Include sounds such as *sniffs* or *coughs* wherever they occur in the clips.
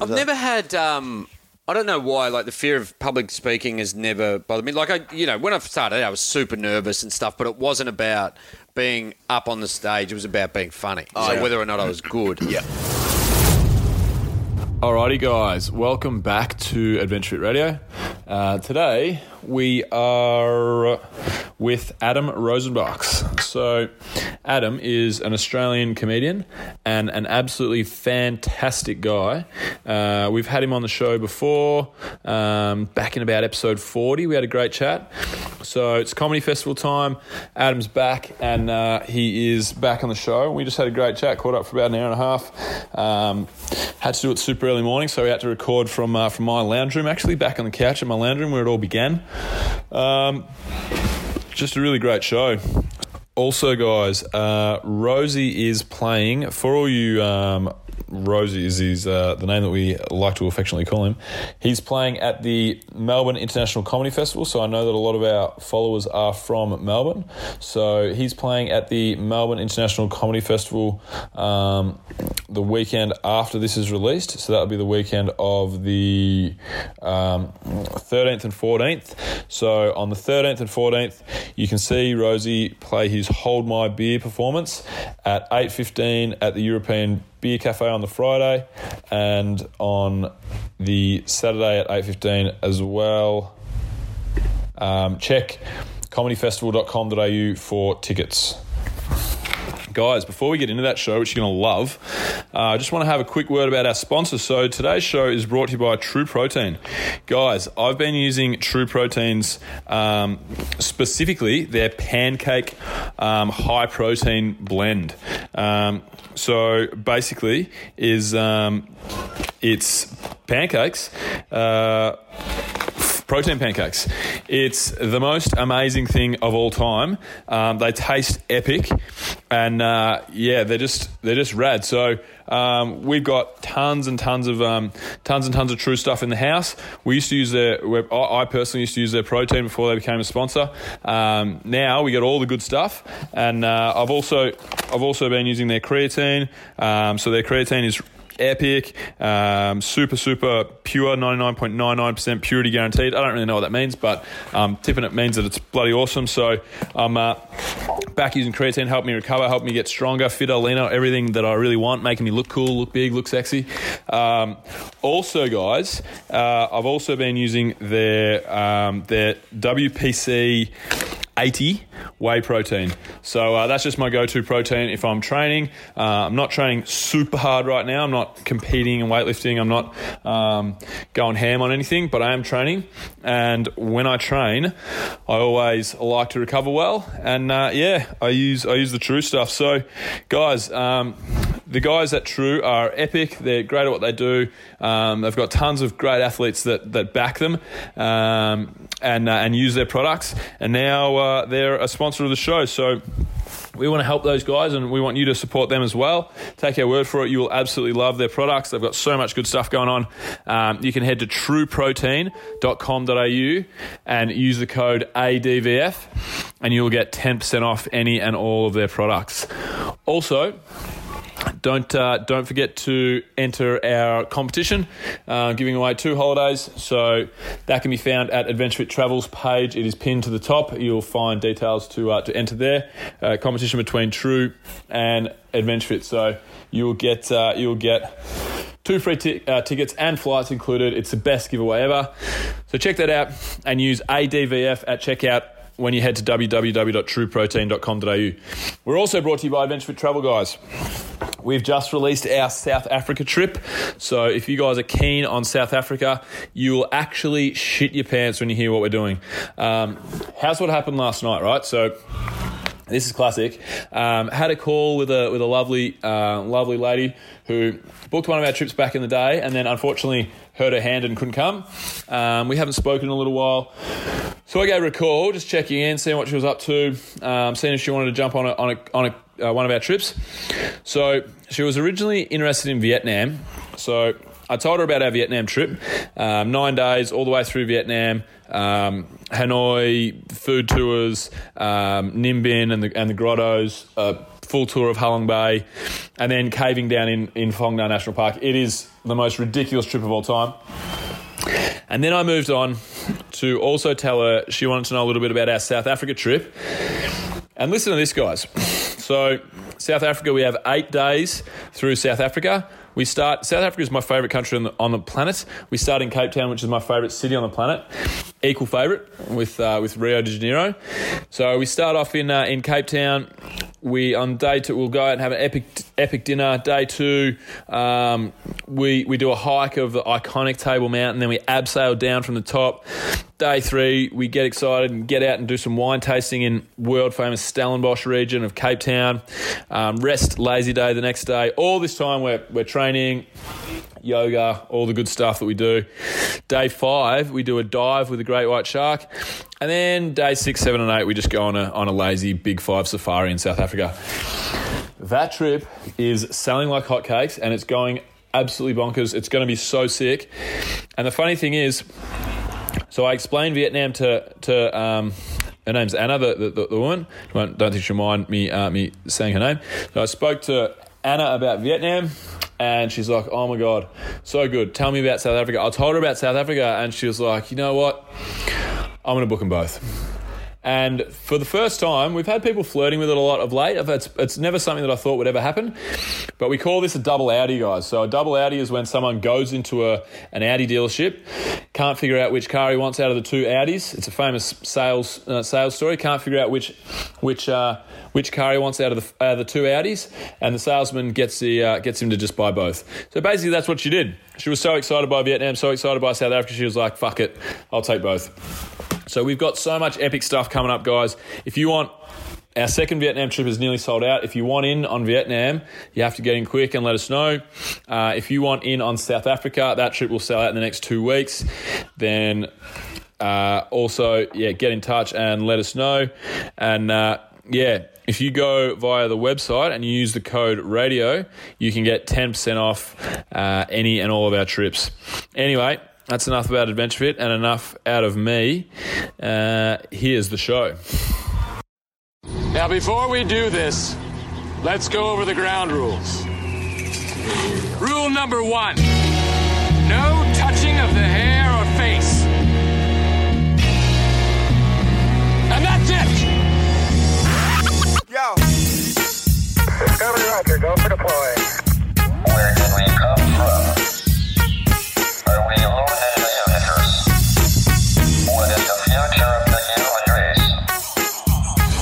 I've never had. Um, I don't know why. Like the fear of public speaking has never bothered me. Like I, you know, when I started, I was super nervous and stuff, but it wasn't about being up on the stage. It was about being funny. Oh, so whether or not I was good. yeah. Alrighty, guys, welcome back to Adventure Hit Radio. Uh, today we are with Adam Rosenbach. So, Adam is an Australian comedian and an absolutely fantastic guy. Uh, we've had him on the show before, um, back in about episode 40. We had a great chat. So, it's Comedy Festival time. Adam's back and uh, he is back on the show. We just had a great chat, caught up for about an hour and a half. Um, had to do it super early morning, so we had to record from, uh, from my lounge room, actually, back on the couch in my lounge room where it all began. Um, just a really great show. Also, guys, uh, Rosie is playing for all you. Um, Rosie is his, uh, the name that we like to affectionately call him. He's playing at the Melbourne International Comedy Festival, so I know that a lot of our followers are from Melbourne. So he's playing at the Melbourne International Comedy Festival um, the weekend after this is released. So that'll be the weekend of the um, 13th and 14th. So on the 13th and 14th, you can see Rosie play his Hold My Beer performance at 8.15 at the European Beer Cafe on the Friday and on the Saturday at 8.15 as well. Um, check comedyfestival.com.au for tickets guys, before we get into that show, which you're going to love, uh, I just want to have a quick word about our sponsor. So today's show is brought to you by True Protein. Guys, I've been using True Proteins, um, specifically their pancake um, high protein blend. Um, so basically, is um, it's pancakes. Uh, protein pancakes. It's the most amazing thing of all time. Um, they taste epic, and uh, yeah, they're just they're just rad. So um, we've got tons and tons of um, tons and tons of true stuff in the house. We used to use their. we- I I personally used to use their protein before they became a sponsor. Um, now we get all the good stuff, and uh, I've also I've also been using their creatine. Um, so their creatine is epic, um, super, super pure, 99.99% purity guaranteed. I don't really know what that means, but um, tipping it means that it's bloody awesome. So I'm uh, back using creatine, helped me recover, helped me get stronger, fitter, leaner, everything that I really want, making me look cool, look big, look sexy. Um, also, guys, uh, I've also been using their, um, their WPC. 80 whey protein. So uh, that's just my go to protein if I'm training. Uh, I'm not training super hard right now. I'm not competing in weightlifting. I'm not um, going ham on anything, but I am training. And when I train, I always like to recover well. And uh, yeah, I use I use the true stuff. So, guys, um, the guys at True are epic. They're great at what they do. Um, they've got tons of great athletes that, that back them um, and uh, and use their products. And now uh, they're a sponsor of the show. So we want to help those guys and we want you to support them as well. Take our word for it. You will absolutely love their products. They've got so much good stuff going on. Um, you can head to trueprotein.com.au and use the code ADVF and you'll get 10% off any and all of their products. Also, don't uh, don't forget to enter our competition, uh, giving away two holidays. So that can be found at Adventure Fit Travels page. It is pinned to the top. You'll find details to uh, to enter there. Uh, competition between True and Adventure Fit. So you'll get uh, you'll get two free ti- uh, tickets and flights included. It's the best giveaway ever. So check that out and use ADVF at checkout when you head to www.trueprotein.com.au. We're also brought to you by Adventure Fit Travel, guys. We've just released our South Africa trip. So if you guys are keen on South Africa, you'll actually shit your pants when you hear what we're doing. Um, how's what happened last night, right? So this is classic. Um, had a call with a with a lovely uh, lovely lady who booked one of our trips back in the day, and then unfortunately hurt her hand and couldn't come. Um, we haven't spoken in a little while, so I gave her a call, just checking in, seeing what she was up to, um, seeing if she wanted to jump on a, on a, on a, uh, one of our trips. So she was originally interested in Vietnam, so. I told her about our Vietnam trip, um, nine days all the way through Vietnam, um, Hanoi, food tours, um, Nimbin and the, and the grottos, uh, full tour of Halong Bay, and then caving down in, in Phong Nha National Park. It is the most ridiculous trip of all time. And then I moved on to also tell her she wanted to know a little bit about our South Africa trip. And listen to this, guys. *sniffs* So, South Africa, we have eight days through South Africa. We start, South Africa is my favorite country on the, on the planet. We start in Cape Town, which is my favorite city on the planet. Equal favorite with, uh, with Rio de Janeiro. So, we start off in, uh, in Cape Town. We on day two we'll go out and have an epic epic dinner. Day two, um, we we do a hike of the iconic Table Mountain, then we abseil down from the top. Day three, we get excited and get out and do some wine tasting in world famous Stellenbosch region of Cape Town. Um, rest, lazy day the next day. All this time we're we're training, yoga, all the good stuff that we do. Day five, we do a dive with a great white shark. And then day six, seven, and eight, we just go on a, on a lazy big five safari in South Africa. That trip is selling like hotcakes and it's going absolutely bonkers. It's going to be so sick. And the funny thing is, so I explained Vietnam to to um, her name's Anna, the, the, the, the woman. I don't think she'll mind me uh, me saying her name. So I spoke to Anna about Vietnam, and she's like, "Oh my god, so good! Tell me about South Africa." I told her about South Africa, and she was like, "You know what? I'm going to book them both." And for the first time, we've had people flirting with it a lot of late. I've- It's, it's never something that I thought would ever happen. But we call this a double Audi, guys. So a double Audi is when someone goes into a, an Audi dealership, can't figure out which car he wants out of the two Audis. It's a famous sales uh, sales story. Can't figure out which which uh, which car he wants out of the, uh, the two Audis, and the salesman gets the uh, gets him to just buy both. So basically, that's what she did. She was so excited by Vietnam, so excited by South Africa. She was like, "Fuck it, I'll take both." So we've got so much epic stuff coming up, guys. If you want, our second Vietnam trip is nearly sold out. If you want in on Vietnam, you have to get in quick and let us know. Uh, if you want in on South Africa, that trip will sell out in the next two weeks. Then uh, also, yeah, get in touch and let us know. And uh, yeah, if you go via the website and you use the code radio, you can get 10% off uh, any and all of our trips. Anyway, that's enough about Adventure Fit and enough out of me. Uh, here's the show. Now, before we do this, let's go over the ground rules. Rule number one no touching of the hair or face. And that's it! Yo, Discovery Roger, go for deploy. Where did we come from? Are we alone in the universe? What is the future of the human race?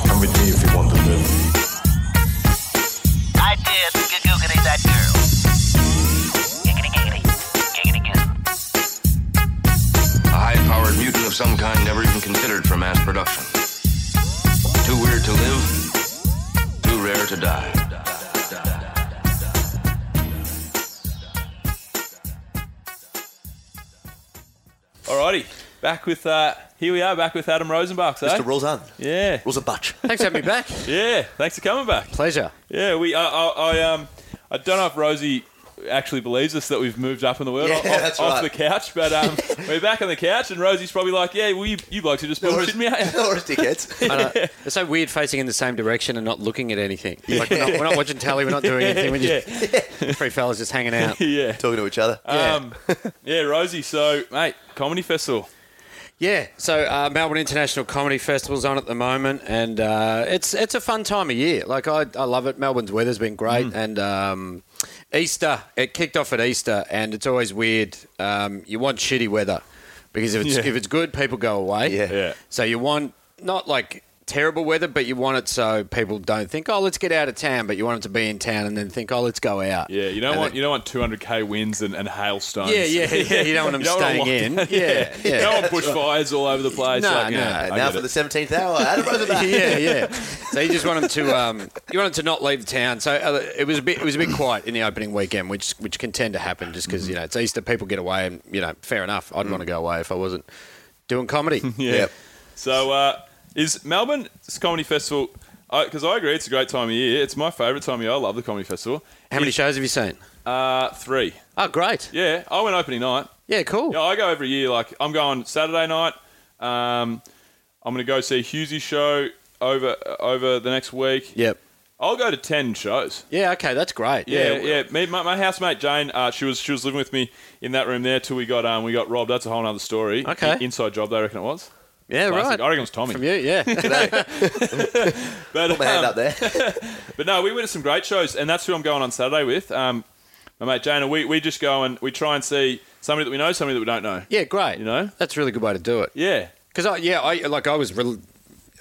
Come with me if you want to live. I did. Good googity that girl. Giggity giggity. Giggity goo. A high-powered mutant of some kind never even considered for mass production. Too weird to live, too rare to die. Alrighty, back with uh, here we are back with Adam Rosenbach. Eh? Mr. Rules on. Yeah, Rules a *laughs* butch. *laughs* Thanks for having me back. yeah. Thanks for coming back. Pleasure. Yeah, we. I, I, I um, I don't know if Rosie actually believes us that we've moved up in the world Yeah, off, that's off right. the couch, but *laughs* um, we're back on the couch, and Rosie's probably like, "Yeah, well, you, you blokes are just bullshitting me out." Or as dickheads. It's so weird facing in the same direction and not looking at anything. Like we're, not, we're not watching telly, we're not doing anything. We're just three fellas just hanging out. yeah. Talking to each other. *laughs* Yeah. Um, yeah, Rosie. So, mate, comedy festival. Yeah, so uh, Melbourne International Comedy Festival's on at the moment, and uh, it's it's a fun time of year. Like I, I love it. Melbourne's weather's been great, and um, Easter it kicked off at Easter, and it's always weird. Um, you want shitty weather because if it's Yeah. if it's good, people go away. Yeah. Yeah. So you want not like terrible weather, but you want it so people don't think, oh, let's get out of town, but you want it to be in town, and then think, oh, let's go out. Yeah, you don't And want then- you don't want 200k winds and, and hailstones. Yeah, yeah, yeah. You *laughs* don't want them staying in. lockdown. Yeah, yeah. You don't want bushfires all over the place. No, like, yeah, no. And I now get for it. the 17th hour, Adam Rosenbach. yeah, yeah. So you just want them to, um, you want them to not leave town. So uh, it was a bit, it was a bit quiet in the opening weekend, which which can tend to happen just because you know it's Easter, people get away, and you know, fair enough. I'd want to go away if I wasn't doing comedy. Mm. *laughs* Yeah. Yep. So uh, is Melbourne Comedy Festival? Because I agree, it's a great time of year. It's my favourite time of year. I love the comedy festival. How many shows have you seen? Uh, three. Oh, great. Yeah, I went opening night. Yeah, cool. Yeah, I go every year. Like I'm going Saturday night. Um, I'm going to go see Hughesy's show uh, over over the next week. Yep. I'll go to ten shows. Yeah, okay, that's great. Yeah, yeah. Me, my, my housemate Jane, uh, she was she was living with me in that room there till we got um we got robbed. That's a whole other story. Okay. In- inside job, they reckon it was. Yeah, Classic. right. I reckon it was Tommy. From you, *laughs* yeah. Today. But, my hand um, up *laughs* there. but no, we went to some great shows, and that's who I'm going on Saturday with. Um, my mate Jana, we, we just go and we try and see somebody that we know, somebody that we don't know. yeah, great. You know? that's a really good way to do it. Yeah. Because I, yeah, I like I was rel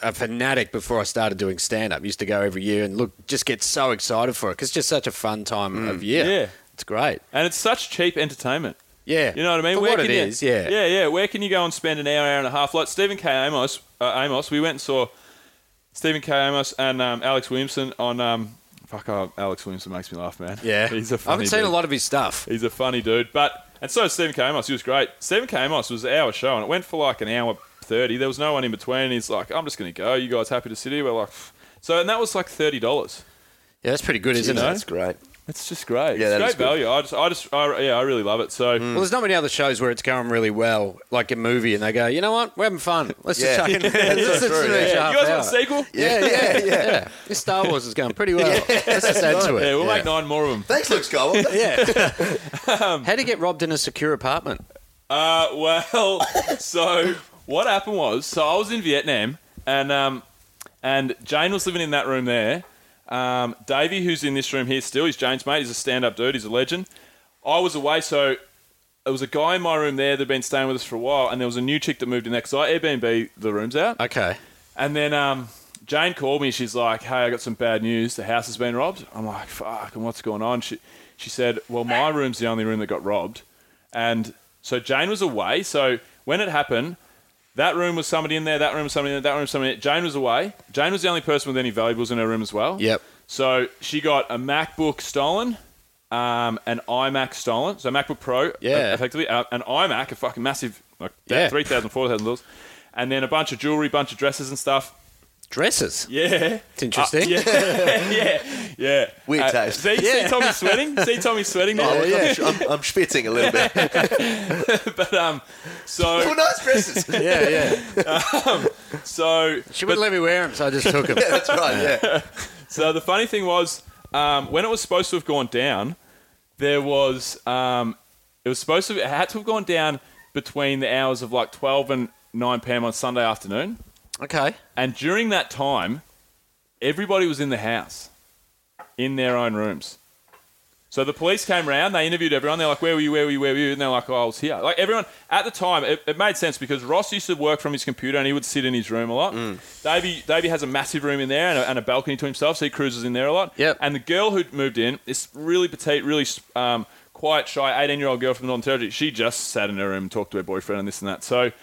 a fanatic before I started doing stand up. Used to go every year and look, just get so excited for it. 'cause it's just such a fun time of year. Mm, Yeah. it's great. And it's such cheap entertainment. Yeah, You know what I mean? For Where what can it you- is, yeah. Yeah, yeah. Where can you go and spend an hour, hour and a half? Like Stephen K. Amos, uh, Amos. We went and saw Stephen K. Amos and um, Alex Williamson on. Um, fuck, oh, Alex Williamson makes me laugh, man. yeah. *laughs* he's a I funny. haven't seen dude. a lot of his stuff. He's a funny dude. But and so is Stephen K. Amos. He was great. Stephen K. Amos was an hour show, and it went for like an hour thirty. There was no one in between. He's like, I'm just going to go. You guys happy to sit here? We're like, "Pff." so and that was like thirty dollars. Yeah, that's pretty good, isn't know? it? That's great. It's just great. Yeah, it's that great is good. Hmm. value. I just, I just, I, yeah, I really love it. So Well, there's not many other shows where it's going really well, like a movie, and they go, you know what, we're having fun. Let's Yeah. *laughs* just chuck in. That's let's so just true, do this yeah. half you guys hour." want a sequel? Yeah, yeah, yeah, This Star Wars is going pretty *laughs* well. Let's just add to it. Yeah, we'll make nine more of them. Thanks, Luke Skywalker. *laughs* Yeah. How to get robbed in a secure apartment? Uh, well, *laughs* so what happened was, so I was in Vietnam, and um, and Jane was living in that room there. Um, Davey, who's in this room here still, he's Jane's mate. He's a stand-up dude. He's a legend. I was away, so there was a guy in my room there that'd been staying with us for a while, and there was a new chick that moved in there. Cause I Airbnb the rooms out, Okay. and then um, Jane called me. She's like, "Hey, I got some bad news. The house has been robbed." I'm like, "Fuck!" And what's going on? She she said, "Well, my room's the only room that got robbed," and so Jane was away. So when it happened, that room was somebody in there. That room was somebody in there. That room was somebody. In there. Jane was away. Jane was the only person with any valuables in her room as well. Yep. So she got a MacBook stolen, um, an iMac stolen. So MacBook Pro, Yeah. effectively, uh, an iMac, a fucking massive, like Yeah. three thousand, four thousand dollars, and then a bunch of jewelry, bunch of dresses and stuff. Dresses. Uh, Yeah. *laughs* It's interesting. yeah. yeah. Yeah. Weird Uh, taste. See, see Tommy sweating? See Tommy sweating Oh, there? look, I'm, sh- I'm, I'm spitting a little *laughs* bit. But um Oh, so nice dresses. Yeah, Yeah, yeah. so She wouldn't let me wear them, so I just *laughs* took them. that's right. *laughs* Yeah, so the funny thing was um, when it was supposed to have gone down, there was um, it was supposed to it had to have gone down between the hours of like twelve and nine PM on Sunday afternoon. Okay. And during that time, everybody was in the house, in their own rooms. So the police came round, they interviewed everyone. They're like, Where were you? Where were you? Where were you? And they're like, oh, I was here. Like, everyone, at the time, it, it made sense because Ross used to work from his computer and he would sit in his room a lot. Davey, Davey has a massive room in there and a, and a balcony to himself, so he cruises in there a lot. Yep. And the girl who moved in, this really petite, really um, quiet, shy 18 year old girl from Northern Territory, she just sat in her room and talked to her boyfriend and this and that. So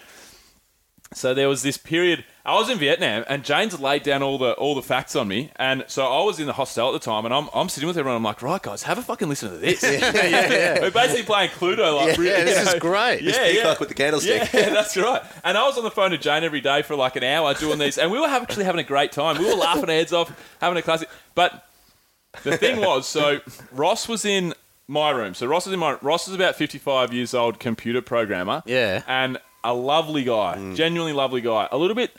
so there was this period. I was in Vietnam, and Jane's laid down all the all the facts on me. And so I was in the hostel at the time, and I'm, I'm sitting with everyone. I'm like, right, guys, have a fucking listen to *laughs* this. *laughs* We're basically playing Cluedo. Like, Yeah, really, yeah, this you know. is great. Yeah, peacock yeah. with the candlestick. *laughs* Yeah, that's right. And I was on the phone to Jane every day for like an hour doing these, and we were actually having a great time. We were laughing our heads off, having a classic. But the thing was, so Ross was in my room. So Ross is in my Ross is about fifty five years old computer programmer. Yeah. Mm. And a lovely guy. Genuinely lovely guy. A little bit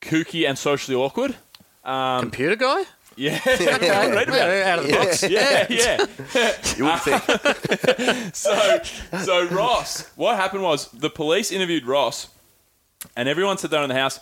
kooky and socially awkward. Computer guy? Yeah. Yeah. Read about it. Out of the box. Yeah, *laughs* yeah. you would think. so so Ross, what happened was the police interviewed Ross, and everyone sat down in the house.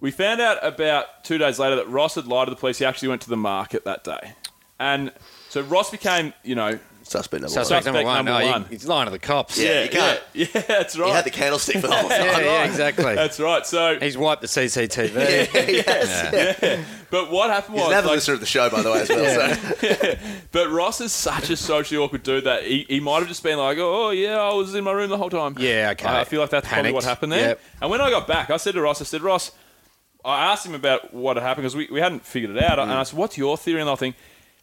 We found out about two days later that Ross had lied to the police. He actually went to the market that day, and so Ross became, you know, *laughs* Suspect number Suspect number Suspect one. number No, one. He, he's lying to the cops. Yeah. you can't. yeah, yeah, that's right. one. You had the candlestick for the whole Yeah, time. yeah, exactly. that's right. So, He's wiped the CCTV. yes. but what happened He's was, another like, listener of the show, by the way, as well. *laughs* So. but Ross is such a socially awkward dude that he, he might have just been like, oh yeah, I was in my room the whole time. Uh, Yeah, okay. I, I feel like that's probably Panicked. what happened there. Yep. And when I got back, I said to Ross, I said, Ross, I asked him about what had happened because we, we hadn't figured it out. And I said, what's your theory on the whole thing?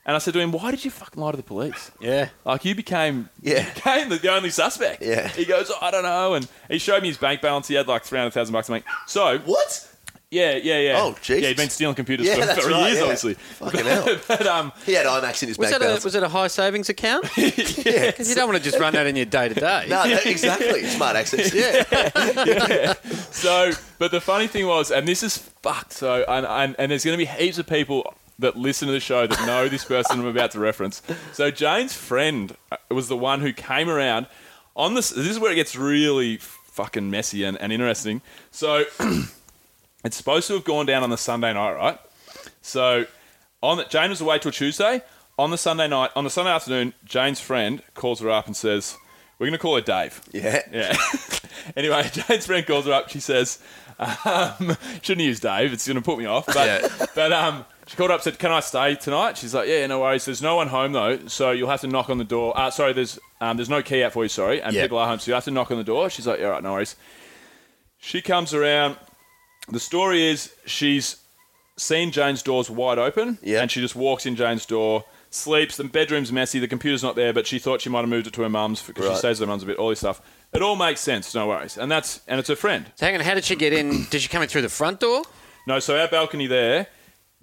And I said to him, why did you fucking lie to the police? Yeah. Like you became, Yeah. you became the, the only suspect. Yeah. He goes, I don't know, and he showed me his bank balance. He had like three hundred thousand bucks. I'm like, so What? yeah, yeah, yeah. Oh, Jesus. Yeah, he'd been stealing computers Yeah, for, that's for right, years, yeah. obviously. *laughs* Fucking hell. But um, He had IMAX in his Was back it, a, balance. was it a high *laughs* savings account? Because you don't want to just run that in your day to day. No, no, exactly. Smart access. Yeah. so, but the funny thing was, and this is fucked. So, and and, and there's going to be heaps of people that listen to the show that know this person I'm about to reference. So Jane's friend uh, was the one who came around on this. This is where it gets really fucking messy and, and interesting. So *clears throat* it's supposed to have gone down on the Sunday night, right? So on the, Jane was away till Tuesday. On the Sunday night, on the Sunday afternoon, Jane's friend calls her up and says, "We're going to call her Dave." Yeah. Yeah. *laughs* anyway, *laughs* Jane's friend calls her up. She says, um, *laughs* "Shouldn't use Dave. It's going to put me off." But *laughs* but um, she called up said, "Can I stay tonight?" She's like, "Yeah, no worries." There's no one home though, so you'll have to knock on the door. Uh, sorry, there's um, there's no key out for you. Sorry, and Yeah. people are home, so you have to knock on the door. She's like, "Yeah, all right, no worries." She comes around. The story is she's seen Jane's doors wide open, Yeah. and she just walks in Jane's door, sleeps. The bedroom's messy, the computer's not there, but she thought she might have moved it to her mum's because she Right. stays at her mum's a bit. All this stuff. It all makes sense, no worries. And that's and it's her friend. So hang on, how did she get in? Did she come in through the front door? No, so our balcony there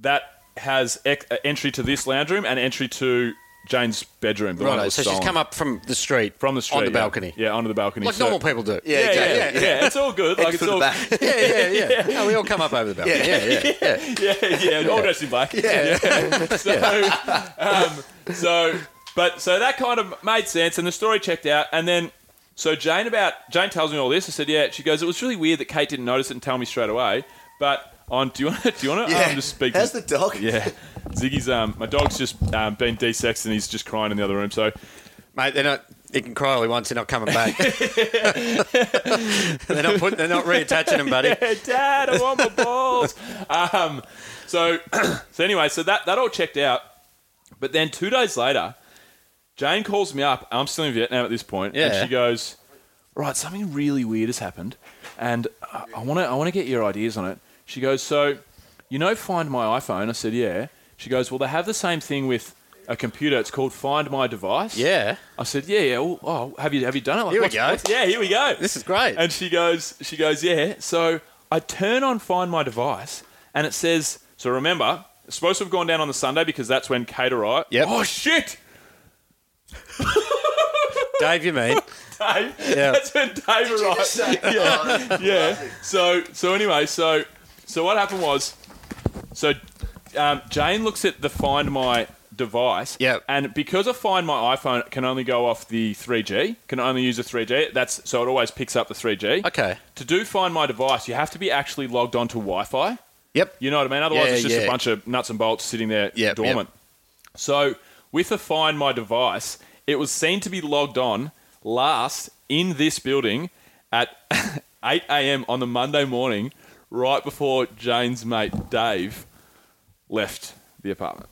that has ec- uh, entry to this lounge room and entry to Jane's bedroom. The one that Right. was So she's stolen. come up from the street. from the street On the yeah. balcony. Yeah, onto the balcony. Like So- normal people do. Yeah, Yeah, yeah, exactly. yeah, yeah, It's all *laughs* good. like Head it's to the all *laughs* back. Yeah, yeah, yeah. No, we all come up over the balcony. Yeah, yeah, yeah. yeah, *laughs* yeah, all dressed in black. *laughs* Yeah. So, um, so, but so that kind of made sense, and the story checked out. And then, so Jane about Jane tells me all this. I said, yeah. She goes, it was really weird that Kate didn't notice it and tell me straight away. But on, do you want to? Do you want to Yeah. um, just speak? How's the dog? *laughs* yeah, Ziggy's um, my dog's just um, been desexed and he's just crying in the other room. So Mate, they're not. He can cry all he wants. They're not coming back. *laughs* they're not putting. They're not reattaching *laughs* him, buddy. Hey, Dad, I want my balls. um, so, *clears throat* so anyway, so that that all checked out. But then two days later, Jane calls me up. I'm still in Vietnam at this point, and Yeah. she goes, "Right, something really weird has happened, and I I want to I want to get your ideas on it." She goes, "So, you know, Find My iPhone?" I said, "Yeah." She goes, "Well, they have the same thing with." A computer. It's called Find My Device. Yeah. I said, yeah, yeah. Oh, oh have you have you done it? Like, Here we what's- go. what's- Yeah, here we go. This is great. And she goes, she goes, yeah. So I turn on Find My Device, and it says. So remember, it's supposed to have gone down on the Sunday because that's when Kate arrived. Yep. Oh shit, Dave, *laughs* you mean? Dave. *laughs* Yeah. That's when Dave arrived. yeah, yeah. So, so anyway, so, so what happened was, so um, Jane looks at the Find My device. Yep. And because I find my iPhone can only go off the 3G, can only use the 3G. That's so it always picks up the 3G. Okay. To do Find My device, you have to be actually logged onto Wi-Fi. Yep. You know what I mean? Otherwise, Yeah, it's just a yeah. bunch of nuts and bolts sitting there Yep, dormant. So, with the Find My device, it was seen to be logged on last in this building at *laughs* 8 a.m. on the Monday morning, right before Jane's mate Dave left the apartment.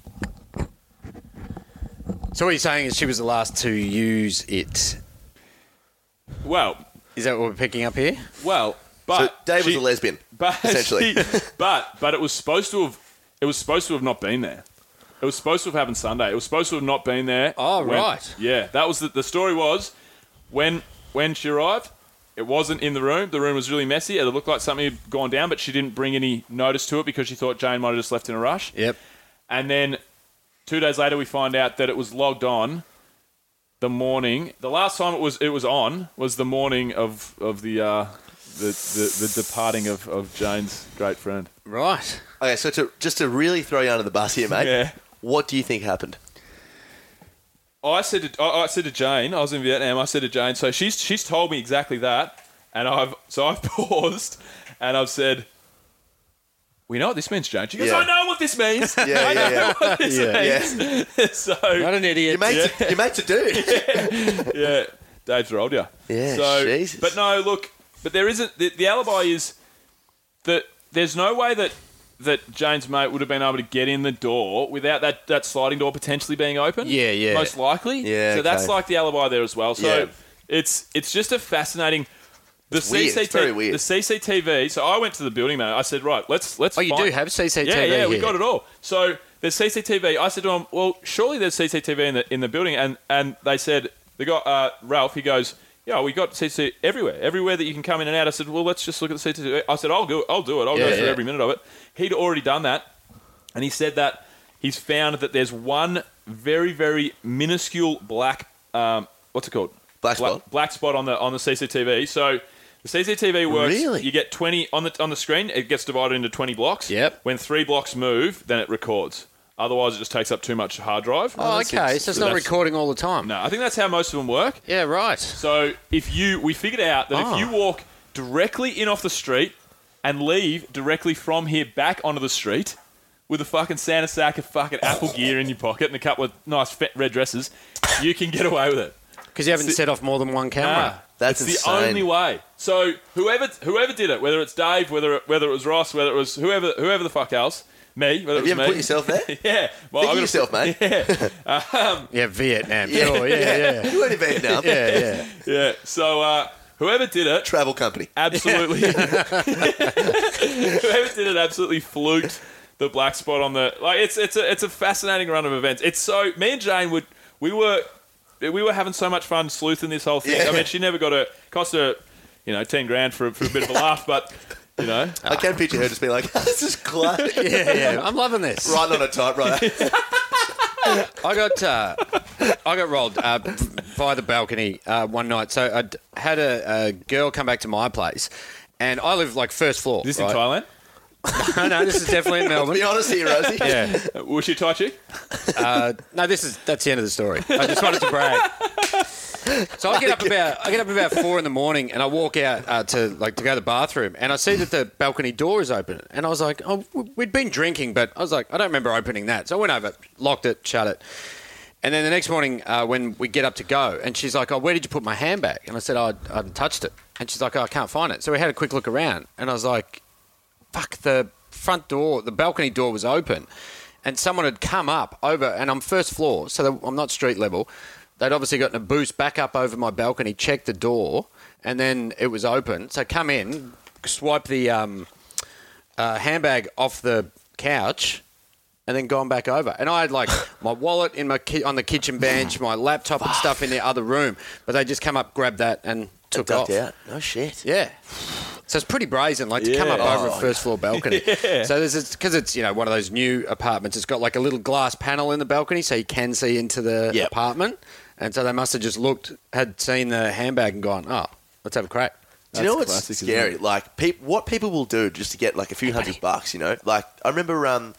So what you're saying is she was the last to use it. Well, Is that what we're picking up here? well, So but Dave Uh, she- was a lesbian, but *laughs* essentially. she- but but it was supposed to have it was supposed to have not been there. It was supposed to have happened Sunday. It was supposed to have not been there. Oh, when- right. Yeah, that was the, the story was when when she arrived, it wasn't in the room. The room was really messy. It looked like something had gone down, but she didn't bring any notice to it because she thought Jane might have just left in a rush. Yep. And then two days later, we find out that it was logged on the morning. The last time it was it was on was the morning of of the uh, the, the the departing of, of Jane's great friend. Right. Okay, so to, just to really throw you under the bus here, mate, Yeah. what do you think happened? I said to, I, I said to Jane, I was in Vietnam. I said to Jane, so she's she's told me exactly that, and I've so I've *laughs* paused, and I've said. We know what this means, Jane. She goes, Yeah. *laughs* I know what this means. *laughs* Yeah, yeah, yeah. What this Yeah. means. so, Not an idiot. Your mate's, your mate's a *laughs* dude. yeah, Dave's rolled you. Yeah, so, Jesus. But no, look, but there isn't. The, the alibi is that there's no way that that Jane's mate would have been able to get in the door without that that sliding door potentially being open. Yeah, yeah. most likely. Yeah, So that's okay. like the alibi there as well. So Yeah. it's it's just a fascinating. The It's weird. It's CCTV, very weird. the CCTV. So I went to the building man. I said, right, let's let's. Oh, you find- do have CCTV. yeah, yeah, we here. got it all. So there's CCTV. I said to him, "Well, surely there's CCTV in the in the building." And and they said they got uh, Ralph. He goes, "Yeah, we got CCTV everywhere, everywhere that you can come in and out." I said, "Well, let's just look at the CCTV." I said, "I'll do, I'll do it. I'll go Yeah, through yeah. every minute of it." He'd already done that, and he said that he's found that there's one very very minuscule black um, what's it called Black black, spot. black spot on the on the CCTV. So. The CCTV works. Really? You get twenty on the on the screen. It gets divided into twenty blocks. Yep. When three blocks move, then it records. Otherwise, it just takes up too much hard drive. Oh, okay. So it's not that's- recording all the time. No, I think that's how most of them work. Yeah, right. So if you, we figured out that Ah. if you walk directly in off the street and leave directly from here back onto the street with a fucking Santa sack of fucking apple gear in your pocket and a couple of nice fat red dresses, you can get away with it. Because you haven't set off more than one camera. Ah, That's it's insane. the only way. So whoever whoever did it, whether it's Dave, whether it, whether it was Ross, whether it was whoever whoever the fuck else, me, Have whether it was you ever me. put yourself there? Think *laughs* yeah, well, of I'm gonna- yourself, mate. Yeah, Vietnam. Sure, yeah, yeah. You went to Vietnam. Yeah, yeah. *laughs* *laughs* yeah. So uh, whoever did it, Travel company. absolutely. *laughs* *laughs* Whoever did it absolutely fluked the black spot on the like. It's it's a it's a fascinating run of events. It's so me and Jane would we were we were having so much fun sleuthing this whole thing. I mean, she never got a cost her you know ten grand for for a bit of a laugh, but you know I can picture her just being like, *laughs* this is *laughs* classic. Yeah, *laughs* yeah. I'm loving this. Right on a *laughs* typewriter. I got uh, I got rolled uh, by the balcony uh, one night. So I d- had a, a girl come back to my place, and I live like first floor. this right? in *laughs* Thailand. No, no, this is definitely *laughs* in Melbourne. Be honest here, Rosie. *laughs* Yeah. Uh, Was she Tai Chi? Uh, No, this is that's the end of the story. I just wanted to brag. So I get up about I get up about four in the morning and I walk out uh, to like to go to the bathroom and I see that the balcony door is open and I was like, oh, w- we'd been drinking, but I was like, I don't remember opening that. So I went over, locked it, shut it. And then the next morning, uh, when we get up to go, and she's like, "Oh, where did you put my handbag?" And I said, "Oh, I hadn't touched it." And she's like, "Oh, I can't find it." So we had a quick look around, and I was like, fuck the front door the balcony door was open and someone had come up over and i'm first floor so they- i'm not street level they'd obviously gotten a boost back up over my balcony checked the door and then it was open so come in swipe the um, uh, handbag off the couch and then gone back over and i had like *laughs* my wallet in my ki- on the kitchen bench my laptop and stuff in the other room but they just come up grabbed that and took Ducked off out. No shit. yeah. So it's pretty brazen, like to come up over a first floor *laughs* balcony. So there's it's because it's you know one of those new apartments. It's got like a little glass panel in the balcony, so you can see into the Yep. apartment. And so they must have just looked, had seen the handbag, and gone, "Oh, let's have a crack." Do you know what's classic, isn't scary? Like, peop what people will do just to get like a few hundred bucks, you know? Like, I remember um,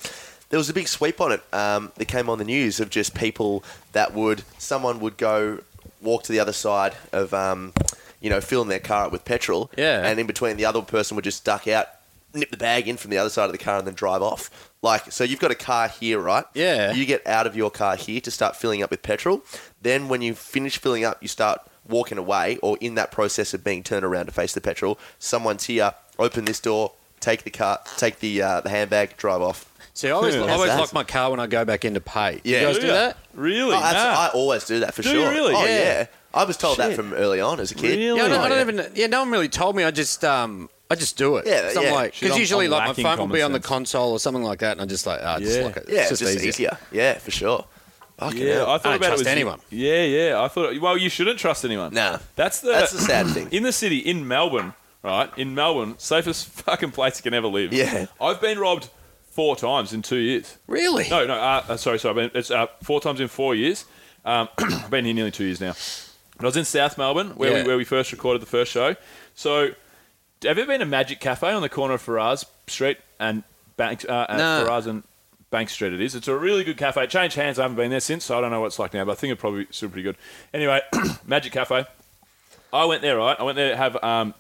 there was a big sweep on it um, that came on the news of just people that would, someone would go walk to the other side of, um, you know, filling their car up with petrol. Yeah. And in between, the other person would just duck out, nip the bag in from the other side of the car, and then drive off. Like, so you've got a car here, right? Yeah. You get out of your car here to start filling up with petrol. Then, when you finish filling up, you start walking away, or in that process of being turned around to face the petrol, someone's here. Open this door, take the car, take the uh, the handbag, drive off. See, I always, I always That's- lock my car when I go back in to pay. Yeah. you guys Do do ya? that? Really? Oh, abso- Nah. I always do that for Do you sure. really? Oh Yeah. yeah. I was told that Shit. from early on as a kid. Really? Yeah, I don't, I Oh, don't yeah. even. Yeah, no one really told me. I just, um, I just do it. Yeah, So I'm yeah. like, Shit, because I'm- usually I'm like my lacking phone will be common on the sense. console or something like that, and I just like, ah, just Yeah. lock it. Yeah, it's just, easier. Yeah, for sure. Fucking Yeah, hell. I thought I don't about it trust was anyone. Yeah, yeah. I thought. Well, you shouldn't trust anyone. Nah. that's the That's the *clears throat* sad thing. In the city, in Melbourne, right? In Melbourne, safest *laughs* fucking place you can ever live. Yeah. I've been robbed four times in two years. Really? No, no. Uh, uh, sorry, sorry. I've been, it's uh, four times in four years. Um, *clears throat* I've been here nearly two years now. But I was in South Melbourne, where Yeah. we where we first recorded the first show. So, have you ever been to Magic Cafe on the corner of Farrars Street and Bank uh, and No. Farrars and Bank Street? It is. It's a really good cafe. It changed hands. I haven't been there since, so I don't know what it's like now. But I think it probably it's still pretty good. Anyway, *clears throat* Magic Cafe. I went there. Right, I went there to have um,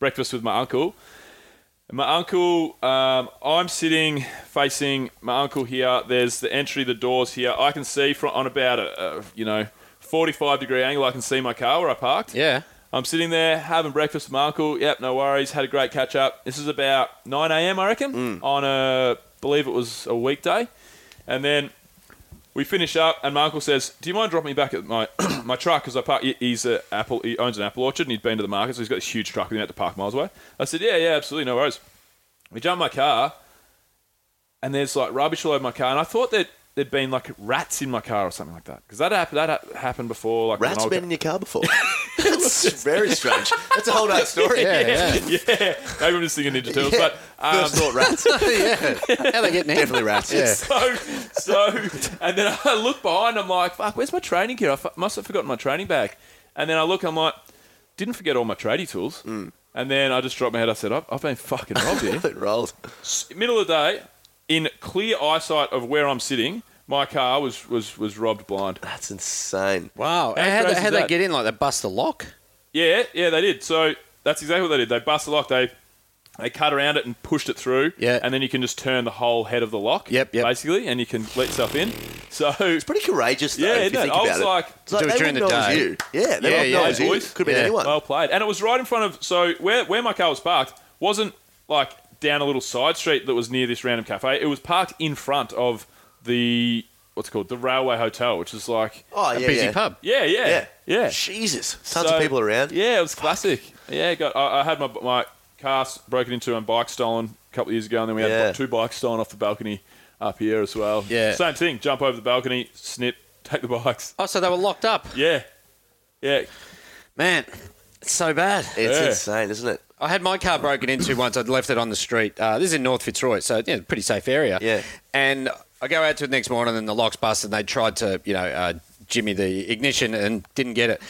breakfast with my uncle. My uncle, um, I'm sitting facing my uncle here. There's the entry, the doors here. I can see from on about a, a you know 45 degree angle. I can see my car where I parked. Yeah. I'm sitting there having breakfast with my uncle. Yep, no worries. Had a great catch up. This is about 9 a.m. I reckon Hmm. on a believe it was a weekday, and then we finish up, and my uncle says, "Do you mind dropping me back at my *clears throat* my truck? Because I park. he- He's a apple. He owns an apple orchard, and he'd been to the market, so he's got this huge truck. We had to park miles away." I said, "Yeah, yeah, absolutely, no worries." We jump in my car, and there's like rubbish all over my car, and I thought that there'd been like rats in my car or something like that because that happened. That hap- happened before. Like with an Rats old been car. in your car before. That's very strange. That's a whole nother story. *laughs* Yeah, yeah. *laughs* yeah, maybe I'm just thinking Ninja Turtles, but um, First thought rats. yeah. How they getting in? Definitely rats. *laughs* *laughs* Yeah. so, so, and then I look behind. I'm like, fuck, where's my training gear? I fu- must have forgotten my training bag. And then I look. I'm like, didn't forget all my tradie tools. *laughs* And then I just dropped my head. I said, I've, I've been fucking robbed here. It rolled. Middle of the day, in clear eyesight of where I'm sitting. My car was was was robbed blind. That's insane. *laughs* Wow. How How crazy would is they that? get in? Like they bust the lock? Yeah, yeah, they did. So that's exactly what they did. They bust the lock. They they cut around it and pushed it through. Yeah. and then you can just turn the whole head of the lock. Yep, yep. Basically, and you can let yourself in. *laughs* So Pretty courageous, though, Yeah, if isn't you it? think I about was it. like- It's like Do it they during wouldn't the know it was day. you. Yeah, they Yeah, wouldn't know yeah, it was you. boys. Could have been Yeah. anyone. Well played. And it was right in front of so where where my car was parked wasn't like down a little side street that was near this random cafe. It was parked in front of the what's it called the railway hotel, which is like oh, yeah, Busy yeah. pub. yeah, yeah, Yeah. yeah. Jesus. Tons So- of people around. Yeah, it was classic. Yeah, got I, I had my my car s- broken into and bike stolen a couple of years ago, and then we Yeah. had two bikes stolen off the balcony up here as well. Yeah. same thing. Jump over the balcony, snip, *laughs* take the bikes. Oh, so they were locked up. Yeah, yeah. Man, it's so bad. It's Yeah. insane, isn't it? I had my car broken into once. I'd left it on the street. Uh, this is in North Fitzroy, so yeah, pretty safe area. Yeah. And I go out to it next morning, and the lock's busted. And they tried to, you know, uh, Jimmy the ignition, and didn't get it.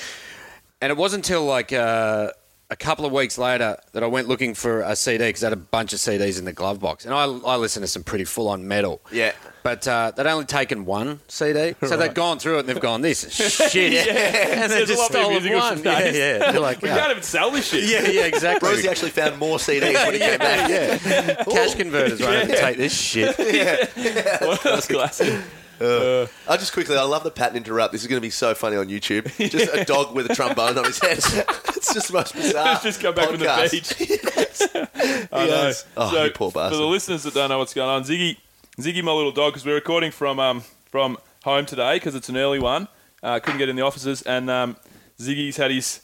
And it wasn't until like uh, a couple of weeks later that I went looking for a CD because I had a bunch of CDs in the glove box, and I, I listened to some pretty full on metal. Yeah. But uh, they'd only taken one CD, *laughs* so they'd gone through it and they've gone, *laughs* "This is shit," and they There's a lot just more stolen musical one. Yeah, stuff. yeah. They're like, We "Oh." can't even sell this *laughs* shit. yeah, yeah, exactly. Rosie actually found more CDs when he came back. Cash converters *laughs* won't even take this shit. *laughs* That's classic. I just quickly, I love the pattern interrupt. This is going to be so funny on *laughs* YouTube. Just a dog with a trombone on his head. *laughs* It's just the most bizarre. He's just come back from the podcast. beach. I know. Yes. Oh, you poor For bastard. the listeners that don't know what's going on, Ziggy, Ziggy, my little dog, because we're recording from um, from home today because it's an early one. Uh, couldn't get in the offices, and um, Ziggy's had his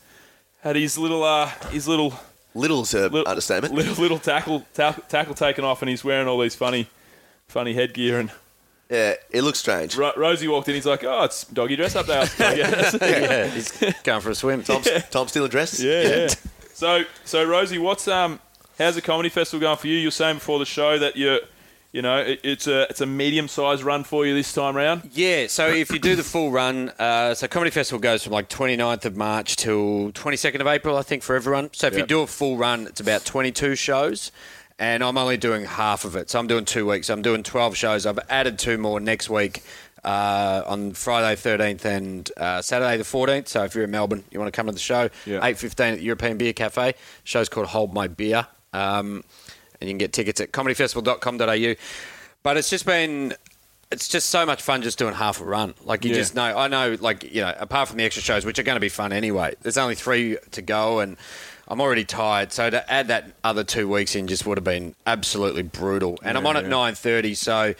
had his little uh, his little *laughs* Little's a Little- understatement. little, little tackle ta- tackle taken off, and he's wearing all these funny funny headgear. And Yeah, it looks strange. Ro- Rosie walked in, he's like, "Oh, it's doggy dress up day." I guess. yeah, he's going for a swim. Tom's, Tom's still dressed. Yeah, yeah. so, so Rosie, what's um, how's the comedy festival going for you? You were saying before the show that you're, you know, it, it's a it's a medium sized run for you this time round. Yeah, so if you do the full run, uh, so Comedy Festival goes from like 29th of March till 22nd of April, I think, for everyone. So if you Yep. do a full run, it's about 22 shows, and I'm only doing half of it. So I'm doing two weeks. I'm doing 12 shows. I've added two more next week uh, on Friday 13th and uh, Saturday the 14th. So if you're in Melbourne, you want to come to the show, Yeah. 8.15 at the European Beer Cafe. show's called Hold My Beer. Um, and you can get tickets at comedyfestival.com.au. But it's just been it's just so much fun just doing half a run. Like you Yeah. just know, I know, like you know, apart from the extra shows, which are going to be fun anyway. There's only three to go, and I'm already tired. So to add that other two weeks in just would have been absolutely brutal. And I'm on at yeah. nine thirty, so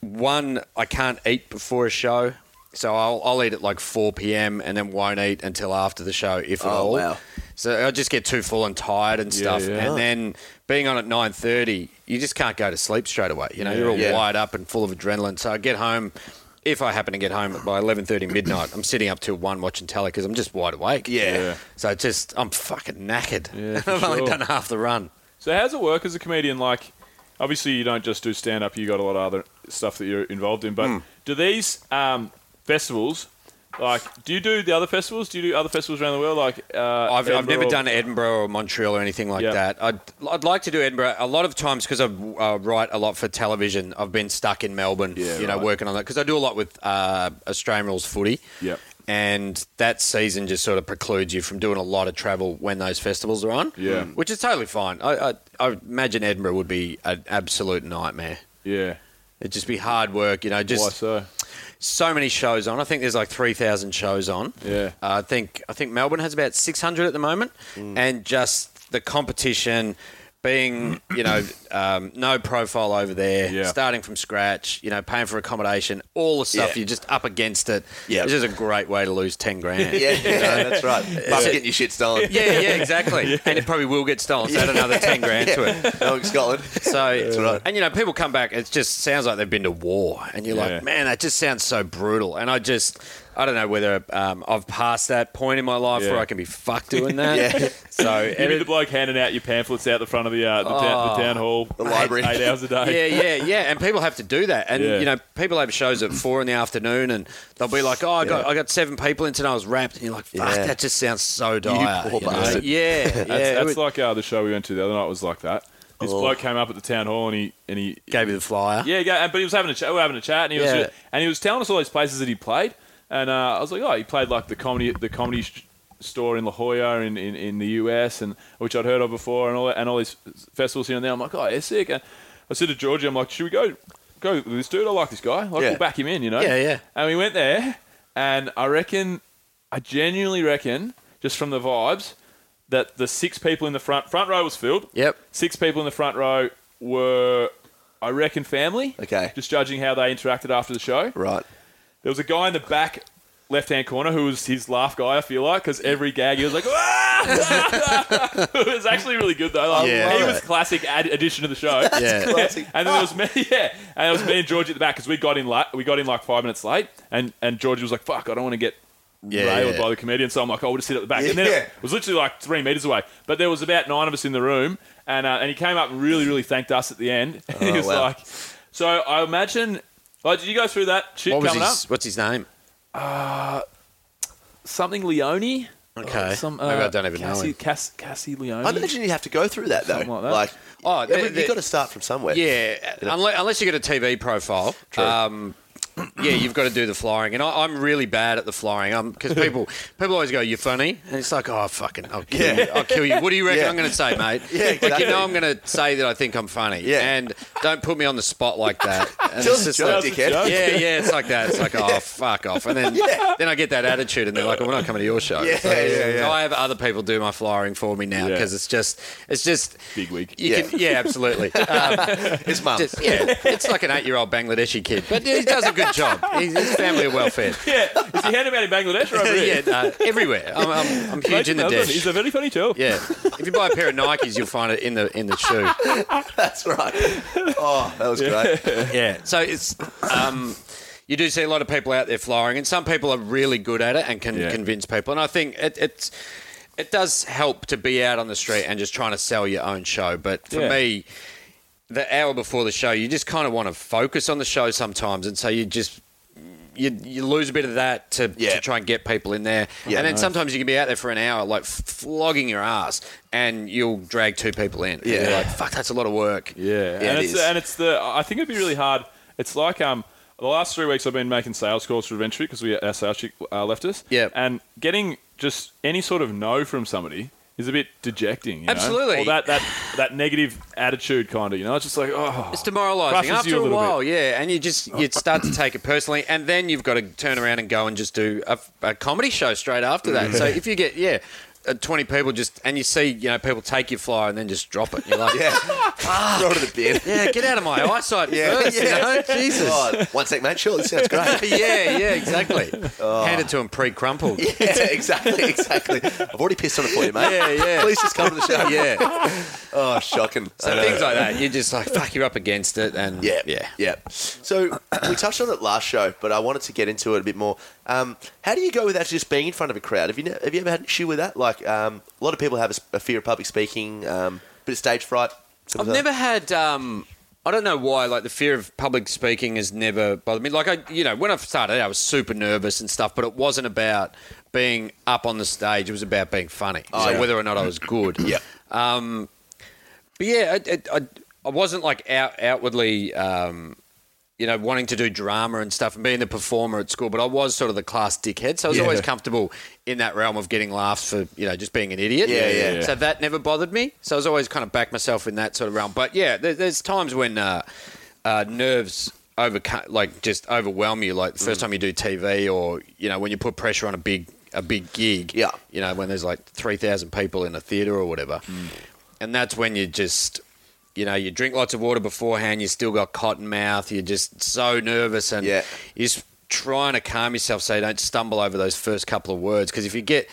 one I can't eat before a show. So I'll, I'll eat at like 4 p.m. and then won't eat until after the show, if at Oh, all. wow. So I just get too full and tired and stuff. yeah. And then being on at 9.30, you just can't go to sleep straight away. You know, you're all Yeah. wired up and full of adrenaline. So I get home, if I happen to get home by 11.30 midnight, I'm sitting up till 1 watching telly because I'm just wide awake. Yeah. Yeah. So it's just, I'm fucking knackered. *laughs* Yeah, for I've only sure. done half the run. So, how's it work as a comedian? Like, obviously, you don't just do stand up; you got a lot of other stuff that you're involved in. But Hmm. do these um, festivals? Like, do you do the other festivals? Do you do other festivals around the world? Like, uh, I've, I've never Edinburgh or- done Edinburgh or Montreal or anything like Yeah. that. I'd, I'd like to do Edinburgh. A lot of times, because I uh, write a lot for television, I've been stuck in Melbourne, you know, right. working on that. Because I do a lot with uh, Australian Rules footy. Yep. And that season just sort of precludes you from doing a lot of travel when those festivals are on. Yeah. Which is totally fine. I, I, I imagine Edinburgh would be an absolute nightmare. Yeah. It'd just be hard work, you know, just Why so? so many shows on. I think there's like three thousand shows on. Yeah. Uh, I think I think Melbourne has about six hundred at the moment, Mm. and just the competition being you *clears throat* know um, no profile over there, Yeah. starting from scratch, you know, paying for accommodation, all the stuff Yeah. you're just up against it. Yeah. This is a great way to lose *laughs* ten grand. Yeah, no, that's right. Buff getting your shit stolen. *laughs* Yeah, yeah, exactly. And it probably will get stolen, so add another 10 grand to it. No, in Scotland. So, right. and you know, people come back. It just sounds like they've been to war, and you're Yeah. like, man, that just sounds so brutal. And I just, I don't know whether um, I've passed that point in my life Yeah. where I can be fucked doing that. *laughs* Yeah. So, You mean and the it- bloke handing out your pamphlets out the front of the uh, the, town, the town hall, the library. eight, eight hours *laughs* a day. Oh, yeah, yeah, yeah. And people have to do that, and Yeah. you know, people have shows at four in the afternoon, and they'll be like, oh, I got, I got seven people in tonight. I was wrapped, and you're like, fuck, Yeah. that just sounds so dire. poor know? bastard. Yeah, *laughs* yeah. That's, It that's would- Oh. like uh, the show we went to the other night was like that. This bloke came up at the town hall and he and he Gave you the flyer. yeah, he go- but he was having a chat. We were having a chat, and he was Yeah. and he was telling us all these places that he played. And uh, I was like, oh, he played like the comedy the comedy sh- store in La Jolla in, in, in the US, and which I'd heard of before, and all and all these festivals here and there. I'm like, oh, yeah, sick. And I said to Georgie, I'm like, should we go go with this dude? I like this guy. Like, Yeah. we'll back him in, you know? Yeah, yeah. And we went there, and I reckon, I genuinely reckon, just from the vibes, that the six people in the front front row was filled. Yep. Six people in the front row were, I reckon, family. Okay. Just judging how they interacted after the show. Right. There was a guy in the back left hand corner who was his laugh guy, I feel like, because every gag he was like, *laughs* "Ah!" *laughs* it was actually really good though. Like, Yeah. He was classic ad- addition to the show. Yeah. Classic. And then there was me, *laughs* yeah, and it was me and George at the back because we got in late. We got in like five minutes late, and and George was like, "Fuck, I don't want to get Yeah, railed yeah. by the comedian," so I'm like, "I will just sit at the back." Yeah. And then it was literally like three meters away, but there was about nine of us in the room, and uh, and he came up and really, really thanked us at the end. *laughs* he Oh, was wow. like, "So I imagine." Like, did you go through that shit What was coming his? up? What's his name? Something Leone. Okay. Some, uh, Maybe I don't even Cassie, know him. Cass, Cassie Leone. I imagine you have to go through that though. Something like that. Oh, yeah, the- but the- you got to start from somewhere. Yeah, unless, unless you get a TV profile. Um, yeah, you've got to do the flying, and I, I'm really bad at the flying. *laughs* because people people always go, "You're funny," and it's like, "Oh, fucking, I'll kill you! I'll kill you!" What do *laughs* you reckon Yeah. I'm going to say, mate? Yeah, Like, exactly. you know, I'm going to say that I think I'm funny. Yeah. and don't put me on the spot like *laughs* that. And Tell us it's a just joke, like- dickhead. yeah, yeah, it's like that. It's like, oh, fuck off. And then Yeah. then I get that attitude, and they're like, well, we're not coming to your show. Yeah, yeah, yeah. I have other people do my flying for me now Yeah. because it's just, it's just Big week. You Yeah. Can, yeah, *laughs* absolutely. Um, His mum. just- yeah, it's like an eight-year-old Bangladeshi kid, but he does a good *laughs* job. His his family are well fed. yeah. Is he handing out in Bangladesh or over here? *laughs* Yeah, no, everywhere. I'm, I'm, I'm huge Like, in the no, dish. He's a very funny chap. Yeah, if you buy a pair of Nikes, you'll find it in the in the shoe. *laughs* That's right. Oh, that was great. Yeah. So it's um, you do see a lot of people out there flying, and some people are really good at it and can Yeah. convince people. And I think it, it's it does help to be out on the street and just trying to sell your own show. But for Yeah. me. The hour before the show, you just kind of want to focus on the show sometimes, and so you just you, you lose a bit of that to, Yeah. to try and get people in there, Yeah. and then sometimes you can be out there for an hour, like f- flogging your ass, and you'll drag two people in. Yeah, Yeah. like fuck, that's a lot of work. Yeah, and it it's is. and it's the. I think it'd be really hard. It's like um the last three weeks I've been making sales calls for Adventure because we our sales chick uh, left us. Yep. and getting just any sort of no from somebody is a bit dejecting. You know? Absolutely. or that that that negative attitude kind of. You know, it's just like oh, It's demoralising Crushes after you a a, little while, yeah, and you just you start to take it personally, and then you've got to turn around and go and just do a, a comedy show straight after that. So if you get yeah, uh, twenty people just and you see you know people take your flyer and then just drop it, you're like yeah, Yeah. *laughs* Ah, Throw it in the bin. get out of my eyesight *laughs* first, you know, Oh, Jesus. God. One sec, mate. Sure, this sounds great. *laughs* yeah, yeah, exactly. Hand it to him pre-crumpled. Yeah. *laughs* Yeah, exactly, exactly. I've already pissed on it for you, mate. Yeah, yeah. Please just come to the show. *laughs* *laughs* Oh, shocking. I so know. things like that. You're just like fuck. You're up against it, and Yeah, Uh, yeah, yeah. So we touched on it last show, but I wanted to get into it a bit more. Um, how do you go without just being in front of a crowd? Have you ne- have you ever had an issue with that? Like um, a lot of people have a, s- a fear of public speaking, um, bit of stage fright. I've never had. Um, I don't know why. Like the fear of public speaking has never bothered me. Like I, you know, when I started, out, I was super nervous and stuff. But it wasn't about being up on the stage. It was about being funny. so Oh, yeah. whether or not I was good. Yeah. But yeah, it, it, I, I wasn't like out outwardly. Um, you know, wanting to do drama and stuff and being the performer at school, but I was sort of the class dickhead, so I was Yeah. always comfortable in that realm of getting laughs for you know just being an idiot. Yeah, yeah, yeah. So that never bothered me. So I was always kind of back myself in that sort of realm. But yeah, there, there's times when uh, uh, nerves overcome, like just overwhelm you. Like the Mm. first time you do TV, or you know when you put pressure on a big a big gig. Yeah. You know when there's like three thousand people in a theater or whatever, Mm. and that's when you just you know, you drink lots of water beforehand, you still got cotton mouth, you're just so nervous and Yeah. you're just trying to calm yourself so you don't stumble over those first couple of words. Because if you get,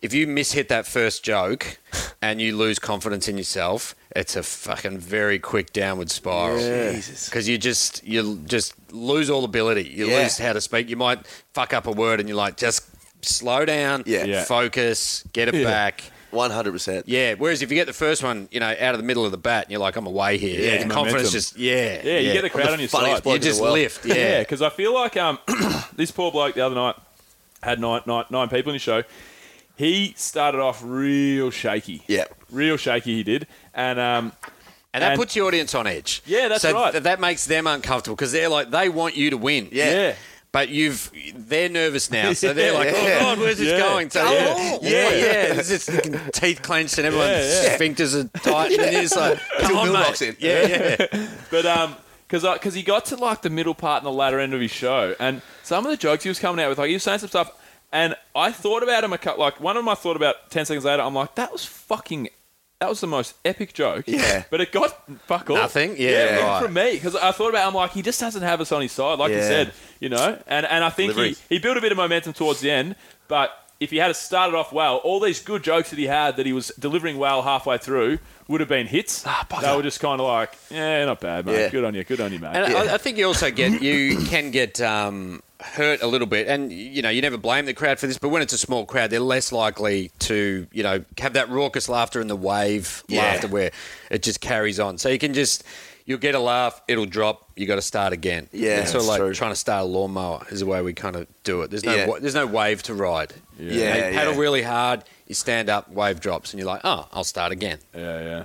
if you mishit that first *laughs* joke and you lose confidence in yourself, it's a fucking very quick downward spiral. Jesus. Because you just, you just lose all ability. You Yeah. lose how to speak. You might fuck up a word and you're like, just slow down, Yeah. Yeah. focus, get it back. One hundred percent. Yeah. Whereas if you get the first one, you know, out of the middle of the bat, and you're like, I'm away here. Yeah, Yeah. the momentum. confidence just, yeah. yeah, you get a crowd on your funniest side. bloke You in the just world. lift. Yeah, Yeah. because I feel like um, *clears throat* this poor bloke the other night had nine, nine, nine people in his show. He started off real shaky. Yeah. Real shaky he did. And um, And that And- puts your audience on edge. Yeah, that's so right. th- that makes them uncomfortable because they're like they want you to win. Yeah. Yeah. But you've they're nervous now, so *laughs* they're Yeah. like, "Oh Yeah. God, where's this Yeah. going?" So, Yeah. yeah, yeah, yeah. It's just fucking teeth clenched and everyone's Yeah, yeah. sphincters are tight, and it's like, "Come Until on, Bill mate." walks in. Yeah, yeah. But um, because because he got to like the middle part and the latter end of his show, and some of the jokes he was coming out with, like he was saying some stuff, and I thought about him a couple. Like one of them, I thought about ten seconds later. I'm like, that was fucking. That was the most epic joke. Yeah. But it got fuck all. Nothing? Yeah, even right. from me. Because I thought about it, I'm like, he just doesn't have us on his side, like you Yeah. said, you know? And and I think he, Delivery. he built a bit of momentum towards the end, but if he had started off well, all these good jokes that he had that he was delivering well halfway through would have been hits. they were just kind of like, yeah, not bad, mate. Ah, Yeah. Good on you, good on you, mate. And I, I think you also get you can get um, hurt a little bit, and you know you never blame the crowd for this, but when it's a small crowd, they're less likely to you know have that raucous laughter and the wave Yeah. laughter where it just carries on. So you can just you'll get a laugh, it'll drop, you got to start again. Yeah, it's sort that's of like true. trying to start a lawnmower is the way we kind of do it. There's no Yeah. wa- there's no wave to ride. Yeah, yeah. you paddle really hard, you stand up, wave drops, and you're like, oh, I'll start again. yeah, yeah.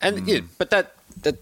And yeah, Mm. but that that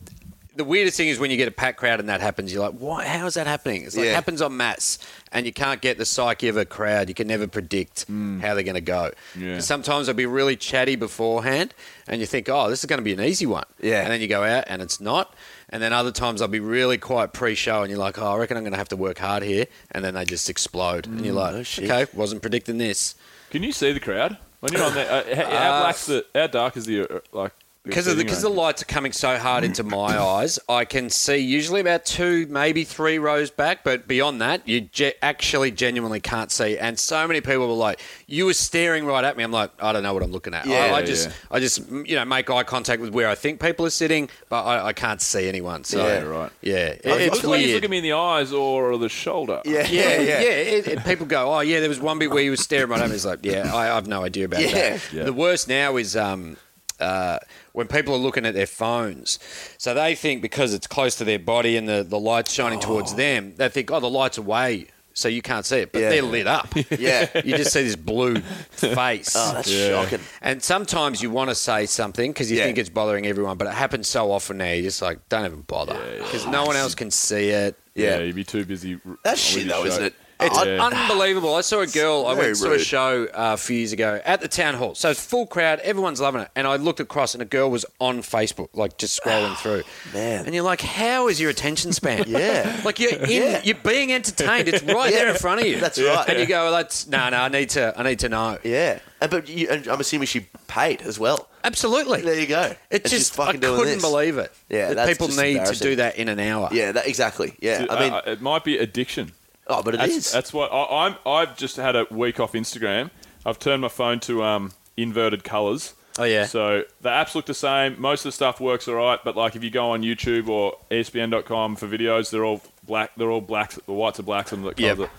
the weirdest thing is when you get a packed crowd and that happens, you're like, what? How is that happening? It's like it Yeah. happens on mass, and you can't get the psyche of a crowd. You can never predict Mm. how they're going to go. Yeah. 'Cause Sometimes they'll be really chatty beforehand, and you think, oh, this is going to be an easy one. Yeah. And then you go out, and it's not. And then other times they'll be really quiet pre-show, and you're like, oh, I reckon I'm going to have to work hard here. And then they just explode, and Mm. you're Oh, like, okay, wasn't predicting this. Can you see the crowd? When you're on there, uh, how, how, black's the, how dark is the, uh, like... because of the, because the lights are coming so hard *clears throat* into my eyes, I can see usually about two, maybe three rows back. But beyond that, you ge- actually genuinely can't see. And so many people were like, "You were staring right at me." I'm like, "I don't know what I'm looking at." Yeah, I, I yeah, just, yeah. I just, you know, make eye contact with where I think people are sitting, but I, I can't see anyone. So Yeah, right. Yeah, it- It it's looks like he's weird. looking me in the eyes or the shoulder. *laughs* Yeah, Yeah, yeah. yeah. It, it- people go, oh, yeah, there was one bit where you were staring right at me. It's like, yeah, I, I have no idea about Yeah. that. Yeah. The worst now is um, uh, when people are looking at their phones. So they think because it's close to their body and the, the light's shining towards them, they think, oh, the light's away, so you can't see it. But Yeah. they're lit up. *laughs* Yeah. You just see this blue face. Oh, that's shocking. And sometimes you want to say something because you Yeah. think it's bothering everyone, but it happens so often now. You're just like, don't even bother because no one else can see it. Yeah. Yeah, you'd be too busy. r- That's shit with though, your isn't show. it? It's I- Yeah. un- unbelievable. I saw a girl. I Very went to a rude. show uh, a few years ago at the town hall. So it's full crowd, everyone's loving it. And I looked across, and a girl was on Facebook, like just scrolling through. Ah, man. And you're like, how is your attention span? *laughs* Yeah. like you're in, Yeah. you're being entertained. It's right there in front of you. That's right. And you go, well, that's no, no. I need to, I need to know. Yeah. And, but you, and I'm assuming she paid as well. Absolutely. There you go. It's And she's just fucking I doing couldn't this. believe it. Yeah, that that's people just need to embarrassing. do that in an hour. Yeah, that, exactly. Yeah. I mean, Uh, it might be addiction. oh, but it that's, is. That's what I, I'm. I've just had a week off Instagram. I've turned my phone to um, inverted colors. Oh, yeah. So the apps look the same. Most of the stuff works all right, but like if you go on YouTube or E ESPN.com for videos, they're all black. They're all blacks. The whites are blacks and the Yep. colors.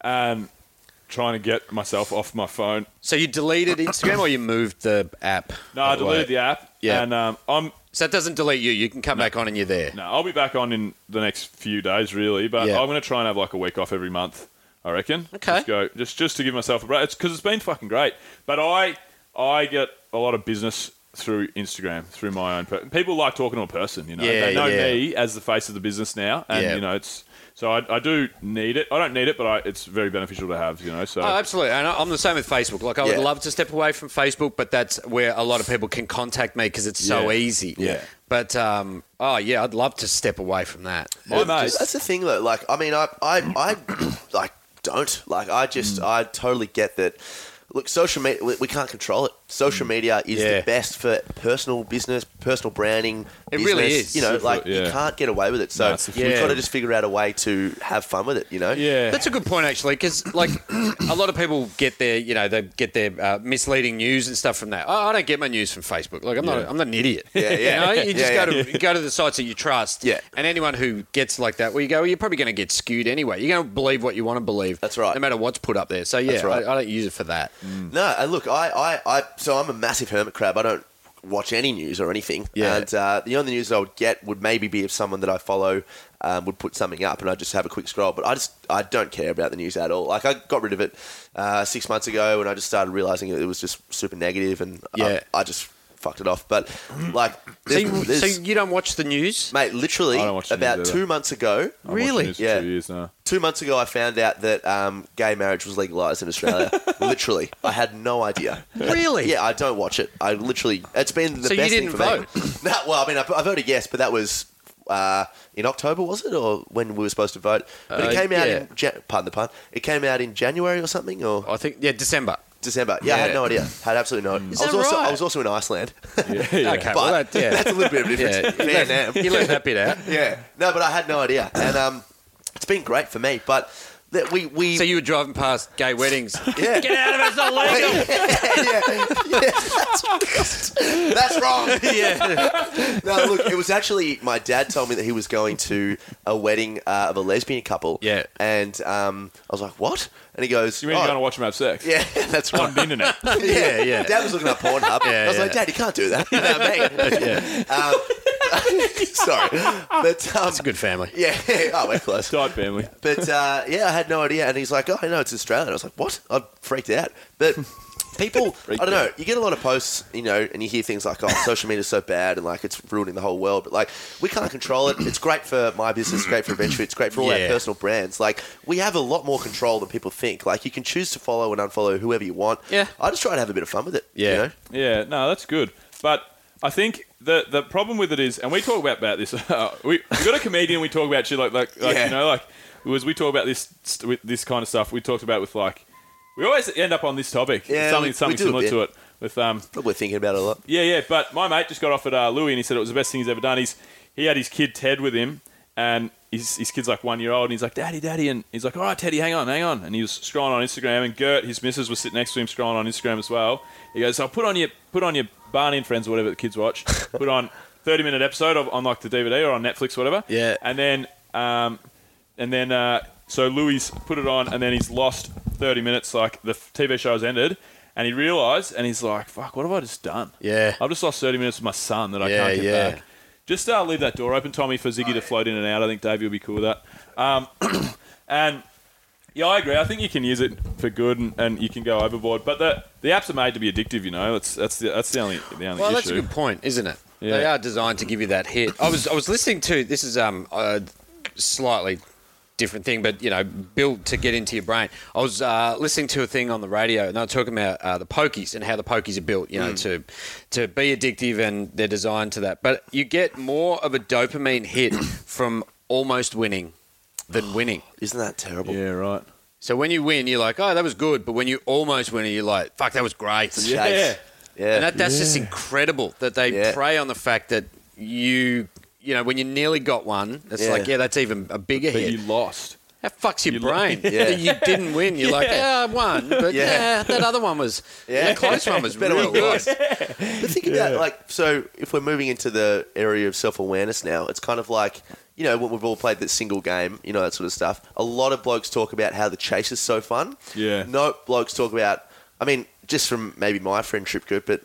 are- And trying to get myself off my phone. So you deleted Instagram or you moved the app? No, I deleted the app. the app. Yeah. And um, I'm So that doesn't delete you. You can come back on and you're there. No, I'll be back on in the next few days, really. But Yeah. I'm going to try and have like a week off every month. I reckon. Okay. Just go just just to give myself a break. It's because it's been fucking great. But I I get a lot of business through Instagram through my own. Per- People like talking to a person. You know, Yeah, they know yeah. me as the face of the business now, and Yeah. you know it's. So I, I do need it. I don't need it, but I, it's very beneficial to have. You know, so Oh, absolutely. And I- I'm the same with Facebook. Like, I would Yeah. love to step away from Facebook, but that's where a lot of people can contact me because it's so Yeah. easy. Yeah. But, um, oh, yeah, I'd love to step away from that. my mate. That's the thing, though. Like, I mean, I, I, I *clears throat* like, don't. Like, I Mm. just, I totally get that. Look, social media, we, we can't control it. Social media is Mm. Yeah. the best for personal business, personal branding. It really business, is. You know, It's like, yeah. you can't get away with it. So, No, it's the you've future. got to just figure out a way to have fun with it, you know? yeah, That's a good point, actually, because like a lot of people get their, you know, they get their uh, misleading news and stuff from that. Oh, I don't get my news from Facebook. Like I'm not, Yeah. I'm not an idiot. Yeah, yeah. *laughs* You, know? you Yeah, just yeah. go to go to the sites that you trust. Yeah. And anyone who gets like that, where you go, well, you're probably going to get skewed anyway. You're going to believe what you want to believe. That's right. No matter what's put up there. So yeah, That's right. I, I don't use it for that. No, and look, I, I, I, so I'm a massive hermit crab. I don't watch any news or anything. Yeah. And uh, the only news that I would get would maybe be if someone that I follow um, would put something up, and I would just have a quick scroll. But I just, I don't care about the news at all. Like I got rid of it uh, six months ago, and I just started realizing it was just super negative, and Yeah. I, I just fucked it off. But like, So there's, you, so there's- you don't watch the news? mate, literally I don't watch the about news either. two months ago, I'm watching Really? this for Yeah. Two years now. two months ago, I found out that um, gay marriage was legalized in *laughs* Australia. literally, I had no idea. Really? Yeah, I don't watch it. I literally, it's been the So you best didn't thing for me. *clears throat* no, well, I mean, I, I voted yes, but that was uh, in October, was it, or when we were supposed to vote? But Uh, it came out yeah. in, Jan- pardon the pun, it came out in January or something, or I think yeah, December. December. Yeah, I had Yeah. Mm. no idea. Had absolutely no. idea. I was that also right? I was also in Iceland. Yeah. *laughs* Okay, but well that, yeah, that's a little bit of a difference. yeah. You Vietnam. left, you left that bit out. Yeah. No, but I had no idea, and um, it's been great for me. But that we we So you were driving past gay weddings. *laughs* yeah. *laughs* Get out of it! It's not legal. yeah, yeah, that's, that's wrong. *laughs* *laughs* yeah. No, look, it was actually my dad told me that he was going to a wedding uh, of a lesbian couple. Yeah. and um, I was like, "What?" And he goes, You mean "Oh, you're going to watch them have *laughs* sex? Yeah, that's right." On the internet. yeah, *laughs* yeah. Dad was looking up Pornhub. Yeah, I was yeah. like, Dad, you can't do *laughs* that. You know what I mean? *laughs* Um, sorry, but um, It's a good family. yeah. *laughs* Oh, we're close. Tight family. *laughs* But uh, yeah, I had no idea. And he's like, oh, I know it's Australian. I was like, what? I freaked out. *laughs* But people, I don't know, you get a lot of posts, you know, and you hear things like, oh, social media's so bad and like it's ruining the whole world. But like, we can't control it. It's great for my business, it's great for Adventure, it's great for all Yeah. our personal brands. Like, we have a lot more control than people think. Like, you can choose to follow and unfollow whoever you want. Yeah. I just try to have a bit of fun with it. you Yeah. know? Yeah, no, that's good. But I think the the problem with it is, and we talk about, about this. *laughs* we we got a comedian. We talk about shit like like, like Yeah. you know like was we talk about this st- with this kind of stuff. We talked about with like we always end up on this topic. Yeah, something we- something we do a similar bit. to it with um Probably thinking about it a lot. yeah, yeah. But my mate just got off at uh, Louis, and he said it was the best thing he's ever done. He's he had his kid Ted with him, and his, his kid's like one year old, and he's like, "Daddy, Daddy," and he's like, "All right, Teddy, hang on, hang on." And he was scrolling on Instagram, and Gert, his missus, was sitting next to him scrolling on Instagram as well. He goes, "So put on your put on your Barney and Friends, or whatever the kids watch. put on thirty minute episode of on like the DVD or on Netflix, whatever." Yeah. and then um, and then uh, so Louis put it on, and then he's lost 30 minutes. Like the f- TV show's ended, and he realised, and he's like, "Fuck, what have I just done? Yeah. I've just lost 30 minutes with my son that I Yeah, can't get yeah. back." Just uh, leave that door open, Tommy, for Ziggy to float in and out. I think Davey will be cool with that. Um, *clears throat* and yeah, I agree. I think you can use it for good, and, and you can go overboard. But the the apps are made to be addictive. You know, that's that's the that's the only the only Well, issue. that's a good point, isn't it? Yeah. They are designed to give you that hit. I was I was listening to this is um a slightly different thing, but you know, built to get into your brain. I was uh, listening to a thing on the radio, and they were talking about uh, the pokies and how the pokies are built, you know, Mm. to to be addictive, and they're designed to that. But you get more of a dopamine hit *coughs* from almost winning than winning. Isn't that terrible? Yeah, right. So when you win, you're like, oh, that was good. But when you almost win, you're like, fuck, that was great. *laughs* Yeah. Chase. Yeah. And that, that's just incredible that they Yeah. prey on the fact that you, you know, when you nearly got one, it's Yeah. like, yeah, that's even a bigger But hit. you lost. that fucks your you lo- brain. Yeah. That you didn't win. You're like, yeah, I won. But Yeah. yeah. that other one was, Yeah. yeah. that close one was *laughs* Better really one good. was. But think about like so if we're moving into the area of self awareness now, it's kind of like you know when we've all played that single game, you know that sort of stuff. A lot of blokes talk about how the chase is so fun. Yeah. No blokes talk about. I mean, just from maybe my friendship group, but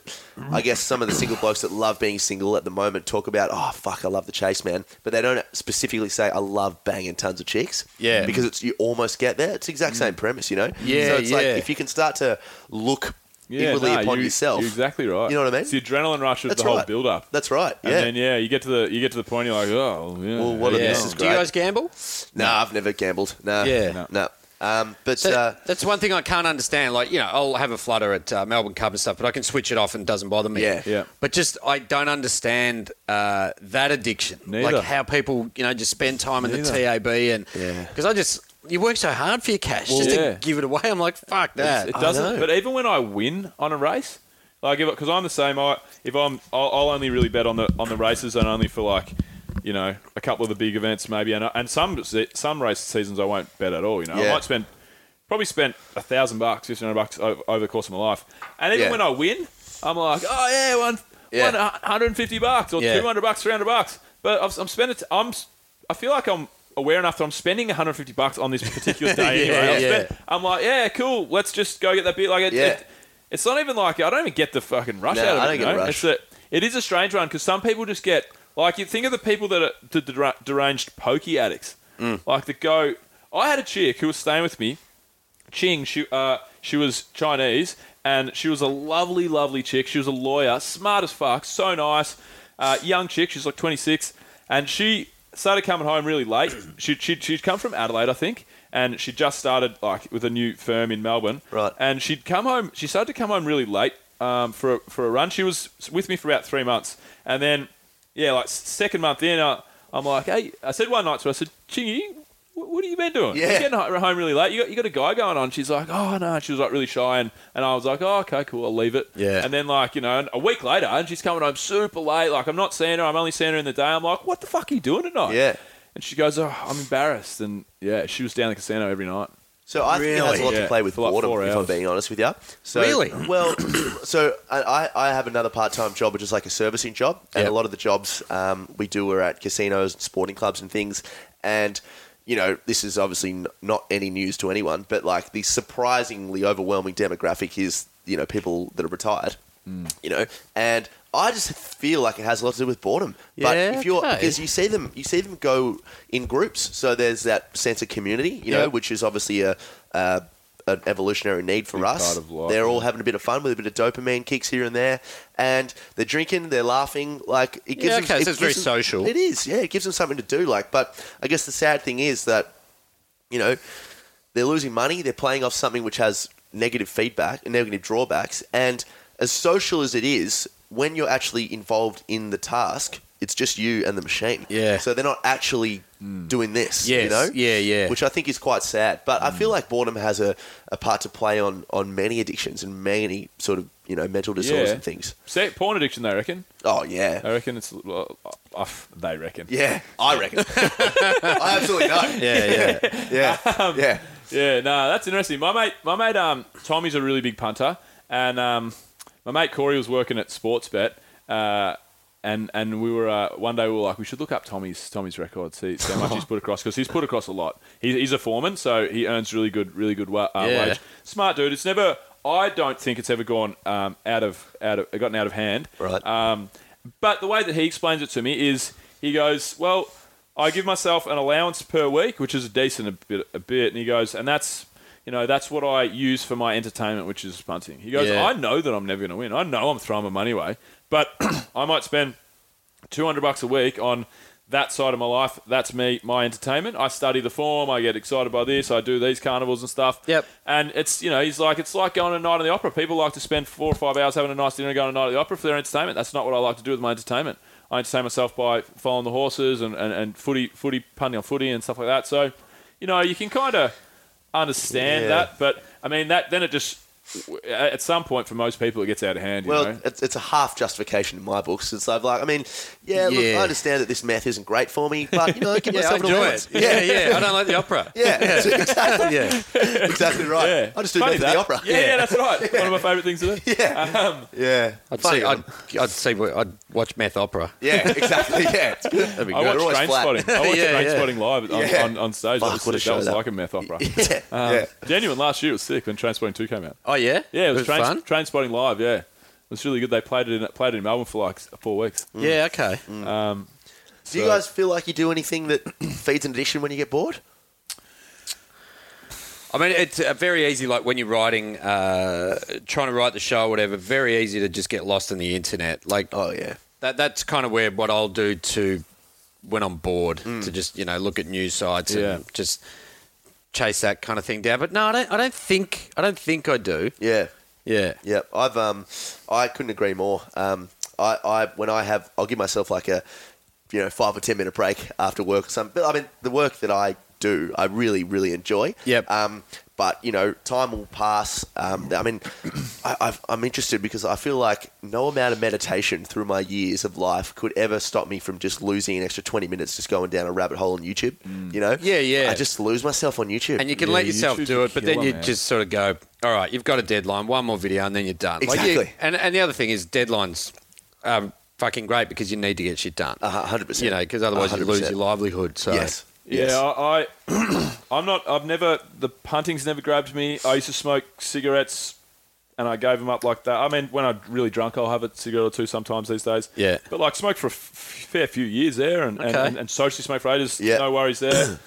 I guess some of the single blokes that love being single at the moment talk about, oh fuck, I love the chase, man. But they don't specifically say, I love banging tons of chicks. Yeah. Because it's you almost get there. It's the Mm. exact same premise, you know. Yeah, So it's like yeah. if you can start to look Yeah, inwardly nah, upon you, yourself. You're exactly right. You know what I mean? It's the adrenaline rush of That's the whole right. build up. That's right. Yeah. And then yeah, you get to the you get to the point you're like, oh yeah. Well, what yeah. a- this is Do you great. guys gamble? No, I've never gambled. No. Yeah. No. No. Um, but So uh, that's one thing I can't understand. Like, you know, I'll have a flutter at uh, Melbourne Cup and stuff, but I can switch it off and it doesn't bother me. Yeah. Yeah. But just, I don't understand uh, that addiction. Neither. Like how people, you know, just spend time in the Neither. TAB and. Yeah. Because I just. You work so hard for your cash just yeah. to give it away. I'm like, fuck that. It I doesn't. know. But even when I win on a race, like if because I'm the same. I if I'm I'll, I'll only really bet on the on the races and only for like you know a couple of the big events maybe and and some se- some race seasons I won't bet at all. You know Yeah. I might spend probably spent a thousand bucks, fifteen hundred bucks over, over the course of my life, and even Yeah. when I win, I'm like, oh yeah, one. Yeah. one hu- 150 bucks or Yeah. 200 bucks, 300 bucks. But I've, I'm spending. T- I'm. s- I feel like I'm aware enough that I'm spending 150 bucks on this *laughs* particular day. Yeah, anyway. I've yeah. spent- I'm like, yeah, cool. Let's just go get that bit. Like, it, Yeah. it- it's not even like I don't even get the fucking rush No, out of I it. don't you get a know? rush. It's a, it is a strange one because some people just get like you think of the people that are the dera- deranged pokey addicts, Mm. like the go. I had a chick who was staying with me Ching, she uh, she was Chinese, and she was a lovely, lovely chick. She was a lawyer, smart as fuck, so nice, uh, young chick. She's like 26, and she started coming home *clears throat* really late. She she'd, she'd come from Adelaide, I think, and she just started like with a new firm in Melbourne. Right. And she'd come home. She started to come home really late um, for a, for a run. She was with me for about three months, and then yeah, like second month in, I, I'm like, hey, I said one night to her, I said, Chingy, what, what have you been doing? Yeah. You're getting ho- home really late. You got, you got a guy going on. She's like, oh, no. She was like really shy. And, and I was like, oh, okay, cool. I'll leave it. Yeah. And then, like, you know, a week later, and she's coming home super late. Like, I'm not seeing her. I'm only seeing her in the day. I'm like, what the fuck are you doing uh, tonight? Yeah. And she goes, oh, I'm embarrassed. And yeah, she was down the casino every night. So I think it has a Really? lot Yeah, to play with for like boredom, four if I'm hours. being honest with you. So, Really? Well, *clears throat* so I, I I have another part-time job, which is like a servicing job, and Yep. a lot of the jobs um, we do are at casinos, and sporting clubs, and things. And you know, this is obviously n- not any news to anyone, but like the surprisingly overwhelming demographic is you know people that are retired. You know, and I just feel like it has a lot to do with boredom. but Yeah, if you're okay. because you see them you see them go in groups so there's that sense of community you know Yeah. which is obviously a, a an evolutionary need for Big us part of life, they're all yeah. having a bit of fun with a bit of dopamine kicks here and there and they're drinking they're laughing like it gives Yeah, them, okay, so it it's very gives them- social. it is yeah it gives them something to do like but i guess the sad thing is that you know they're losing money they're playing off something which has negative feedback and negative drawbacks and as social as it is when you're actually involved in the task it's just you and the machine Yeah. Hmm. so they're not actually doing this you Yes. know Yeah, Hmm. yeah. which i think is quite sad but i feel like boredom has a, a part to play on on many addictions and many sort of you know mental disorders Yeah. and things Say, porn addiction, they reckon. oh yeah I reckon it's. Well, uh, they reckon. *laughs* yeah i *laughs* reckon i absolutely know Yeah, yeah. *laughs* yeah Um, yeah Yeah, no, that's interesting. My mate, my mate, um, Tommy's a really big punter, and um, my mate Corey was working at Sportsbet, uh, and and we were uh, one day we were like, we should look up Tommy's Tommy's record, see, see how much he's put across because he's put across a lot. He, he's a foreman, so he earns really good, really good wa- uh, Yeah. wage. Smart dude. It's never. I don't think it's ever gone um, out of out of gotten out of hand. Right. Um, but the way that he explains it to me is he goes, "Well, I give myself an allowance per week, which is a decent a bit, a bit." And he goes, "And that's you know that's what I use for my entertainment, which is punting." He goes, Yeah. "I know that I'm never going to win. I know I'm throwing my money away, but *clears throat* I might spend 200 bucks a week on." That side of my life, that's me, my entertainment. I study the form, I get excited by this, I do these carnivals and stuff. Yep. And it's you know he's like it's like going to a night at the opera. People like to spend four or five hours having a nice dinner, and going to a night at the opera for their entertainment. That's not what I like to do with my entertainment. I entertain myself by following the horses and, and, and footy footy punting on footy and stuff like that. So, you know, you can kind of understand Yeah. that, but I mean that then it just at some point for most people it gets out of hand. You Well, know? it's, it's a half justification in my books. It's like, like, I mean, yeah, look, Yeah. I understand that this meth isn't great for me, but you know, give *laughs* Yeah, I myself an enjoy allowance. it. Yeah, yeah. I don't like the opera. Yeah, *laughs* exactly. Yeah, *laughs* exactly right. yeah, I just do Funny meth at the that. opera. Yeah, yeah, that's right. One of my favourite *laughs* things to do. Yeah. Um, yeah. I'd Funny see. one. I'd, I'd see. what- I'd watch meth opera. yeah, exactly. *laughs* Yeah, It's good. That'd be I watch- good. watched always Train flat. Spotting. *laughs* I watched Yeah, Train yeah. Spotting live on, Yeah. on, on stage. Fuck, that was, what a sick. show that was that- like a meth opera. *laughs* yeah, Um, yeah. Genuine last year it was sick when Trainspotting two came out. Oh yeah. Yeah, it was, train, fun. train spotting live. Yeah, it was really good. They played it in played it in Melbourne for like s- four weeks. Yeah. Okay. Do you guys feel like you do anything that *clears throat* feeds an addiction when you get bored? I mean, it's uh, very easy. Like when you're writing, uh, trying to write the show, or whatever. Very easy to just get lost in the internet. Like Oh yeah, that. That's kind of where what I'll do to when I'm bored to just you know look at news sites Yeah. and just chase that kind of thing down. But no, I don't. I don't think. I don't think I do. yeah. Yeah. Yeah, I've um, I couldn't agree more. Um, I, I when I have, I'll give myself like a, you know, five or ten minute break after work or something. But I mean, the work that I do, I really, really enjoy. Yep. Um, but you know, time will pass. Um, I mean, *clears throat* I, I've, I'm interested because I feel like no amount of meditation through my years of life could ever stop me from just losing an extra 20 minutes just going down a rabbit hole on YouTube. You know? Mm. Yeah, yeah. I just lose myself on YouTube. And you can Yeah, let yourself YouTube's do a it, but then killer, you man. just sort of go, all right, you've got a deadline, one more video, and then you're done. Like, you- Exactly. and, and the other thing is, deadlines are fucking great because you need to get shit done. Uh, 100%. You know, because otherwise you lose 100%. your livelihood. So Yes. Yeah, I, I *clears throat* I'm not. I've never. The punting's never grabbed me. I used to smoke cigarettes, and I gave them up like that. I mean, when I'm really drunk, I'll have a cigarette or two sometimes these days. Yeah. But like, smoked for a f- fair few years there, and and, Okay. and, and socially smoked for ages. Yeah. No worries *clears throat* there.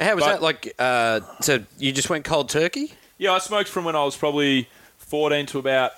how was But- that like? Uh, so you just went cold turkey? yeah, I smoked from when I was probably. 14 to about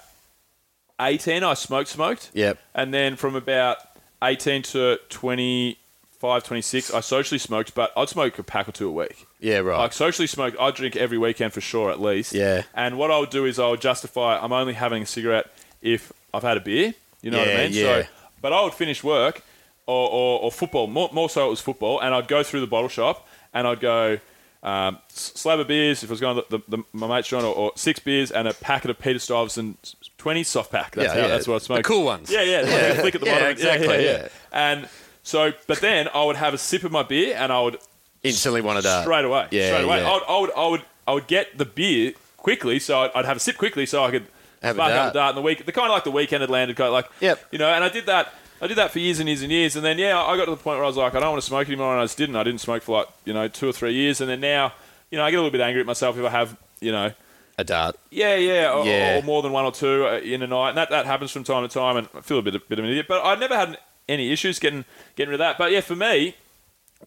18, I smoked, smoked. Yep. And then from about 18 to 25, 26, I socially smoked, but I'd smoke a pack or two a week. Yeah, right. Like socially smoked, I drink every weekend for sure, at least. Yeah. And what I would do is I would justify I'm only having a cigarette if I've had a beer. You know what Yeah, I mean? yeah. So, but I would finish work or, or, or football. More, more so, it was football, and I'd go through the bottle shop and I'd go um, s- slab of beers if I was going to the, the, my mate's joint, or, or six beers and a packet of Peter Stuyvesant twenty soft pack. That's Yeah, how, yeah. that's what I The smoked. cool ones. Yeah, yeah. yeah. Like a flick at the Yeah, bottom. exactly, yeah. And so, but then I would have a sip of my beer and I would Instantly wanted that. straight away. Yeah, straight away. yeah. I, would, I would, I would, I would get the beer quickly, so I'd, I'd have a sip quickly, so I could Have a spark dart. up a dart in the week. The kind of like the weekend had landed, kind of like, Yep. you know. And I did that. I did that for years and years and years, and then yeah, I got to the point where I was like, I don't want to smoke anymore, and I just didn't. I didn't smoke for like you know two or three years, and then now, you know, I get a little bit angry at myself if I have you know A dart. yeah, yeah, or, Yeah. or more than one or two uh, in a night, and that, that happens from time to time. And I feel a bit, bit of an idiot, but I never had any issues getting getting rid of that. But yeah, for me,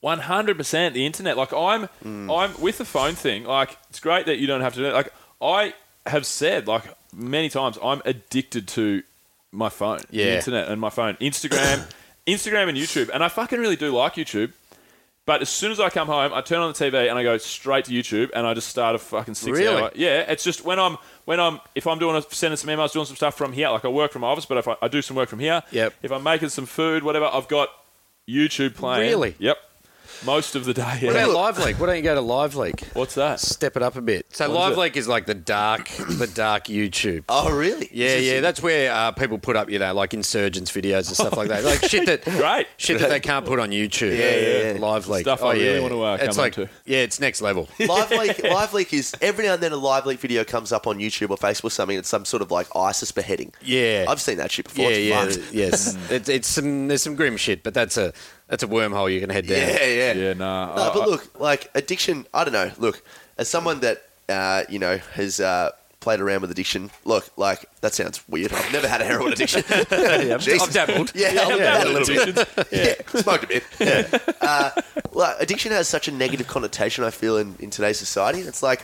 one hundred percent the internet. Like I'm, Mm. I'm with the phone thing. Like it's great that you don't have to do it. Like I have said, like many times, I'm addicted to my phone, the Yeah. internet, and my phone, *coughs* Instagram, Instagram, and YouTube. And I fucking really do like YouTube. But as soon as I come home, I turn on the TV and I go straight to YouTube and I just start a fucking six Really? hour. Yeah, it's just when I'm when I'm if I'm doing a sending some emails, doing some stuff from here, like I work from my office, but if I, I do some work from here, Yep. If I'm making some food, whatever, I've got YouTube playing. Really? Yep. Most of the day. What Yeah. about Live Leak? Why don't you go to Live Leak? What's that? Step it up a bit. What So is Live it? Leak is like the dark, the dark YouTube. Oh, really? Yeah, yeah, that's where uh, people put up, you know, like insurgents videos and stuff like that, like shit *laughs* that, Great. shit that they can't put on YouTube. Yeah, yeah, yeah. live leak Oh, Stuff I really yeah. want to, uh, It's come like, onto. yeah, it's next level. *laughs* Live leak, live leak is every now and then a live leak video comes up on YouTube or Facebook or something. It's some sort of like ISIS beheading. Yeah. I've seen that shit before. Yeah, It's yeah, fucked. *laughs* yes. It's it's some there's some grim shit, but that's a that's a wormhole you can head down. yeah, yeah. Yeah, nah. No, I- I- but look, like addiction. I don't know. Look, as someone that uh, you know has uh, played around with addiction, look, like that sounds weird. I've never had a heroin *laughs* addiction. *laughs* Jesus. I've dabbled. Yeah, I've Yeah, dabbled a little bit. *laughs* addictions. Yeah, smoked a bit. Yeah. Uh, like, addiction has such a negative connotation. I feel in, in today's society. It's like,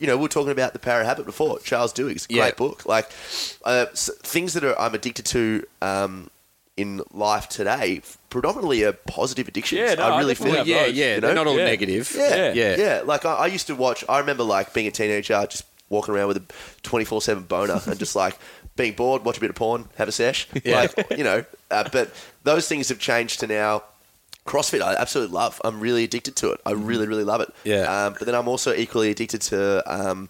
you know, we are talking about the Power of Habit before. Charles Duhigg's great Yeah. book. Like uh, s- things that are, I'm addicted to. Um, in life today, predominantly are positive addictions. Yeah, no, I I really feel definitely have Well, yeah, those, yeah. you They're know? not all Yeah. negative. Yeah, yeah. yeah, Like I, I used to watch. I remember like being a teenager, just walking around with a twenty four seven boner and just like being bored, watch a bit of porn, have a sesh. Like you know, uh, but those things have changed to now. CrossFit, I absolutely love. I'm really addicted to it. I really, really love it. Mm-hmm. Yeah. Um, but then I'm also equally addicted to. Um,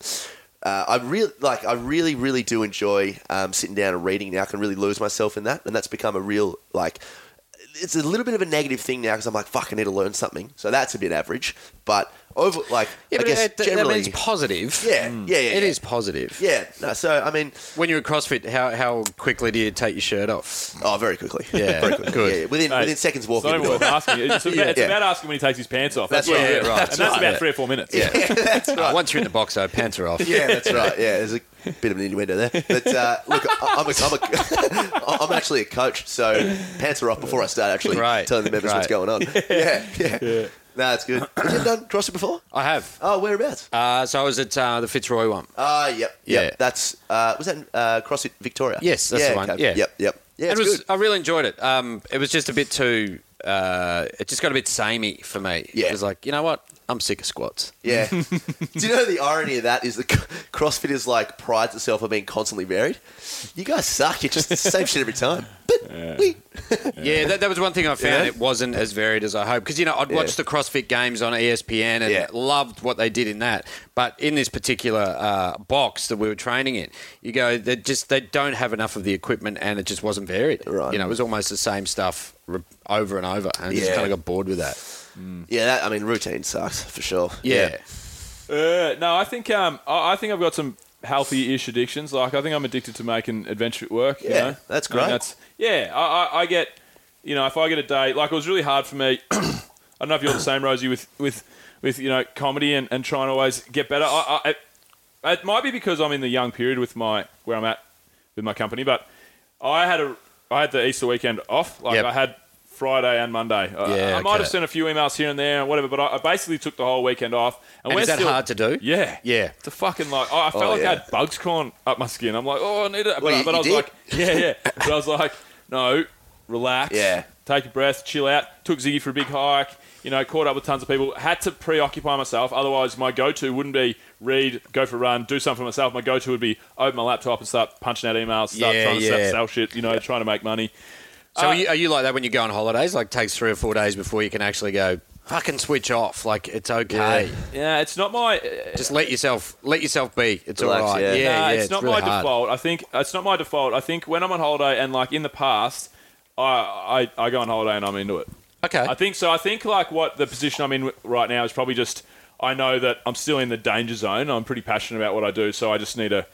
uh, I really like. I really, really do enjoy um, sitting down and reading now. I can really lose myself in that, and that's become a real like it's a little bit of a negative thing now because I'm like, fuck, I need to learn something. So that's a bit average. But over, like, I Yeah, but guess it, that- generally, that means positive. yeah, yeah, yeah, It yeah. is positive. Yeah, no, so I mean, When you're at CrossFit, how how quickly do you take your shirt off? oh, very quickly. *laughs* Yeah, very quickly. good. Yeah, yeah. Within Hey, within seconds It's walking. not even worth asking. It's, about, it's Yeah. about asking when he takes his pants off. That's, That's what right, it is. yeah, right, And that's that's right. about three or four *laughs* minutes. Yeah, that's Uh, right. once you're in the box, though, pants are off. Yeah, that's right. Yeah, there's a bit of an innuendo there. But uh, look, I- I'm, a, I'm, a, *laughs* I'm actually a coach, so pants are off before I start actually Right, telling the members right. what's going *laughs* on. Yeah, yeah. No, it's good. *coughs* Have you done CrossFit before? I have. Oh, whereabouts? Uh, so I was at uh, the Fitzroy one. Ah, yep, yep. Yeah. That's uh, was that in, uh, CrossFit Victoria? Yes, that's yeah, the one, okay. yeah. yep, yep. Yeah, it it's was. good. I really enjoyed it. Um, it was just a bit too. Uh, it just got a bit samey for me. Yeah. It was like, you know what? I'm sick of squats. *laughs* Yeah. Do you know the irony of that is that CrossFit is like prides itself on being constantly varied. You guys suck. You're *laughs* just the same shit every time. But we. Yeah, that, that was one thing I found. Yeah. It wasn't as varied as I hoped because you know I'd Yeah. watched the CrossFit Games on E ESPN and Yeah. loved what they did in that. But in this particular uh, box that we were training in, you go they just they don't have enough of the equipment and it just wasn't varied. Right. You know, it was almost the same stuff re- over and over, and I just Yeah. kind of got bored with that. Yeah, that, I mean, routine sucks for sure. Yeah. Uh, no, I think um, I, I think I've got some healthy-ish addictions. Like I think I'm addicted to making adventure at work. you Yeah, know? that's I mean, great. yeah, I, I, I get. You know, if I get a day, like it was really hard for me. *clears throat* I don't know if you're the same, Rosie, with with with you know comedy and, and trying to always get better. I, I, it, it might be because I'm in the young period with my where I'm at with my company, but I had a I had the Easter weekend off. Like Yep. I had Friday and Monday. Yeah, I, I Yeah, might have okay. sent a few emails here and there and whatever, but I, I basically took the whole weekend off. And we're is that still- hard to do? Yeah, Yeah. It's a fucking like I I felt Oh, like yeah. I had bugs crawling up my skin. I'm like, oh, I need it, but, Well, you- but you I was did. like, yeah, *laughs* yeah. But I was like, no, relax. Yeah. Take a breath, chill out. Took Ziggy for a big hike. You know, caught up with tons of people. Had to preoccupy myself. Otherwise, my go-to wouldn't be read, go for a run, do something for myself. My go-to would be open my laptop and start punching out emails, start Yeah, trying to yeah. sell, sell shit. You know, trying to make money. Uh, So are, you, are you like that when you go on holidays? Like takes three or four days before you can actually go fucking switch off. Like it's okay. Yeah, it's not my Just let yourself let yourself be. It's Relax, all right. yeah. Yeah, yeah. Nah, it's, it's, not really my hard. default. I think it's not my default. I think when I'm on holiday and like in the past, I I, I go on holiday and I'm into it. Okay. I think so. I think like what the position I'm in wi- right now is probably just I know that I'm still in the danger zone. I'm pretty passionate about what I do, so I just need to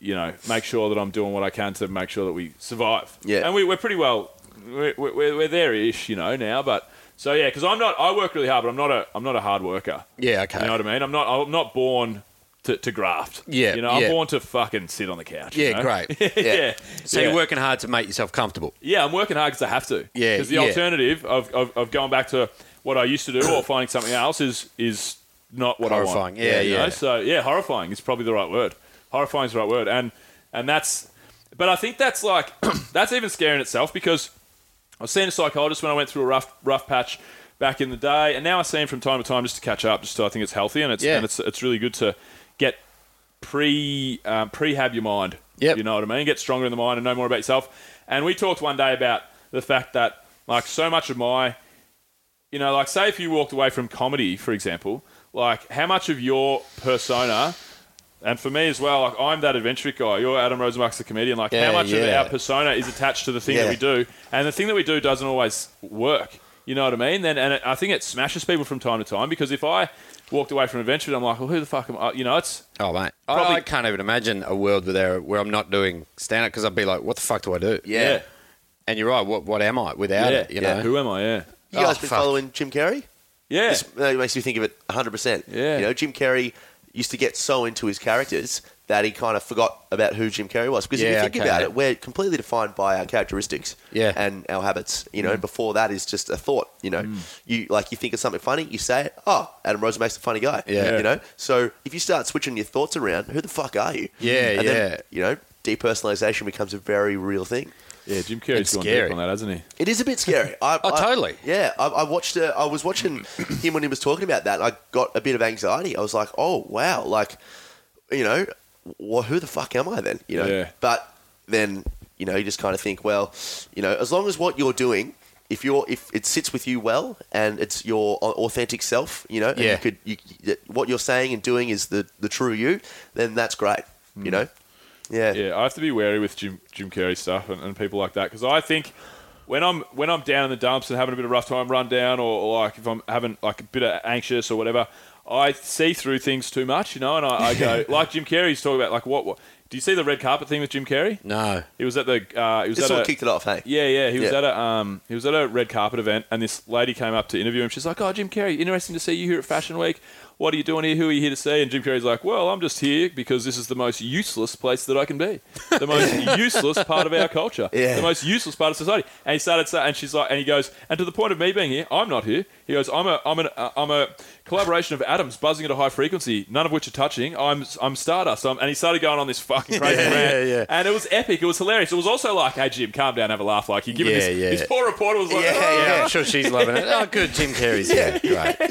you know make sure that I'm doing what I can to make sure that we survive. Yeah. and we, we're pretty well we're, we're, we're there ish, you know now, but. So yeah, because I'm not. I work really hard, but I'm not a. I'm not a hard worker. Yeah, okay. You know what I mean? I'm not. I'm not born to, to graft. Yeah, You know, I'm yeah. born to fucking sit on the couch. you know? *laughs* Yeah, great. yeah. yeah. So you're working hard to make yourself comfortable. Yeah, I'm working hard because I have to. Yeah, Because the yeah. alternative of, of, of going back to what I used to do or finding something else is is not what I want. Horrifying. Yeah, you yeah. know? So yeah, horrifying is probably the right word. Horrifying is the right word, and and that's. But I think that's like *clears throat* that's even scary in itself because I've seen a psychologist when I went through a rough rough patch back in the day, and now I see him from time to time just to catch up. Just so I think it's healthy and it's Yeah. and it's it's really good to get pre um, prehab your mind. Yep. you know what I mean. Get stronger in the mind and know more about yourself. And we talked one day about the fact that like so much of my, you know, like say if you walked away from comedy, for example, like how much of your persona. And for me as well, like I'm that adventure guy. You're Adam Rosenbach's the comedian. Like, Yeah, how much of yeah. our persona is attached to the thing that Yeah. we do, and the thing that we do doesn't always work. You know what I mean? Then, and it, I think it smashes people from time to time because if I walked away from adventure, I'm like, well, who the fuck am I? You know, it's Oh mate, Probably- I, I can't even imagine a world where there where I'm not doing stand up because I'd be like, what the fuck do I do? Yeah. And you're right. What what am I without yeah, it? You yeah. know. Who am I? Yeah, You guys Oh, been fuck. following Jim Carrey? yeah. This uh, makes me think of it 100%. Yeah. You know, Jim Carrey used to get so into his characters that he kind of forgot about who Jim Carrey was. Because if you Yeah, think okay. about it, we're completely defined by our characteristics Yeah. Mm. and our habits. You know, before that is just a thought. You know, you like you think of something funny, you say it. Oh, Adam Rosenbach's a funny guy. Yeah. You know, so if you start switching your thoughts around, who the fuck are you? Yeah, and yeah. Then, you know, depersonalization becomes a very real thing. yeah, Jim Carrey's It's gone scary. deep on that, hasn't he? It is a bit scary. I, Oh, I- totally. Yeah, I, I watched. Uh, I was watching him when he was talking about that. And I got a bit of anxiety. I was like, "Oh wow!" Like, you know, wh- who the fuck am I then? You know. Yeah. But then you know, you just kind of think, well, you know, as long as what you're doing, if you're if it sits with you well and it's your au- authentic self, you know, and Yeah. you could you, you- what you're saying and doing is the the true you, then that's great. You know. Yeah. Yeah, I have to be wary with Jim Jim Carrey stuff and, and people like that because I think when I'm when I'm down in the dumps and having a bit of rough time, run down, or, or like if I'm having like a bit of anxious or whatever, I see through things too much, you know, and I, I *laughs* go like Jim Carrey's talking about like what what. Do you see the red carpet thing with Jim Carrey? No. He was at the uh, he was This at sort a, of kicked it off, hey. Yeah, yeah. He was Yeah. at a um, he was at a red carpet event, and this lady came up to interview him. She's like, "Oh, Jim Carrey, interesting to see you here at Fashion Week. What are you doing here? Who are you here to see?" And Jim Carrey's like, "Well, I'm just here because this is the most useless place that I can be, the most useless part of our culture, Yeah. the most useless part of society." And he started, sa- and she's like, and he goes, "And to the point of me being here, I'm not here." He goes, "I'm a, I'm an, uh, I'm a collaboration of atoms buzzing at a high frequency, none of which are touching. I'm, I'm stardust." I'm, and he started going on this fucking crazy rant, yeah. and it was epic. It was hilarious. It was also like, "Hey, Jim, calm down, have a laugh." Like you given Yeah, this, yeah. this poor reporter was like, Yeah, "Oh." Yeah, I'm *laughs* sure she's loving it. Oh, good. Jim Carrey's yeah, great.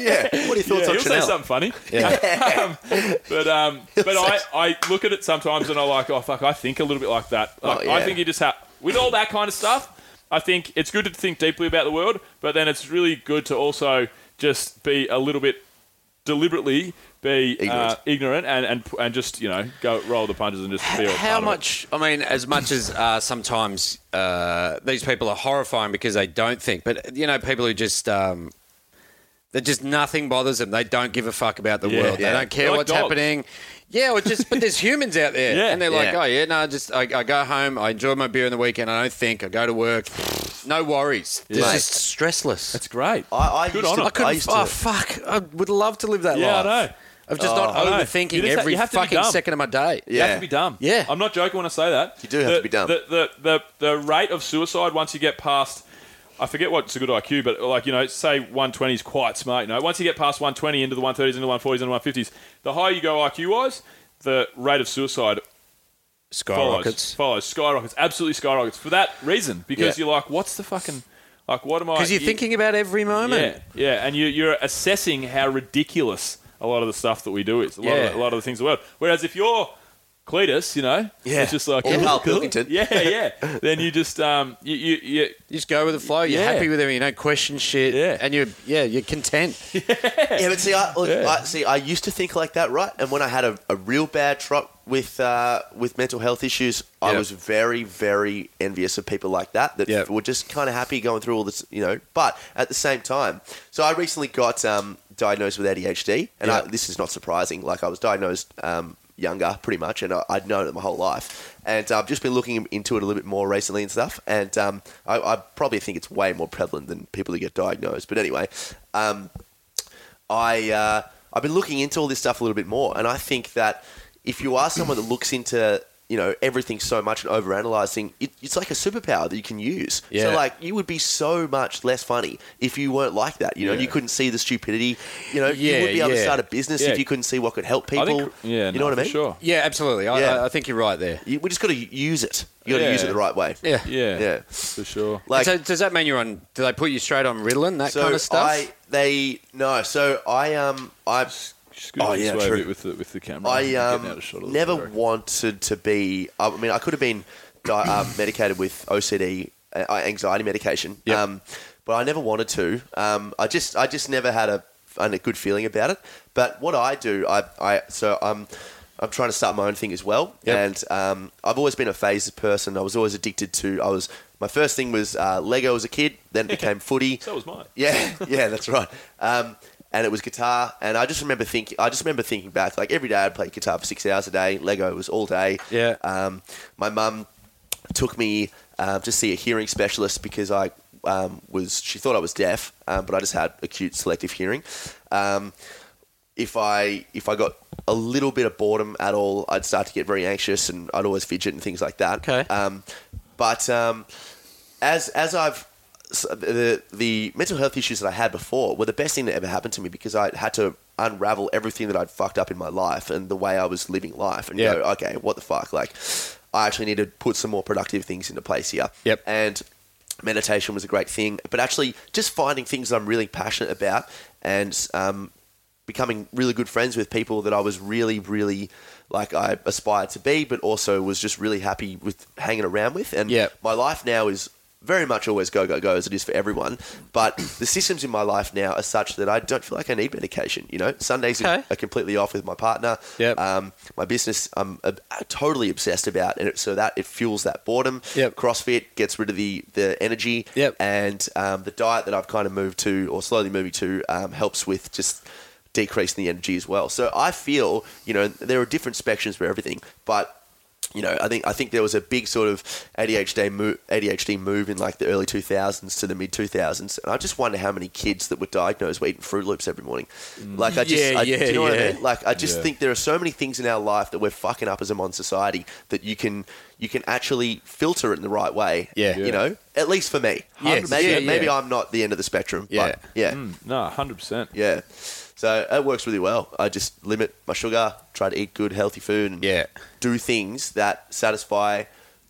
*laughs* Yeah. What are your thoughts Yeah, on he'll Chanel? say something funny. Yeah. But *laughs* um, but I, I look at it sometimes and I'm like, oh fuck, I think a little bit like that. Like, Oh, I yeah. think you just have with all that kind of stuff. I think it's good to think deeply about the world, but then it's really good to also just be a little bit deliberately be ignorant, uh, Ignorant. ignorant and, and and just you know go roll the punches and just feel How much? I mean, as much as uh, sometimes uh, these people are horrifying because they don't think, but you know, people who just um, that just nothing bothers them. They don't give a fuck about the Yeah. world. Yeah. They don't care They're like what's dogs. happening. Yeah, or just but there's humans out *laughs* there, Yeah. and they're like, Yeah. oh yeah, no, just I, I go home, I enjoy my beer on the weekend, I don't think, I go to work, no worries, it's Mate. just stressless. It's great. I, I Good used on to, him. I I couldn't. used to, oh fuck! I would love to live that Yeah, I life. know. Oh, I'm just not I know. You overthinking just ha- every you have to be fucking dumb. second of my day. You Yeah. have to be dumb. Yeah. I'm not joking when I say that. You do have the, to be dumb. The, the, the, the rate of suicide once you get past I forget what's a good IQ, but like you know, say 120 is quite smart. You know, once you get past 120 into the 130s, into the 140s, into the 150s, the higher you go IQ wise, the rate of suicide follows, Skyrockets. follows skyrockets, absolutely skyrockets for that reason because Yeah. you're like, what's the fucking like, what am I? Because you're thinking about every moment. yeah, yeah, and you, you're assessing how ridiculous a lot of the stuff that we do is, a lot, of, Yeah. the, a lot of the things in the world. Whereas if you're Cletus, you know, Yeah. it's just like Or "Oh, Carl cool." Pilkington. yeah, yeah. Then you just um, you, you, you You just go with the flow. You're Yeah. happy with everything. You don't question shit. Yeah. And you're yeah, you're content. Yeah, but see, I, look, I see. I used to think like that, right? And when I had a, a real bad trot with uh, with mental health issues, I Yeah. was very, very envious of people like that that Yeah. were just kind of happy going through all this, you know. But at the same time, so I recently got um, diagnosed with ADHD, and I, Yeah. this is not surprising. Like I was diagnosed um, younger, pretty much, and I, I'd known it my whole life. And uh, I've just been looking into it a little bit more recently and stuff. And um, I, I probably think it's way more prevalent than people who get diagnosed. But anyway. Um, I uh, I've been looking into all this stuff a little bit more, and I think that if you *clears throat* are someone that looks into you know everything so much and overanalyzing, it, it's like a superpower that you can use. So Yeah. like you would be so much less funny if you weren't like that. You know, you couldn't see the stupidity. You know, you Yeah, would be able to yeah. start a business Yeah. if you couldn't see what could help people. I think, yeah, you no, know what I for mean? Sure. Yeah, absolutely. I, Yeah. I, I think you're right there. You, we just got to use it. You got to Yeah. use it the right way. Yeah. Yeah, Yeah. for sure. Like so does that mean you're on? Do they put you straight on Ritalin that so kind of stuff? I they no. So I um I've Scoot Oh, this yeah, way a true. bit with the with the camera. I Getting out um, of shot a little never bit, I reckon. wanted to be. I mean, I could have been di- um, *coughs* medicated with OCD uh, anxiety medication, Yep. um, but I never wanted to. Um, I just, I just never had a, a good feeling about it. But what I do, I, I so I'm, I'm trying to start my own thing as well, Yep. and um, I've always been a phased person. I was always addicted to. I was my first thing was uh, Lego as a kid, then it became footy. So was mine. Yeah, *laughs* yeah, that's right. Um, and it was guitar, and I just remember thinking. I just remember thinking back, like every day I'd play guitar for six hours a day. Lego was all day. Yeah. Um, my mum took me uh, to see a hearing specialist because I um, was. She thought I was deaf, um, but I just had acute selective hearing. Um, if I if I got a little bit of boredom at all, I'd start to get very anxious and I'd always fidget and things like that. Okay. Um, but um, as as I've s- the the mental health issues that I had before were the best thing that ever happened to me because I had to unravel everything that I'd fucked up in my life and the way I was living life and Yeah. go, okay, what the fuck? Like, I actually need to put some more productive things into place here. Yep. And meditation was a great thing, but actually just finding things that I'm really passionate about and um, becoming really good friends with people that I was really, really like I aspired to be, but also was just really happy with hanging around with. And Yep. my life now is very much always go go go as it is for everyone but the systems in my life now are such that i don't feel like i need medication you know sundays are- Okay. are completely off with my partner Yep. um, my business i'm uh, totally obsessed about and it, so that it fuels that boredom Yep. crossfit gets rid of the the energy Yep. and um, the diet that i've kind of moved to or slowly moving to um, helps with just decreasing the energy as well so i feel you know there are different spectrums for everything but you know, I think I think there was a big sort of ADHD move, ADHD move in like the early 2000s to the mid 2000s, and I just wonder how many kids that were diagnosed were eating Fruit Loops every morning. Like I just, Yeah, I, yeah, do you know what I yeah. mean? Like I just Yeah. think there are so many things in our life that we're fucking up as a modern society that you can you can actually filter it in the right way. Yeah. you Yeah. know, at least for me. Yes, maybe yeah, maybe yeah. I'm not the end of the spectrum. Yeah. Hmm. but yeah, No, Hmm, hundred percent. yeah. So it works really well. I just limit my sugar, try to eat good, healthy food, and Yeah. do things that satisfy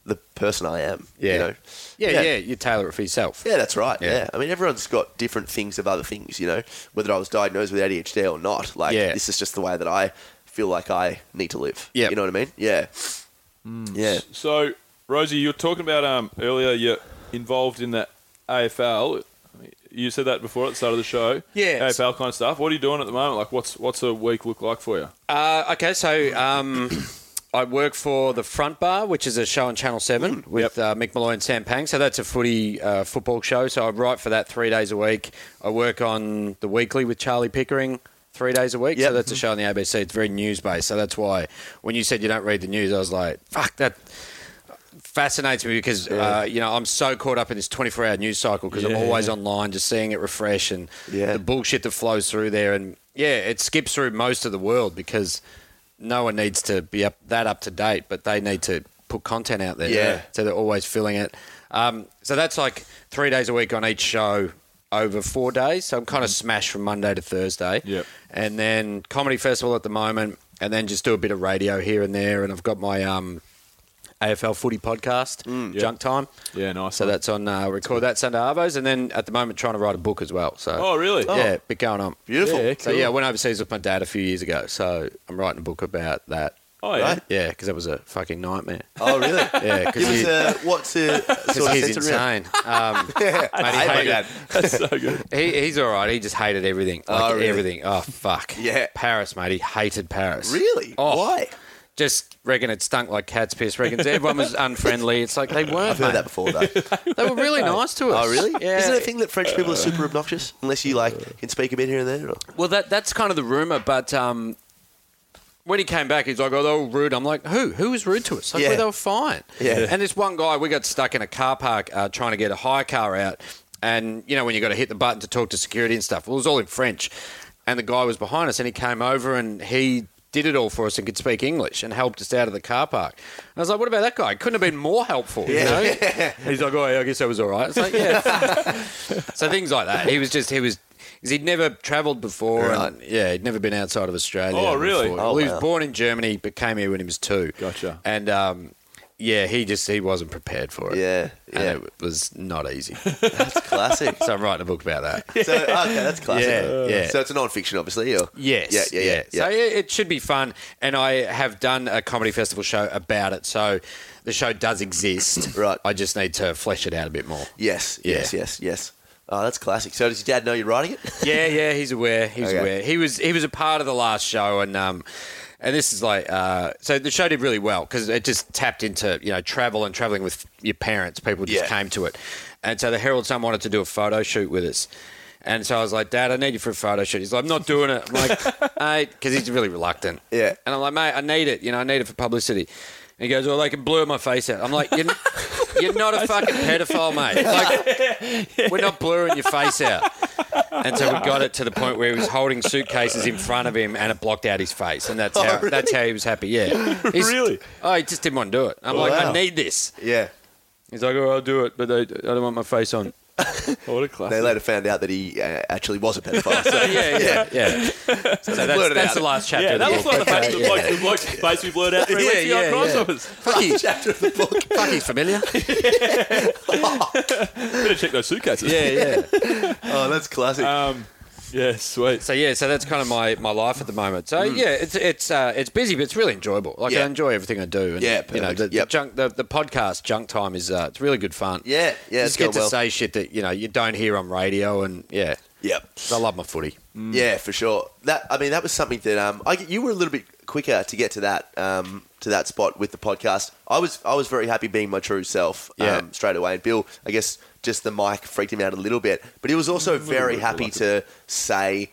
the person I am. you yeah. know? yeah, Yeah. yeah, You tailor it for yourself. Yeah, that's right. Yeah. Yeah. I mean, everyone's got different things of other things, you know, whether I was diagnosed with ADHD or not. Like, Yeah. this is just the way that I feel like I need to live. Yep. You know what I mean? Yeah. Mm. Yeah. So, Rosie, you were talking about um, earlier you're involved in the AFL. You said that before at the start of the show. Yeah. AFL kind of stuff. What are you doing at the moment? Like, what's what's a week look like for you? Uh, okay, so um, I work for the Front Bar, which is a show on Channel Seven with uh, Mick Malloy and Sam Pang. So that's a footy uh, football show. So I write for that three days a week. I work on the Weekly with Charlie Pickering. Three days a week, Yep. so that's a show on the ABC. It's very news based, so that's why when you said you don't read the news, I was like, "Fuck that." fascinates me because uh, you know I'm so caught up in this 24-hour news cycle because I'm always online, just seeing it refresh and Yeah. the bullshit that flows through there, and yeah, it skips through most of the world because no one needs to be up that up to date, but they need to put content out there. Yeah. So they're always filling it. Um, so that's like three days a week on each show over four days. So I'm kind of smashed from Monday to Thursday. Yep. And then comedy festival at the moment, and then just do a bit of radio here and there. And I've got my um, AFL footy podcast, Yep. Junk Time. Yeah, nice. So that's on uh, record that Sunday Arvos, and then at the moment trying to write a book as well. So Oh, really? yeah, bit going on. Beautiful. Yeah, So cool. yeah, I went overseas with my dad a few years ago. So I'm writing a book about that. Oh, yeah. Right? Yeah, because that was a fucking nightmare. Oh, really? *laughs* *laughs* Yeah, Give us because a what's *laughs* a sort of he's sentence around- insane. *laughs* Um, mate, he, Hey, my hated- *laughs* dad. That's so good. he- he's all right. He just hated everything. Like Oh, really? everything. Oh fuck. Yeah. Paris, mate. He hated Paris. Really? Oh. Why? Just reckon it stunk like cat's piss. Reckons *laughs* everyone was unfriendly. It's like they weren't. I've heard mate. that before *laughs* though. They were really nice to us. oh, really? Yeah. Uh. Isn't it a thing that French people are super obnoxious unless you like can speak a bit here and there? Or? Well, that that's kind of the rumor, but um, when he came back, he's like, "Oh, they were rude." I'm like, "Who? Who was rude to us?" Like, Yeah. well, they were fine. Yeah. And this one guy, we got stuck in a car park uh, trying to get a hire car out, and you know when you got to hit the button to talk to security and stuff. Well, it was all in French, and the guy was behind us, and he came over and he. Did it all for us and could speak English and helped us out of the car park. And I was like, "What about that guy? Couldn't have been more helpful." you know? *laughs* He's like, "Oh, yeah, I guess that was all right." It's like, "Yeah, so things like that. He was just he was because he'd never travelled before, and yeah, he'd never been outside of Australia. Oh, really? before. Oh, well, he wow. was born in Germany, but came here when he was two. Gotcha. And um, yeah, he just he wasn't prepared for it. Yeah, and yeah. it was not easy. *laughs* That's classic. so I'm writing a book about that. So okay, that's classic. Yeah, yeah. So it's a non-fiction, obviously. Or? Yes. Yeah, yeah, yeah. yeah. So yeah, it should be fun. And I have done a comedy festival show about it. So the show does exist. Right. I just need to flesh it out a bit more. yes, Yeah. yes, yes, yes. Oh, that's classic. So does your dad know you're writing it? yeah, yeah, he's aware. He's Okay. aware. He was he was a part of the last show, and um, and this is like uh, so the show did really well because it just tapped into you know travel and traveling with your parents. People just Yeah. came to it, and so the Herald Sun wanted to do a photo shoot with us. And so I was like, Dad, I need you for a photo shoot. He's like, I'm not doing it. *laughs* I'm like, mate, because he's really reluctant. *laughs* Yeah. And I'm like, mate, I need it. You know, I need it for publicity. And he goes, well, they can blur my face out. I'm like, *laughs* you're, you're not a fucking pedophile, mate. Like, we're not blurring your face out. And so we got it to the point where he was holding suitcases in front of him, and it blocked out his face, and that's how really? that's how he was happy. *laughs* Yeah, He's- Really? Oh, he just didn't want to do it. I'm like, Wow. I need this. yeah. He's like, oh, I'll do it, but I, I don't want my face on. Oh, what a They classic. later found out that he uh, actually was a pedophile. *laughs* So, Yeah, yeah, yeah. so *laughs* that's, blurred it that's out. *laughs* the last chapter. Yeah, of the that looks book. like the face Okay, the bloke- the bloke's face we blurred out three Yeah, weeks ago yeah, at Crimes yeah. Office. Fuck you. Fuck you, familiar. Better check those suitcases. *laughs* Yeah, yeah. oh, that's classic. Um, yeah, sweet. So yeah, so that's kind of my, my life at the moment. So yeah, it's it's uh, it's busy, but it's really enjoyable. Like Mm. Yeah. I enjoy everything I do. And, Yeah, you know perfect. the, the Yep. junk the, the podcast junk time is uh, it's really good fun. Yeah, yeah, You it's just get going to well. say shit that you know you don't hear on radio, and yeah, yep. 'Cause I love my footy. Yeah, for sure. That I mean, that was something that um, I, you were a little bit quicker to get to that um, to that spot with the podcast. I was I was very happy being my true self um, Yeah. straight away. And Bill, I guess just the mic freaked him out a little bit, but he was also Mm. very happy to say.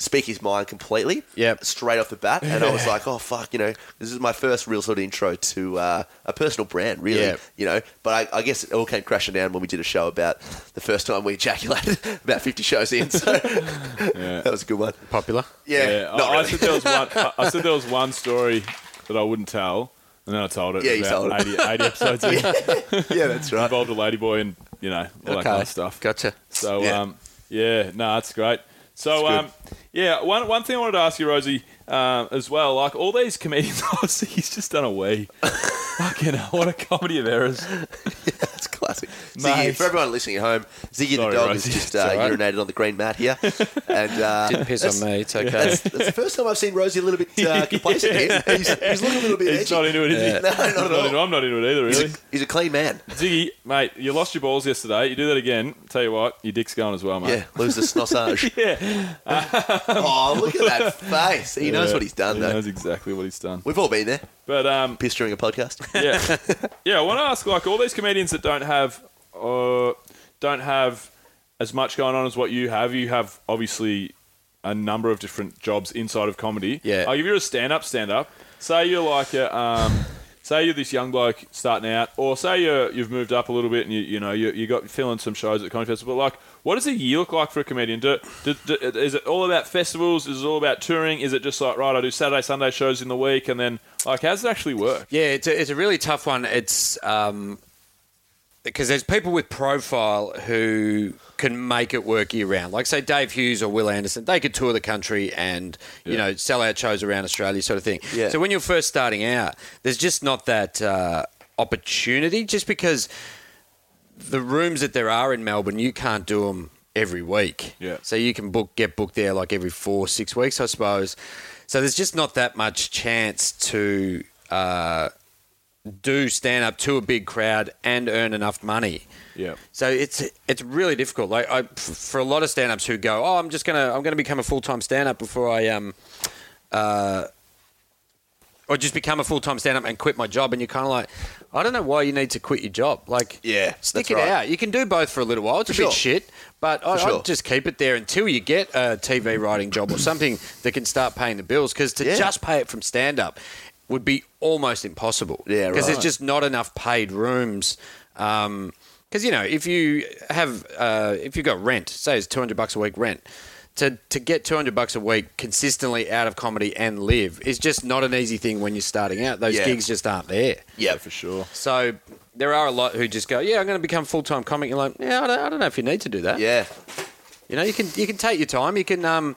Speak his mind completely, Yep. straight off the bat, and *laughs* I was like, "Oh fuck," you know, this is my first real sort of intro to uh, a personal brand, really, Yeah. you know. But I, I guess it all came crashing down when we did a show about the first time we ejaculated *laughs* about fifty shows in, so *laughs* that was a good one. Popular. Yeah, Yeah, not I, I really. said there *laughs* was one. I, I said there was one story that I wouldn't tell, and then I told it. Yeah, you about told it. 80, *laughs* 80 episodes in. yeah, that's right. involved a ladyboy and you know all that kind of stuff. Gotcha. So Yeah. yeah. um, yeah, no, that's great. So um, yeah, one one thing I wanted to ask you, Rosie, um, as well. Like all these comedians, *laughs* obviously he's just done a wee. *laughs* Fucking hell, what a comedy of errors. *laughs* That's classic. Ziggy, Mate. for everyone listening at home, Ziggy Sorry, the dog Rosie. has *laughs* just It's uh, all right. urinated on the green mat here, and uh, Didn't piss on me. It's okay. That's, that's the first time I've seen Rosie a little bit *laughs* uh, complacent. here. He's, he's looking a little bit. He's edgy. not into it, is he? *laughs* No, not at Not into- all. I'm not into it either, He's really. a, he's a clean man. *laughs* Ziggy, mate, you lost your balls yesterday. You do that again. Tell you what, your dick's going as well, mate. Yeah, lose *laughs* the snossage. Yeah. *laughs* oh, look at that face. He knows Yeah, what he's done, He though. knows exactly what he's done. We've all been there. But um, Pissed during a podcast. yeah, yeah. I want to ask like all these comedians that don't have, uh, don't have as much going on as what you have. You have obviously a number of different jobs inside of comedy. Yeah. Like if you're a stand-up, stand-up. Say you're like a, um, say you're this young bloke starting out, or say you're, you've moved up a little bit and you, you know you, you got filling some shows at comedy festivals. But like, what does a year look like for a comedian? Do, do, do, is it all about festivals? Is it all about touring? Is it just like right? I do Saturday, Sunday shows in the week, and then like, how does it actually work? Yeah, it's a, it's a really tough one. It's um, because there's people with profile who can make it work year round. Like say Dave Hughes or Will Anderson, they could tour the country and you know sell out shows around Australia, sort of thing. Yeah. So when you're first starting out, there's just not that uh, opportunity, just because the rooms that there are in Melbourne, you can't do them every week. Yeah. So you can book get booked there like every four six weeks, I suppose. So there's just not that much chance to. Uh, do stand up to a big crowd and earn enough money. Yeah. So it's it's really difficult. Like I, f- for a lot of stand ups who go, oh, I'm just gonna I'm gonna become a full time stand up before I um, uh, or just become a full time stand up and quit my job. And you're kind of like, I don't know why you need to quit your job. Like, Yeah, stick that's it right. out. You can do both for a little while. It's a For sure. bit shit, but I, For sure. I'd just keep it there until you get a TV writing job or something that can start paying the bills. Because to Yeah. just pay it from stand up would be almost impossible. Yeah, Because right. there's just not enough paid rooms. Because you know, if you have, uh, if you got rent, say it's two hundred bucks a week rent. To, to get 200 bucks a week consistently out of comedy and live is just not an easy thing when you're starting out. Those Yeah. gigs just aren't there. Yeah, for sure. So there are a lot who just go, yeah, I'm going to become full time comic. You're like, yeah, I don't, I don't know if you need to do that. Yeah, You know, you can you can take your time. You can um,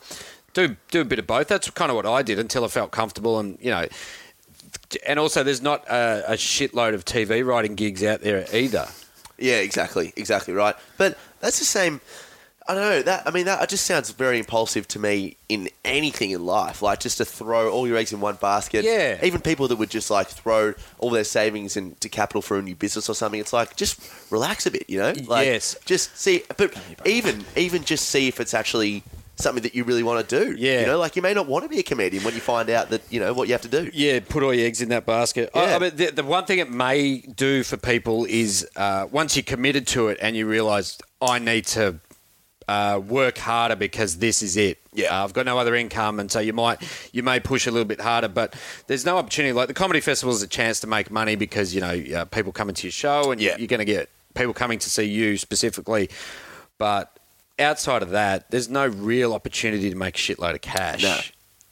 do do a bit of both. That's kind of what I did until I felt comfortable, and you know, and also there's not a, a shitload of TV writing gigs out there either. yeah, exactly, exactly right. But that's the same. I don't know that. I mean, that just sounds very impulsive to me in anything in life. Like just to throw all your eggs in one basket. Yeah. Even people that would just like throw all their savings into capital for a new business or something. It's like just relax a bit, you know. Like, Yes. Just see, but even even just see if it's actually something that you really want to do. Yeah. You know, like you may not want to be a comedian when you find out that you know what you have to do. Yeah, put all your eggs in that basket. I, Yeah. I mean, the, the one thing it may do for people is uh, once you're committed to it and you realise I need to uh, work harder because this is it. Yeah. Uh, I've got no other income, and so you might you may push a little bit harder, but there's no opportunity. Like the comedy festival is a chance to make money because you know uh, people coming to your show, and you- Yeah. you're going to get people coming to see you specifically, but. Outside of that, there's no real opportunity to make a shitload of cash.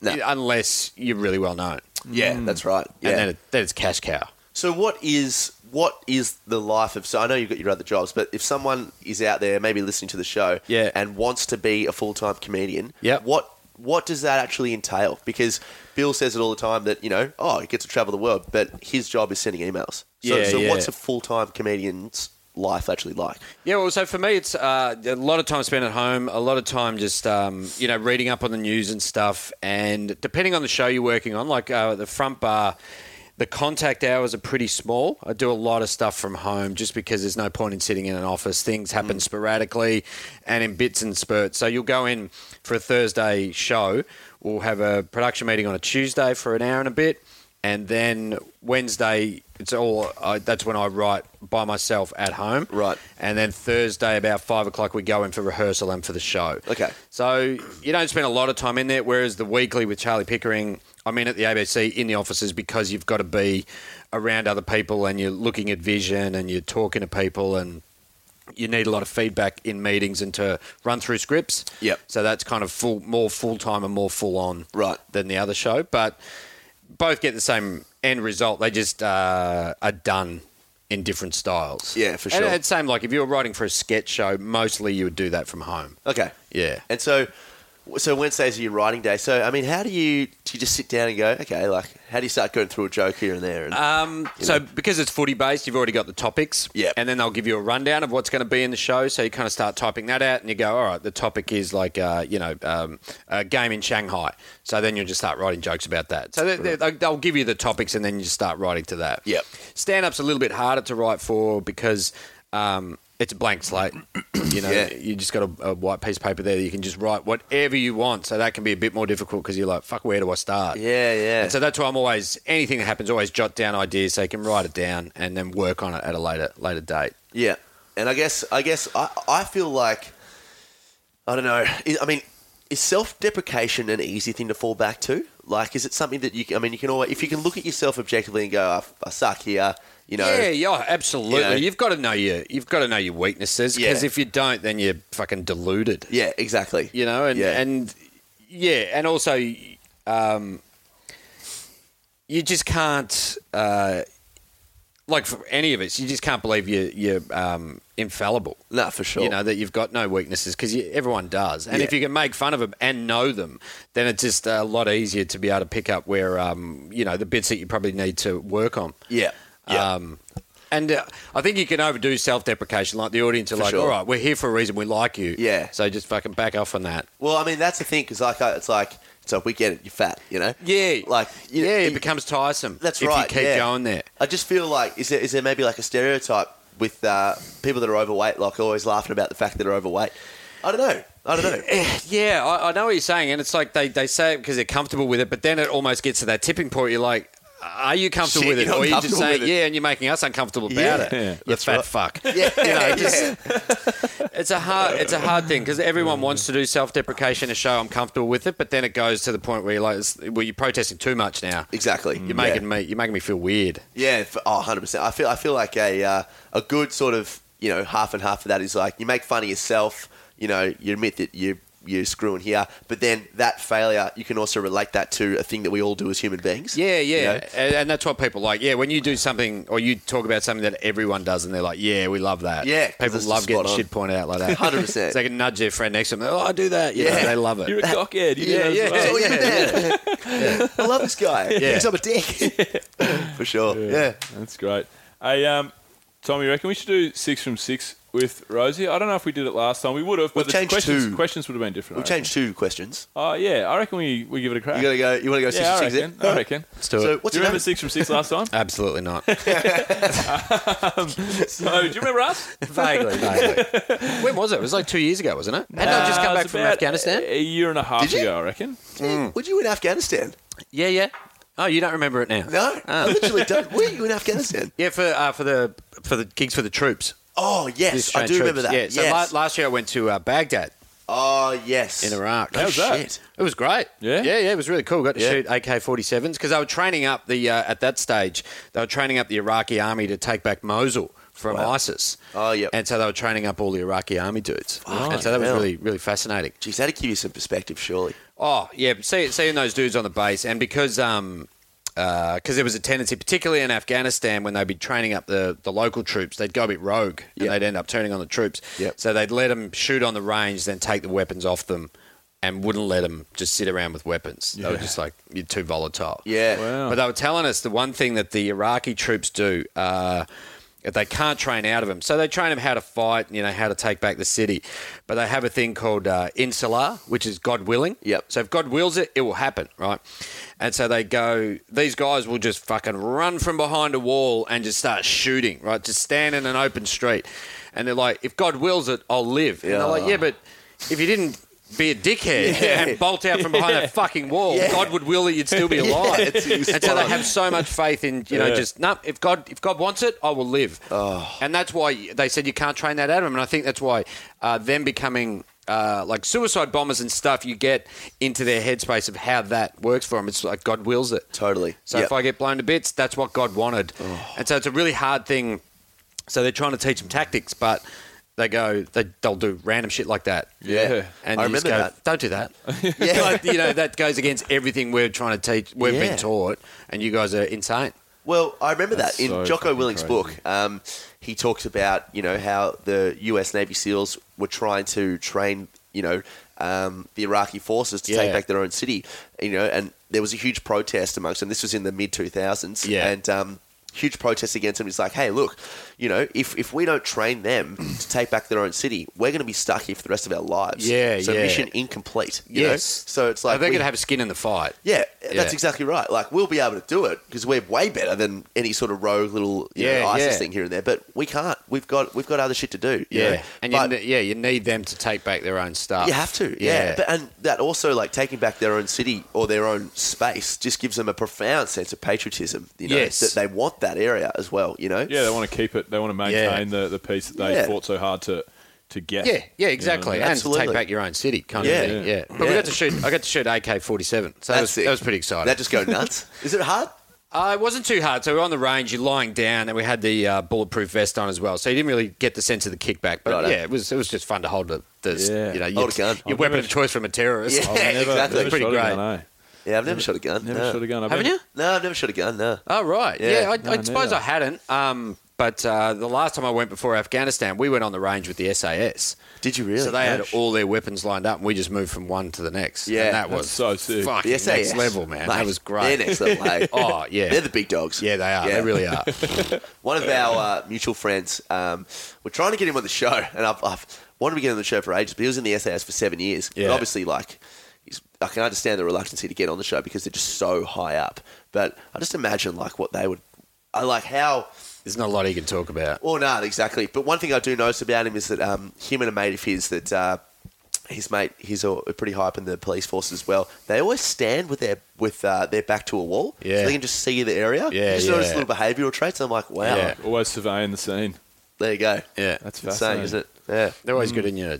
No. No. Unless you're really well known Yeah, that's right. Yeah. and then, it, then it's cash cow. So what is what is the life of? So I know you've got your other jobs, but if someone is out there, maybe listening to the show, Yeah. and wants to be a full time comedian, Yep. what what does that actually entail? Because Bill says it all the time that you know, oh, he gets to travel the world, but his job is sending emails. So, Yeah, so yeah. what's a full time comedian's life actually like? Yeah, well, so for me, it's uh, a lot of time spent at home, a lot of time just um, you know reading up on the news and stuff, and depending on the show you're working on, like uh, the front bar. The contact hours are pretty small. I do a lot of stuff from home just because there's no point in sitting in an office. Things happen sporadically and in bits and spurts. So you'll go in for a Thursday show. We'll have a production meeting on a Tuesday for an hour and a bit. and then Wednesday it's all I that's when I write by myself at home. Right. and then Thursday about five o'clock we go in for rehearsal and for the show. Okay. so you don't spend a lot of time in there. Whereas the weekly with Charlie Pickering, I'm in at the ABC in the offices because you've got to be around other people and you're looking at vision and you're talking to people and you need a lot of feedback in meetings and to run through scripts. Yep. So that's kind of full, more full time and more full on Right. than the other show, but both get the same end result. They just uh, are done in different styles. Yeah, for And sure. it's same like if you were writing for a sketch show, mostly you would do that from home. Okay, Yeah. and so. So Wednesdays are your writing day. So I mean, how do you do? You just sit down and go, okay, like how do you start going through a joke here and there? And, Um, so because it's footy based, you've already got the topics. Yep. And then they'll give you a rundown of what's going to be in the show. So you kind of start typing that out, and you go, all right, the topic is like uh, you know um, a game in Shanghai. So then you'll just start writing jokes about that. So they, they, they'll give you the topics, and then you just start writing to that. Yep. Stand up's a little bit harder to write for because. Um, it's a *clears throat* blank slate, you know. Yeah. You just got a, a white piece of paper there that you can just write whatever you want. So that can be a bit more difficult because you're like, "Fuck, where do I start?" yeah, yeah. And so that's why I'm always anything that happens, always jot down ideas so you can write it down and then work on it at a later later date. Yeah, and I guess I guess I, I feel like I don't know. I I mean, is self deprecation an easy thing to fall back to? Like, is it something that you? can- I mean, you can always if you can look at yourself objectively and go, I, I suck here. You know, yeah, yeah, absolutely. You know- you've got to know your you've got to know your weaknesses because Yeah. if you don't, then you're fucking deluded. yeah, exactly. You know, and Yeah. and yeah, and also, um, you just can't uh, like for any of us, you just can't believe you you're um, infallible. Nah, for sure. You know that you've got no weaknesses because everyone does, and if Yeah. you can make fun of them and know them, then it's just a lot easier to be able to pick up where um, you know the bits that you probably need to work on. yeah, yeah, Um, and uh, I think you can overdo self-deprecation. Like the audience are For like, sure. "All right, we're here for a reason. We like you." Yeah. So just fucking back off on that. Well, I mean, that's the thing because like I, it's like it's like we get it. You're fat, you know. Yeah. Like you, yeah, it you- becomes tiresome. That's if right. you keep yeah. going there. I just feel like is there is there maybe like a stereotype with uh, people that are overweight, like always laughing about the fact that they're overweight. I don't know. I don't know. Yeah, I, I know what you're saying, and it's like they, they say it because they're comfortable with it, but then it almost gets to that tipping point. You're like, "Are you comfortable Shit, with it?" you're Or you're just uncomfortable saying, with it. "Yeah," and you're making us uncomfortable about Yeah. it. Yeah, you that's fat right. fuck. *laughs* yeah, You know, yeah. just- It's a hard it's a hard thing because everyone wants to do self-deprecation and show I'm comfortable with it, but then it goes to the point where you're like, "It's- "Well, you're protesting too much now." exactly. You're making me you're making me feel weird. Yeah, f- oh, 100%. I feel I feel like a uh, a good sort of, you know, half and half of that is like you make fun of yourself, you know, you admit that you you're screwing here, but then that failure, you can also relate that to a thing that we all do as human beings. Yeah, yeah, You know? and, and that's what people like. Yeah, when you do something or you talk about something that everyone does, and they're like, "Yeah, we love that." Yeah, 'cause people it's love spot getting on. shit pointed out like that. 100%. So *laughs* they can nudge their friend next to them. Oh, I do that. yeah, Yeah. they love it. You're a cockhead. You Yeah, know, yeah. as well. So you did that. I love this guy. Yeah. Thinks I'm a dick. For sure. Yeah. That's great. Hey, um, Tommy, you reckon we should do six from six with Rosie? I don't know if we did it last time. We would have, We've but the changed questions, two. questions would have been different. We've changed two questions. Oh, yeah. I reckon we, we give it a crack. You gotta go. You want to go six yeah, I and six? reckon. then? I reckon. Let's do So it. what's do you your remember name? six from six *laughs* last time? Absolutely not. so, do you remember us? vaguely, vaguely. When was it? It was like two years ago, wasn't it? Hadn't I just Uh, come it's back from about uh, Afghanistan? A year and a half Did you? ago, I reckon. Dude, Mm. Were you in Afghanistan? Yeah, yeah. Oh, you don't remember it now? No, I literally don't. Were you in Afghanistan? Yeah, for uh, for the for the gigs for the troops. Oh The yes, I Australian do remember troops. that. Yeah. So yes. la- last year I went to uh, Baghdad. Oh yes, in Iraq. How's that? Shit. It was great. Yeah? yeah, yeah. It was really cool. Got to Yeah. shoot AK-47s because they were training up the uh, at that stage. They were training up the Iraqi army to take back Mosul from Wow. ISIS. Oh, yep. And so they were training up all the Iraqi army dudes. and so that was hell. really really fascinating. Jeez, that'd give you some perspective, surely. Oh yeah, but see, seeing those dudes on the base, and because um, because there was a tendency, particularly in Afghanistan, when they'd be training up the, the local troops, they'd go a bit rogue, and Yep. they'd end up turning on the troops. Yep. So they'd let them shoot on the range, then take the weapons off them, and wouldn't let them just sit around with weapons. They were just like, "You're too volatile." Yeah. Wow. But they were telling us the one thing that the Iraqi troops do, uh, they can't train out of them. So they train them how to fight, you know, how to take back the city. But they have a thing called uh, insular, which is God willing. Yep. So if God wills it, it will happen, right? And so they go, these guys will just fucking run from behind a wall and just start shooting, right? Just stand in an open street. And they're like, if God wills it, I'll live. And they're like, yeah, but if you didn't be a dickhead and bolt out from behind that fucking wall, God would will that you'd still be alive. it's- it's and so spot they on. have so much faith in you know just no. if God if God wants it, I will live. Oh. And that's why they said you can't train that out of them. And I think that's why uh, them becoming uh, like suicide bombers and stuff, you get into their headspace of how that works for them. It's like God wills it. Totally. Oh. So Yep. if I get blown to bits, that's what God wanted. And so it's a really hard thing. So they're trying to teach them tactics, but they go they they'll do random shit like that. Yeah. And I you just go, remember don't do that. *laughs* Yeah. Like, you know, that goes against everything we're trying to teach, we've Yeah. been taught, and you guys are insane. Well, I remember That's that in so Jocko fucking Willing's crazy. book. Um, he talks about you know how the U.S. Navy SEALs were trying to train you know um, the Iraqi forces to Yeah. take back their own city. You know, and there was a huge protest amongst them. This was in the mid 2000s. Yeah. and um, huge protest against them. It's like, hey, look, you know, if if we don't train them to take back their own city, we're going to be stuck here for the rest of our lives. Yeah, so yeah. mission incomplete. You know? Yes. so it's like they're we- going to have skin in the fight. yeah, that's Yeah. exactly right. Like we'll be able to do it because we're way better than any sort of rogue little you Yeah, know, ISIS yeah. thing here and there. But we can't. We've got we've got other shit to do. you Yeah. know. And But you, ne- yeah, you need them to take back their own stuff. you have to. Yeah. But, uh, and that also like taking back their own city or their own space just gives them a profound sense of patriotism. You know, Yes. that they want that area as well. You know. Yeah, they want to keep it. They want to maintain the, the peace that they Yeah. fought so hard to to get. Yeah, yeah, exactly. You know what I mean? and Absolutely. take back your own city, kind Yeah. of thing. Yeah. But Yeah. we got to shoot. I got to shoot AK forty seven. So That's that was, sick. that was pretty exciting. That just go *laughs* nuts. Is it hard? Uh, it wasn't too hard. So we were on the range, you're lying down, and we had the uh, bulletproof vest on as well. So you didn't really get the sense of the kickback. But Righto. yeah, it was it was just fun to hold the, the Yeah. you know your, Hold a gun. your I've weapon never- of choice from a terrorist. Yeah, Never- exactly. never Pretty shot a great. gun, eh? Yeah, I've never shot a gun. Never no. shot a gun. I've Haven't been- you? No, I've never shot a gun. No. Oh right, Yeah. yeah. I, No, I suppose neither. I hadn't. Um, but uh, the last time I went before Afghanistan, we went on the range with the SAS. Did you really? So they had Gosh. all their weapons lined up, and we just moved from one to the next. Yeah. and that That's was so sick. Fucking The SAS. next level, man. Mate, that was great. They're next level. Hey. *laughs* Oh yeah, They're the big dogs. yeah, they are. Yeah. They really *laughs* are. One of our uh, mutual friends, um, we're trying to get him on the show, *laughs* and I've, I've wanted to get him on the show for ages, but he was in the SAS for seven years. But Yeah. obviously, like, he's, I can understand the reluctancy to get on the show because they're just so high up. But I just imagine, like, what they would. I like how. There's not a lot you can talk about. Well, no, exactly. But one thing I do notice about him is that um, him and a mate of his that uh, his mate, he's a, pretty high up in the police force as well. They always stand with their with uh, their back to a wall, Yeah. so they can just see the area. Yeah, you just notice yeah. little behavioural traits. I'm like, wow, Yeah. Always surveying the scene. there you go. Yeah, That's Insane, fascinating. is it? Yeah. They're always good in your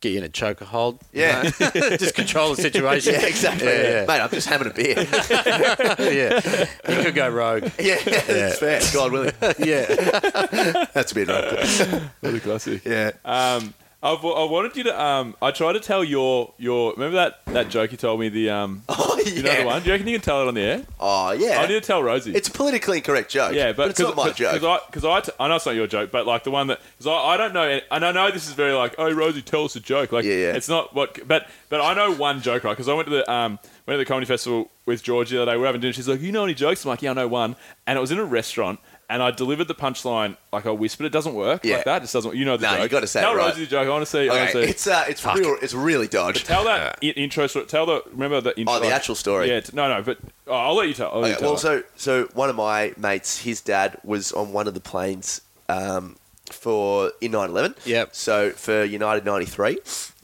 get you in a chokehold. Yeah. *laughs* just control the situation. *laughs* Yeah, exactly. Yeah, yeah. Mate, I'm just having a *laughs* beer. yeah, yeah, you could go rogue. that's fair. God willing. *laughs* Yeah, *laughs* That's a bit right. Really classic. Yeah. Um, I've, I wanted you to. Um, I tried to tell your your. Remember that that joke you told me. The um, *laughs* *laughs* Oh, yeah. you know the one. Do you reckon you can tell it on the air? Oh, yeah. I need to tell Rosie. It's a politically incorrect joke. yeah, but it's not my joke. Because I, 'cause I, t- I know it's not your joke, but like the one that because I, I don't know, and I know this is very like, oh Rosie, tell us a joke. Like, Yeah, yeah. it's not what, but but I know one joke right because I went to the um went to the comedy festival with Georgie the other day. We were having dinner. She's like, you know any jokes? I'm like, yeah, I know one, and it was in a restaurant. And I delivered the punchline like I whispered. It doesn't work Yeah. like that. It just doesn't. You know the No, joke. you gotta say it Tell right. Rosie the joke. I want to see. I want okay, to see. it's uh, it's real, it's really dodged. Tell that i intro story. Tell the remember the intro. Oh, the actual story. Yeah. t- No, no. But oh, I'll let you tell. I'll let you Okay, tell well, it. so so one of my mates, his dad was on one of the planes um, for in 9/11. Yep. So for United '93,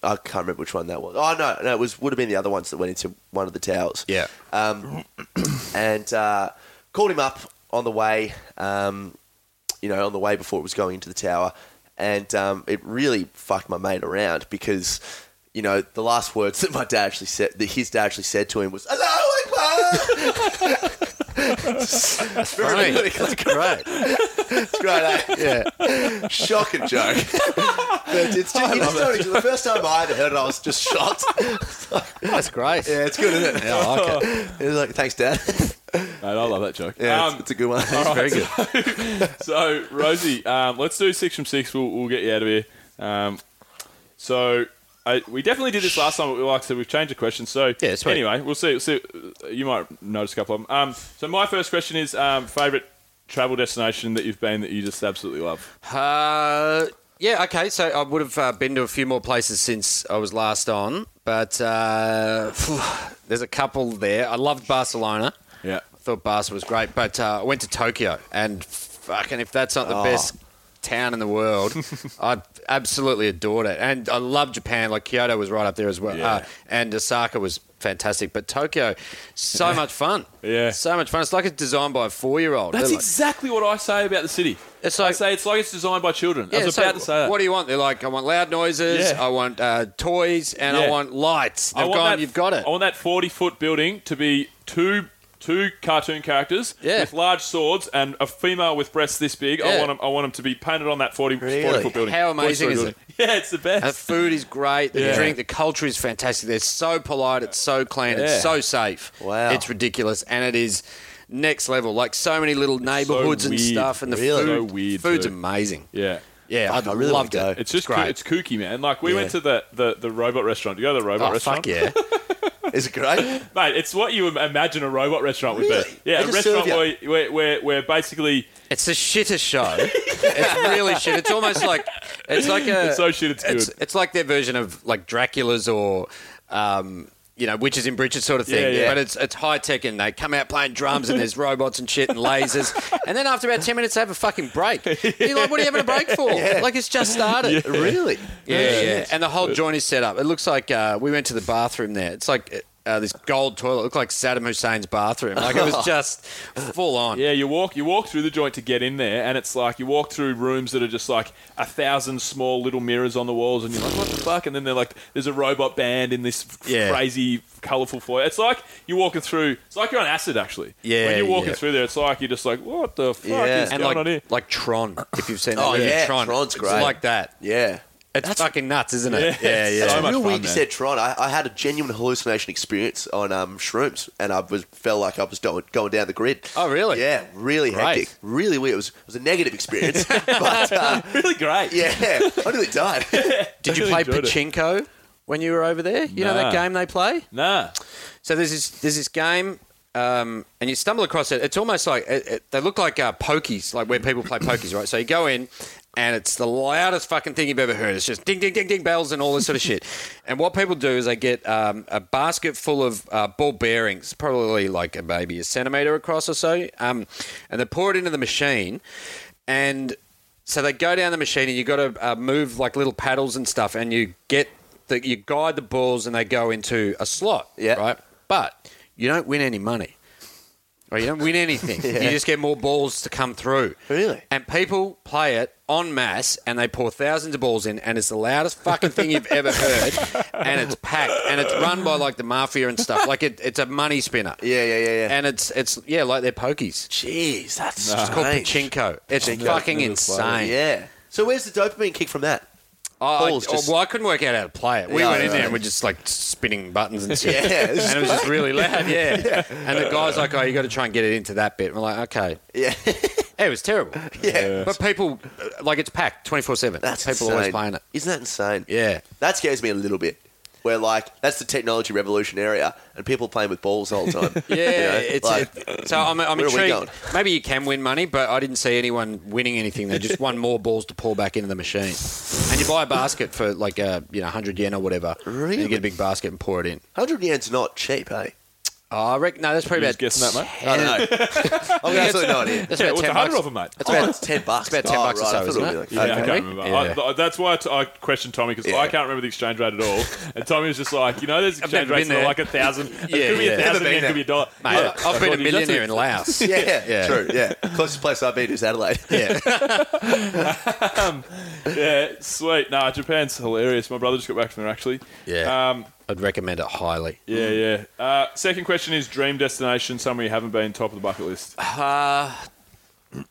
I can't remember which one that was. Oh no, no, it was would have been the other ones that went into one of the towers. yeah. Um, and uh, called him up on the way. Um, you know, on the way before it was going into the tower, and um, it really fucked my mate around because, you know, the last words *laughs* that my dad actually said, that his dad actually said to him was "Hello, Akbar." It's very Funny. politically Great. it's great, eh? Yeah. Shocking joke. But it's just, you just don't- the first time I ever heard it, I was just shocked. That's great. yeah, it's good, isn't it? Yeah, I like it. It was like, thanks, Dad. Mate, I love that joke. Yeah, Um, it's, it's a good one. *laughs* Very *laughs* good. *laughs* So, Rosie, um, let's do six from six. We'll, we'll get you out of here. Um, so, I, we definitely did this last time, but we- like I said, we've changed the question. So, Yeah, sweet. anyway, we'll see, we'll see. You might notice a couple of them. Um, so, my first question is um, favourite travel destination that you've been that you just absolutely love? Uh, yeah, okay. So I would have uh, been to a few more places since I was last on, but uh, *sighs* there's a couple there. I loved Barcelona. Yeah. I thought Barca was great, but uh, I went to Tokyo, and fucking if that's not the Oh. best town in *laughs* the world, I absolutely adored it, and I love Japan. Like Kyoto was right up there as well, Yeah. uh, and Osaka was fantastic, but Tokyo, so much fun. Yeah. so much fun. It's like it's designed by a four-year-old. That's They're like- exactly what I say about the city. It's I like- say it's like it's designed by children. I was so about to say that. What do you want? They're like, I want loud noises, uh, Yeah. I want uh, toys, and Yeah. I want lights. They've I want gone, that- you've got it. I want that forty-foot building to be two two cartoon characters Yeah. with large swords and a female with breasts this big. I Yeah. want them. I want 'em to be painted on that 40, Really? 40-foot building. How amazing 40-story is building. *laughs* Yeah, it's the best. the food is great. The Yeah. drink, the culture is fantastic. They're so polite. It's so clean. Yeah. It's so safe. Wow. It's ridiculous. And it is next level. Like so many little neighborhoods and weird. stuff. And the Really? So food, weird, food's too. amazing. yeah. Yeah, Fuck, I I really loved wanna it. go. It's just great. coo- it's kooky, man. Like we went Yeah. to the, the, the robot restaurant. Do you go to the robot oh, restaurant? *laughs* fuck yeah. Is it great? Mate, it's what you imagine a robot restaurant would Really? be. They Yeah, a just restaurant serve where, where, where, where basically It's the shittest show. it's really shit. It's almost like *laughs* it's like a It's so shit, it's Uh, it's, good. it's like their version of like Dracula's or. Um, you know, witches in breeches sort of thing, Yeah, yeah. but it's it's high tech and they come out playing *laughs* drums and there's robots and shit and lasers, and then after about ten minutes they have a fucking *laughs* break. You're like, what are you having a break for? Like it's just started. really? Yeah, yeah. And the whole joint is set up. It looks like uh, we went to the bathroom there. It's like uh, this gold toilet. It looked like Saddam Hussein's bathroom. Like it *laughs* was just full on. Yeah, you walk you walk through the joint to get in there, and it's like you walk through rooms that are just like a thousand small little mirrors on the walls, and you're like, what the fuck? And then they're like, there's a robot band in this f- Yeah. crazy, colourful floor. It's like you're walking through. It's like you're on acid, actually. Yeah, When you're walking yeah. through there, it's like you're just like, what the fuck Yeah. is And going like on here? *laughs* like Tron, if you've seen that Oh, movie, yeah, Tron, Tron's it's great. like that. Yeah. It's fucking nuts, isn't it? Yeah. Yeah, yeah. It's So much real fun, weird you man. said Tron. I, I had a genuine hallucination experience on um, shrooms, and I was felt like I was do- going down the grid. Oh, really? Yeah, really Great. hectic, really weird. It was, it was a negative *laughs* experience, but uh, Really great. yeah, I nearly *laughs* died. Did you really play enjoyed it. pachinko when you were over there? You know that Nah. game they play. Nah. So there's this there's this game, um, and you stumble across it. It's almost like it, it, they look like uh, pokies, like where people play pokies, right? So you go in, and it's the loudest fucking thing you've ever heard. It's just ding, ding, ding, ding, bells, and all this sort of shit. And what people do is they get um, a basket full of uh, ball bearings, probably like a, maybe a centimeter across or so, um, and they pour it into the machine, and so they go down the machine, and you got to uh, move like little paddles and stuff, and you get the, you guide the balls, and they go into a slot. Yeah. Right. But you don't win any money. Or you don't *laughs* win anything. You just get more balls to come through. Really? And people play it en masse and they pour thousands of balls in and it's the loudest fucking thing you've ever heard. *laughs* And it's packed and it's run by like the mafia and stuff. Like it, it's a money spinner. yeah, yeah, yeah, yeah. And it's it's yeah, like they're pokies. Jeez, that's It's called pachinko. It's fucking Never played insane. Yeah. So where's the dopamine kick from that? *laughs* Oh, I, Balls oh, just- well, I couldn't work out how to play it. We Yeah, went in right. there and we're just like spinning *laughs* buttons and shit. Yeah, it was and it was just really *laughs* loud. Yeah. And the guy's like, "Oh, you got to try and get it into that bit." And we're like, "Okay." Yeah. It was terrible. Yeah. But people, uh, like, it's packed twenty four seven. That's people insane. always playing it. Isn't that insane? Yeah. That scares me a little bit. Where like that's the technology revolution area, and people playing with balls the whole *laughs* time. Yeah, *laughs* You know, it's like- it- so I'm, I'm where are we intrigued. going? Maybe you can win money, but I didn't see anyone winning anything. They just won more balls to pour back into the machine. And you buy a basket for like a you know hundred yen or whatever. And you Really? get a big basket and pour it in. hundred yen's not cheap, eh? Oh, I reckon no, that's probably You about just guessing that, mate? I don't know. *laughs* I've got absolutely no idea. That's Yeah, about what's ten a hundred bucks. of them, mate? That's Oh, about it's ten bucks. about 10 Oh, bucks or right, I so, thought isn't it it? would be Yeah, like- I okay. can't remember. I, th- that's why I, t- I questioned Tommy because I Yeah. can't remember the exchange rate at all. And Tommy was just like, you know, there's exchange never rates that been are there. like a *laughs* thousand. Yeah, it could be yeah. a thousand, Never been it could be a dollar. Mate, Yeah. I've been That's a a- millionaire in Laos. *laughs* Yeah, yeah, Yeah. true. Yeah, closest place I've been is Adelaide. yeah. Yeah, sweet. Nah, Japan's hilarious. My brother just got back from there actually. Yeah. Um, I'd recommend it highly. yeah, yeah. Uh, second question is dream destination, somewhere you haven't been, top of the bucket list. Yeah,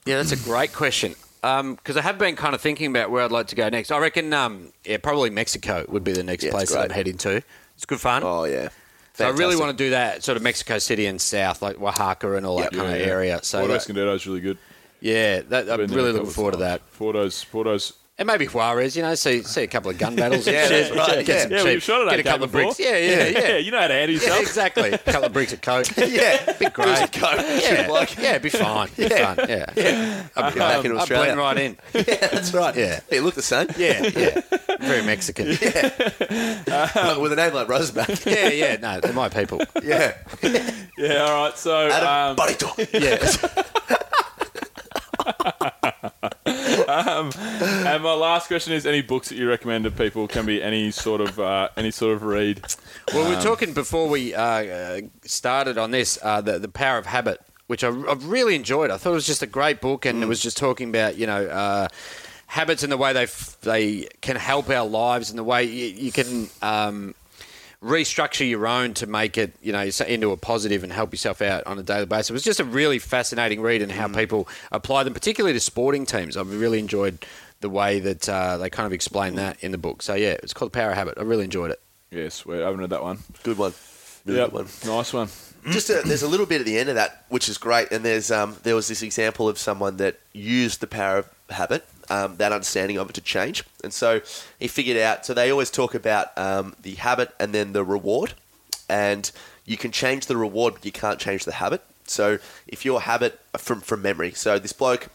that's a great question. Because I have been kind of thinking about where I'd like to go next. I reckon, um, yeah, probably Mexico would be the next Yeah, it's place that I'm great. heading to. It's good *laughs* fun. Oh yeah. so I really Fantastic. want to do that sort of Mexico City and south, like Oaxaca and all Yep. that kind Yeah, of yeah. area. So Porto that- Escondido's really good. yeah, that, I'm Been there a really couple looking forward to of times. that. Porto's Porto's And maybe Juarez, you know, see see a couple of gun battles. *laughs* and Yeah, shit. that's right, Get yeah. some Yeah, cheap- we've shot at get a AK couple of before. bricks. Yeah, *laughs* yeah, yeah. you know how to handle Yeah, *laughs* yourself. exactly. A couple of bricks of *laughs* coke. Yeah, Be great. Coke. *laughs* Yeah, Like- yeah, it'd be fine. Be Yeah. fun. Yeah, yeah. I'd, Get back um, in I'd Australia. blend right in. yeah, that's right. Yeah. Hey, look the same. Yeah, yeah. Very Mexican. But with a name *laughs* like Roseback. *laughs* Yeah, yeah, no, they're my people. yeah. Yeah, all right. So Adam um, Barito. Yeah. And my last question is: any books that you recommend to people can be any sort of uh, any sort of read. Well, we were talking before we uh, uh, started on this uh, the the power of habit, which I, I've really enjoyed. I thought it was just a great book, and it was just talking about you know. Uh, Habits and the way they f- they can help our lives, and the way you, you can um, restructure your own to make it, you know, s- into a positive and help yourself out on a daily basis. It was just a really fascinating read and how people apply them, particularly to sporting teams. I've really enjoyed the way that uh, they kind of explain that in the book. So yeah, it's called The Power of Habit. I really enjoyed it. Yeah, sweet. I haven't read that one. *laughs* Good one. Really Yeah, good one. nice one. just a, there's a little bit at the end of that which is great and there's um, there was this example of someone that used the power of habit um, that understanding of it to change and so he figured out so they always talk about um, the habit and then the reward and you can change the reward but you can't change the habit so if your habit from from memory so this bloke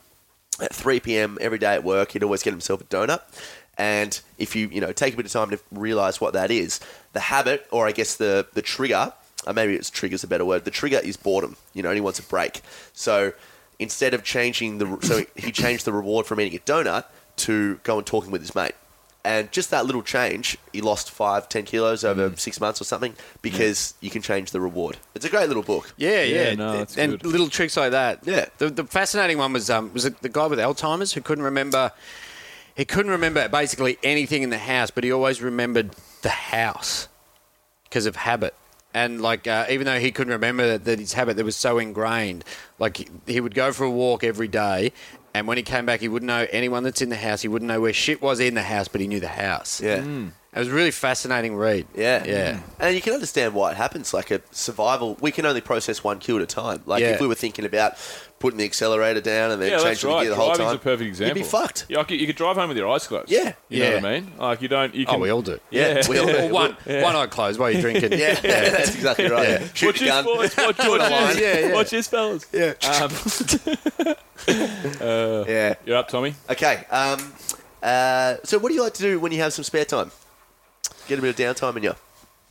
at 3 p.m. every day at work, he'd always get himself a donut. And if you, you know, take a bit of time to realize what that is, the habit, or I guess the, the trigger, or maybe it's trigger's a better word, the trigger is boredom. You know, and he wants a break. So instead of changing the, so he changed the reward from eating a donut to go and talking with his mate. And just that little change, you lost five, ten kilos over six months or something because you can change the reward. It's a great little book. Yeah, yeah, no, that's and good. little tricks like that. Yeah. The, the fascinating one was um, was it the guy with Alzheimer's who couldn't remember, he couldn't remember basically anything in the house, but he always remembered the house because of habit. And like, uh, even though he couldn't remember that, that his habit that was so ingrained, like he, he would go for a walk every day, and when he came back, he wouldn't know anyone that's in the house. He wouldn't know where shit was in the house, but he knew the house. Mm. Yeah. It was a really fascinating read. Yeah. Mm. Yeah. And you can understand why it happens. Like a survival, we can only process one kill at a time. Like Yeah. if we were thinking about putting the accelerator down and then Yeah, that's changing right. the gear the whole Driving's time, a perfect example. You'd be fucked. Yeah, I could- you could drive home with your eyes closed. Yeah. you know what I mean. Like you don't. You can, Oh, we all do. *laughs* Yeah. Yeah. we *laughs* all do. Or one, one eye closed while you're drinking. Yeah, *laughs* that's exactly right. Shoot Watch a this, gun. boys. *laughs* Watch, watch, line. this. Yeah, yeah. watch this, fellas. Yeah. *laughs* yeah. You're up, Tommy. Okay. Um, uh, so, what do you like to do when you have some spare time? Get a bit of downtime in you.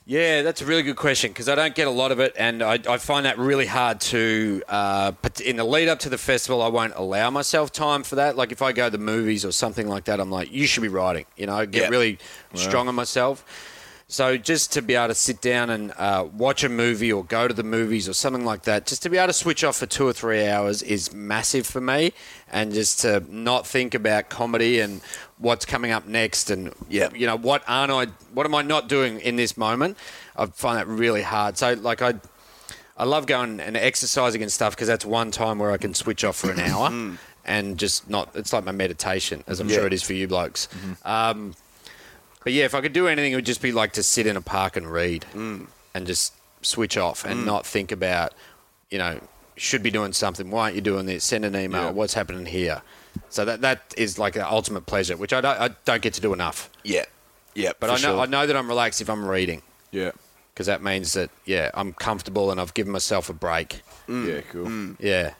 Yeah, that's a really good question because I don't get a lot of it, and I, I find that really hard to. Uh, but in the lead up to the festival, I won't allow myself time for that. Like if I go to the movies or something like that, I'm like, you should be writing. You know, I get Yeah. really strong on myself. So just to be able to sit down and uh, watch a movie or go to the movies or something like that, just to be able to switch off for two or three hours is massive for me, and just to not think about comedy and what's coming up next and Yeah. you know what aren't I what am I not doing in this moment? I find that really hard. So like I I love going and exercising and stuff because that's one time where I can switch off for an hour and just not. It's like my meditation, as I'm sure it is for you blokes. Um, but yeah, if I could do anything, it would just be like to sit in a park and read and just switch off and not think about, you know, should be doing something. Why aren't you doing this? Send an email. Yeah. What's happening here? So that that is like the ultimate pleasure, which I don't, I don't get to do enough. Yeah. Yeah. But I know I know that I'm relaxed if I'm reading Yeah. because that means that yeah, I'm comfortable and I've given myself a break. Mm. Yeah. Cool. Mm. Yeah.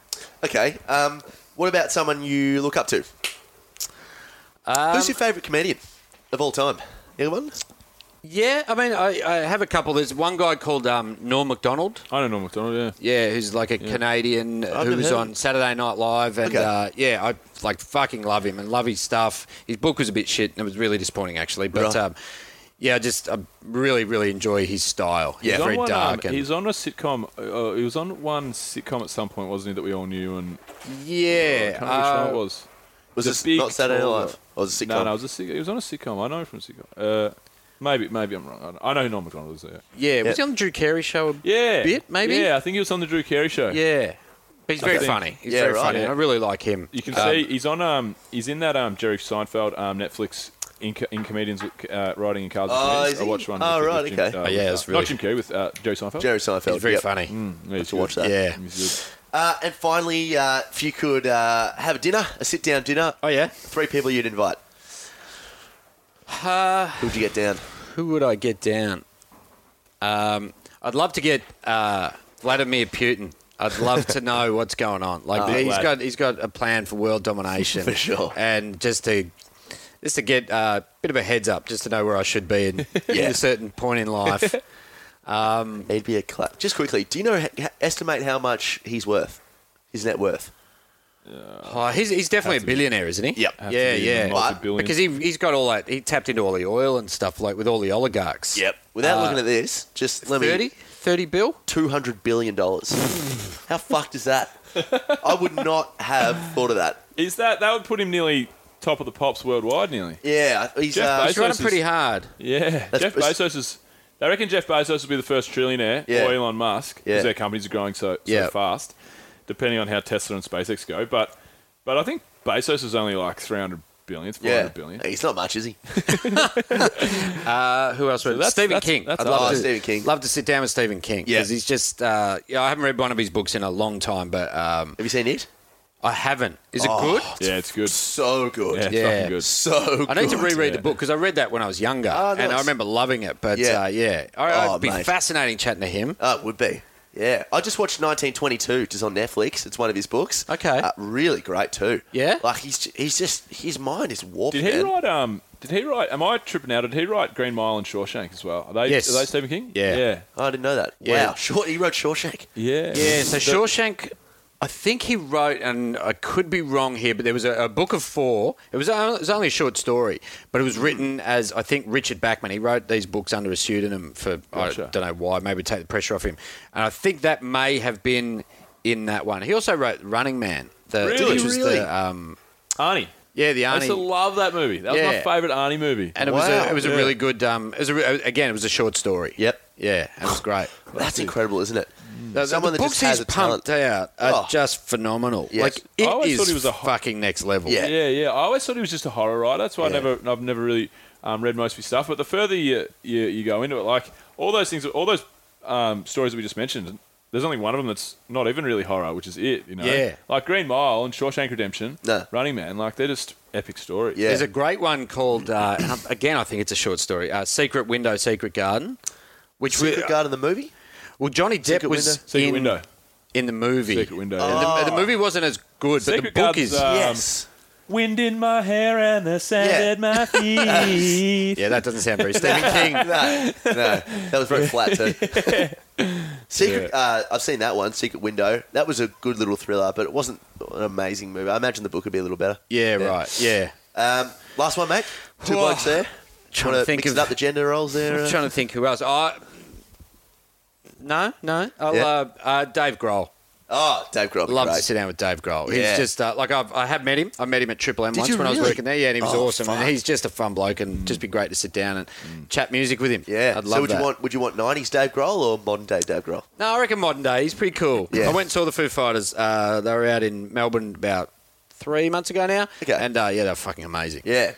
okay. Um, what about someone you look up to? Um, Who's your favourite comedian of all time? Anyone? Yeah, I mean, I, I have a couple. There's one guy called um, Norm MacDonald. I don't know McDonald. Yeah. Yeah, who's like a Canadian uh, I've who never was heard of on him. Saturday Night Live, and Okay. uh, yeah, I like fucking love him and love his stuff. His book was a bit shit, and it was really disappointing actually. But Right. um, yeah, I just I really, really enjoy his style. Yeah, He's very on one, dark. um, and, he's on a sitcom. Uh, he was on one sitcom at some point, wasn't he? That we all knew, and I yeah, can't remember which one uh, it was. Was The this big not Saturday Night tall Live? Or was it a sitcom? No, no, it was a sitcom. He was on a sitcom. I know him from a sitcom. Uh, maybe, maybe I'm wrong. I, don't, I know who Norm Macdonald is. Yeah. yeah, was he on the Drew Carey show? A Yeah. bit maybe. Yeah, I think he was on the Drew Carey show. yeah. But he's very think- funny. He's Yeah, very right. funny. and Yeah. I really like him. You can Um, see he's on. Um, he's in that um Jerry Seinfeld um Netflix in, in comedians with, uh, riding in cars. with Oh, Comedians. is I he? watched one. Oh, with, right, with Jim, okay. uh, Oh, yeah, it's with, uh, really- not Jim Carrey with uh, Jerry Seinfeld. Hmm, Jerry Seinfeld. he's very yep. funny. Yeah, he's to good. watch that. Yeah. He's Uh, and finally, uh, if you could uh, have a dinner, a sit down dinner, Oh yeah. three people you'd invite. Uh, Who'd you get down? Who would I get down? Um, I'd love to get uh, Vladimir Putin. I'd love *laughs* to know what's going on. Like he's Vlad. got he's got a plan for world domination Ah, *laughs* For sure. and just to just to get uh, a bit of a heads up, just to know where I should be *laughs* in, Yeah. at a certain point *laughs* in life. It'd be a clap. Just quickly, do you know h- estimate how much he's worth? His net worth. Oh, he's, he's definitely a billionaire, isn't he? Yep. Have to Yeah, be yeah. a multi-billion. Because he he's got all that. He tapped into all the oil and stuff, like with all the oligarchs. Without Uh, looking at this, just let 30? me 30 bill? two hundred billion *laughs* dollars. how fucked is that? I would not have thought of that. Is that that would put him nearly top of the pops worldwide? Nearly. Yeah, he's. Jeff Uh, He's running Bezos pretty is- hard. Yeah. Jeff it's- Bezos is. I reckon Jeff Bezos will be the first trillionaire, Yeah. or Elon Musk, because Yeah. their companies are growing so, so Yeah. fast, depending on how Tesla and SpaceX go. But but I think Bezos is only like 300 billion, it's yeah, 400 billion. he's not much, is he? Uh, who else? would that's- Stephen that's- King. that's I'd love Oh, to Stephen King. Love to sit down with Stephen King Yeah. because he's just. Uh, yeah, I haven't read one of his books in a long time, but um, Have you seen it? I haven't. Is it Oh, good? Yeah, it's good. So good. Yeah, it's Yeah. fucking good. So. I need to good. reread the book because I read that when I was younger, Oh, and I nice. remember loving it. But Yeah. yeah, uh, yeah. I, Oh, it'd be mate. fascinating chatting to him. Oh, it would be. Yeah, I just watched 1922, just on Netflix. It's one of his books. Okay. uh, really great too. Yeah? like he's he's just his mind is warped. Did he man. write? Um, did he write? Am I tripping out? Did he write Green Mile and Shawshank as well? Are they? Yes. Are they Stephen King? Yeah. Yeah. Oh, I didn't know that. Yeah. Wow, short. He wrote Shawshank. Yeah. Yeah. So Shawshank I think he wrote, and I could be wrong here, but there was a, a book of four. It was, only, it was only a short story, but it was written as I think Richard Bachman. He wrote these books under a pseudonym for Gotcha. I don't know why. Maybe take the pressure off him. And I think that may have been in that one. He also wrote Running Man, the, Really? which was Really? the um, Arnie. yeah the I used to Arnie. love that movie. That was Yeah. my favourite Arnie movie. And it was Wow. a, it was Yeah. a really good. Um, it was a, re- again, it was a short story. Yep. Yeah, it was great. That's incredible, isn't it? Mm. The, Someone the that books just has he's a talent. pumped out are Oh. just phenomenal. Yes. Like I it always is thought he was a ho- fucking next level. Yeah. Yeah, yeah. I always thought he was just a horror writer. That's why I never, I've never really um, read most of his stuff. But the further you, you you go into it, like all those things, all those um, stories that we just mentioned, there's only one of them that's not even really horror, which is it. You know, Yeah. Like Green Mile and Shawshank Redemption, No. Running Man, like they're just epic stories. Yeah. There's a great one called uh, and I'm- again. I think it's a short story. Uh, Secret Window, Secret Garden, which we- uh, Secret Garden, the movie. well Johnny Depp Secret was Window? Secret in, Window. in the movie. Secret Window. And the, the movie wasn't as good, but Secret the book Garden's, is. uh, Um, yes. Wind in my hair and the sand Yeah. at *laughs* my feet. yeah, that doesn't sound very Stephen *laughs* King. no, no, that was very flat *laughs* too. Secret, uh, I've seen that one, Secret Window. That was a good little thriller, but it wasn't an amazing movie. I imagine the book would be a little better. Yeah, right. Yeah. Um, last one, mate. Two Whoa. blokes there. Trying Wanna to think mix of it up the gender roles there. I'm uh? trying to think who else. I no, no. I'll, Yeah. uh, uh, Dave Grohl. Oh, Dave Grohl. Love great. to sit down with Dave Grohl. Yeah. He's just uh, like I've, I have met him. I met him at Triple M Did once you when I was really? working there. Yeah, and he was Oh, awesome. fuck. Mm. And he's just a fun bloke, and just be great to sit down and chat music with him. Yeah. I'd love so would that. you want would you want nineties Dave Grohl or modern day Dave Grohl? No, I reckon modern day. He's pretty cool. Yeah. I went and saw the Foo Fighters. Uh, they were out in Melbourne about three months ago now. Okay. And uh, yeah, they're fucking amazing. Yeah.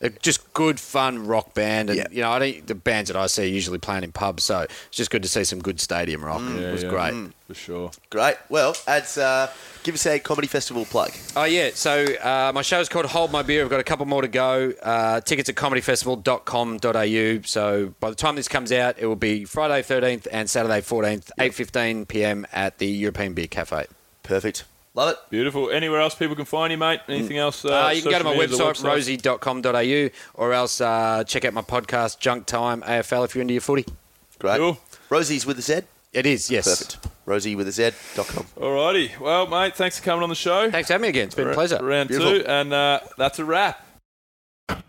They're just good, fun rock band. And Yeah. you know, I don't the bands that I see are usually playing in pubs, so it's just good to see some good stadium rock. Mm. Yeah, it was yeah. Mm. great. For sure. Great. Well, that's uh, give us a comedy festival plug. Oh, yeah. So uh, my show's called Hold My Beer. I've got a couple more to go. Uh, tickets at comedyfestival.com.au. So by the time this comes out, it will be Friday 13th and Saturday 14th, 8.15 p.m. at the European Beer Cafe. Perfect. Love it. Beautiful. Anywhere else people can find you, mate? Anything else? Uh, Uh, you can go to social my medias or website, rosie.com.au, or else uh, check out my podcast, Junk Time AFL, if you're into your footy. Great. Cool. Rosie's with a Z. It is, yes. Perfect. Rosie with a Z dot com. Alrighty. Well, mate, thanks for coming on the show. Thanks for having me again. It's been a pleasure. Round two, Beautiful. and uh, that's a wrap.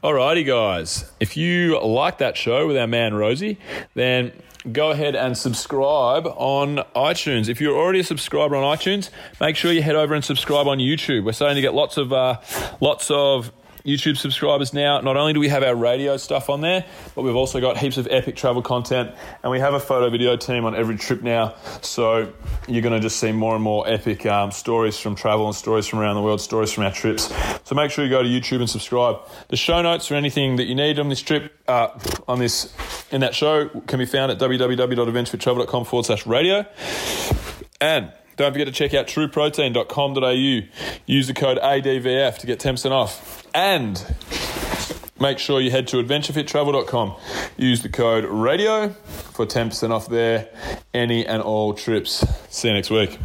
Alrighty, guys. If you like that show with our man Rosie, then go ahead and subscribe on iTunes. If you're already a subscriber on iTunes, make sure you head over and subscribe on YouTube. We're starting to get lots of uh, lots of YouTube subscribers now. Not only do we have our radio stuff on there, but we've also got heaps of epic travel content, and we have a photo video team on every trip now. So you're going to just see more and more epic um, stories from travel and stories from around the world, stories from our trips. So make sure you go to YouTube and subscribe. The show notes for anything that you need on this trip, uh, on this in that show, can be found at www.eventsfortravel.com forward slash radio. And don't forget to check out trueprotein.com.au. Use the code ADVF to get 10% off. And make sure you head to adventurefittravel.com. Use the code RADIO for 10% off there. Any and all trips. See you next week.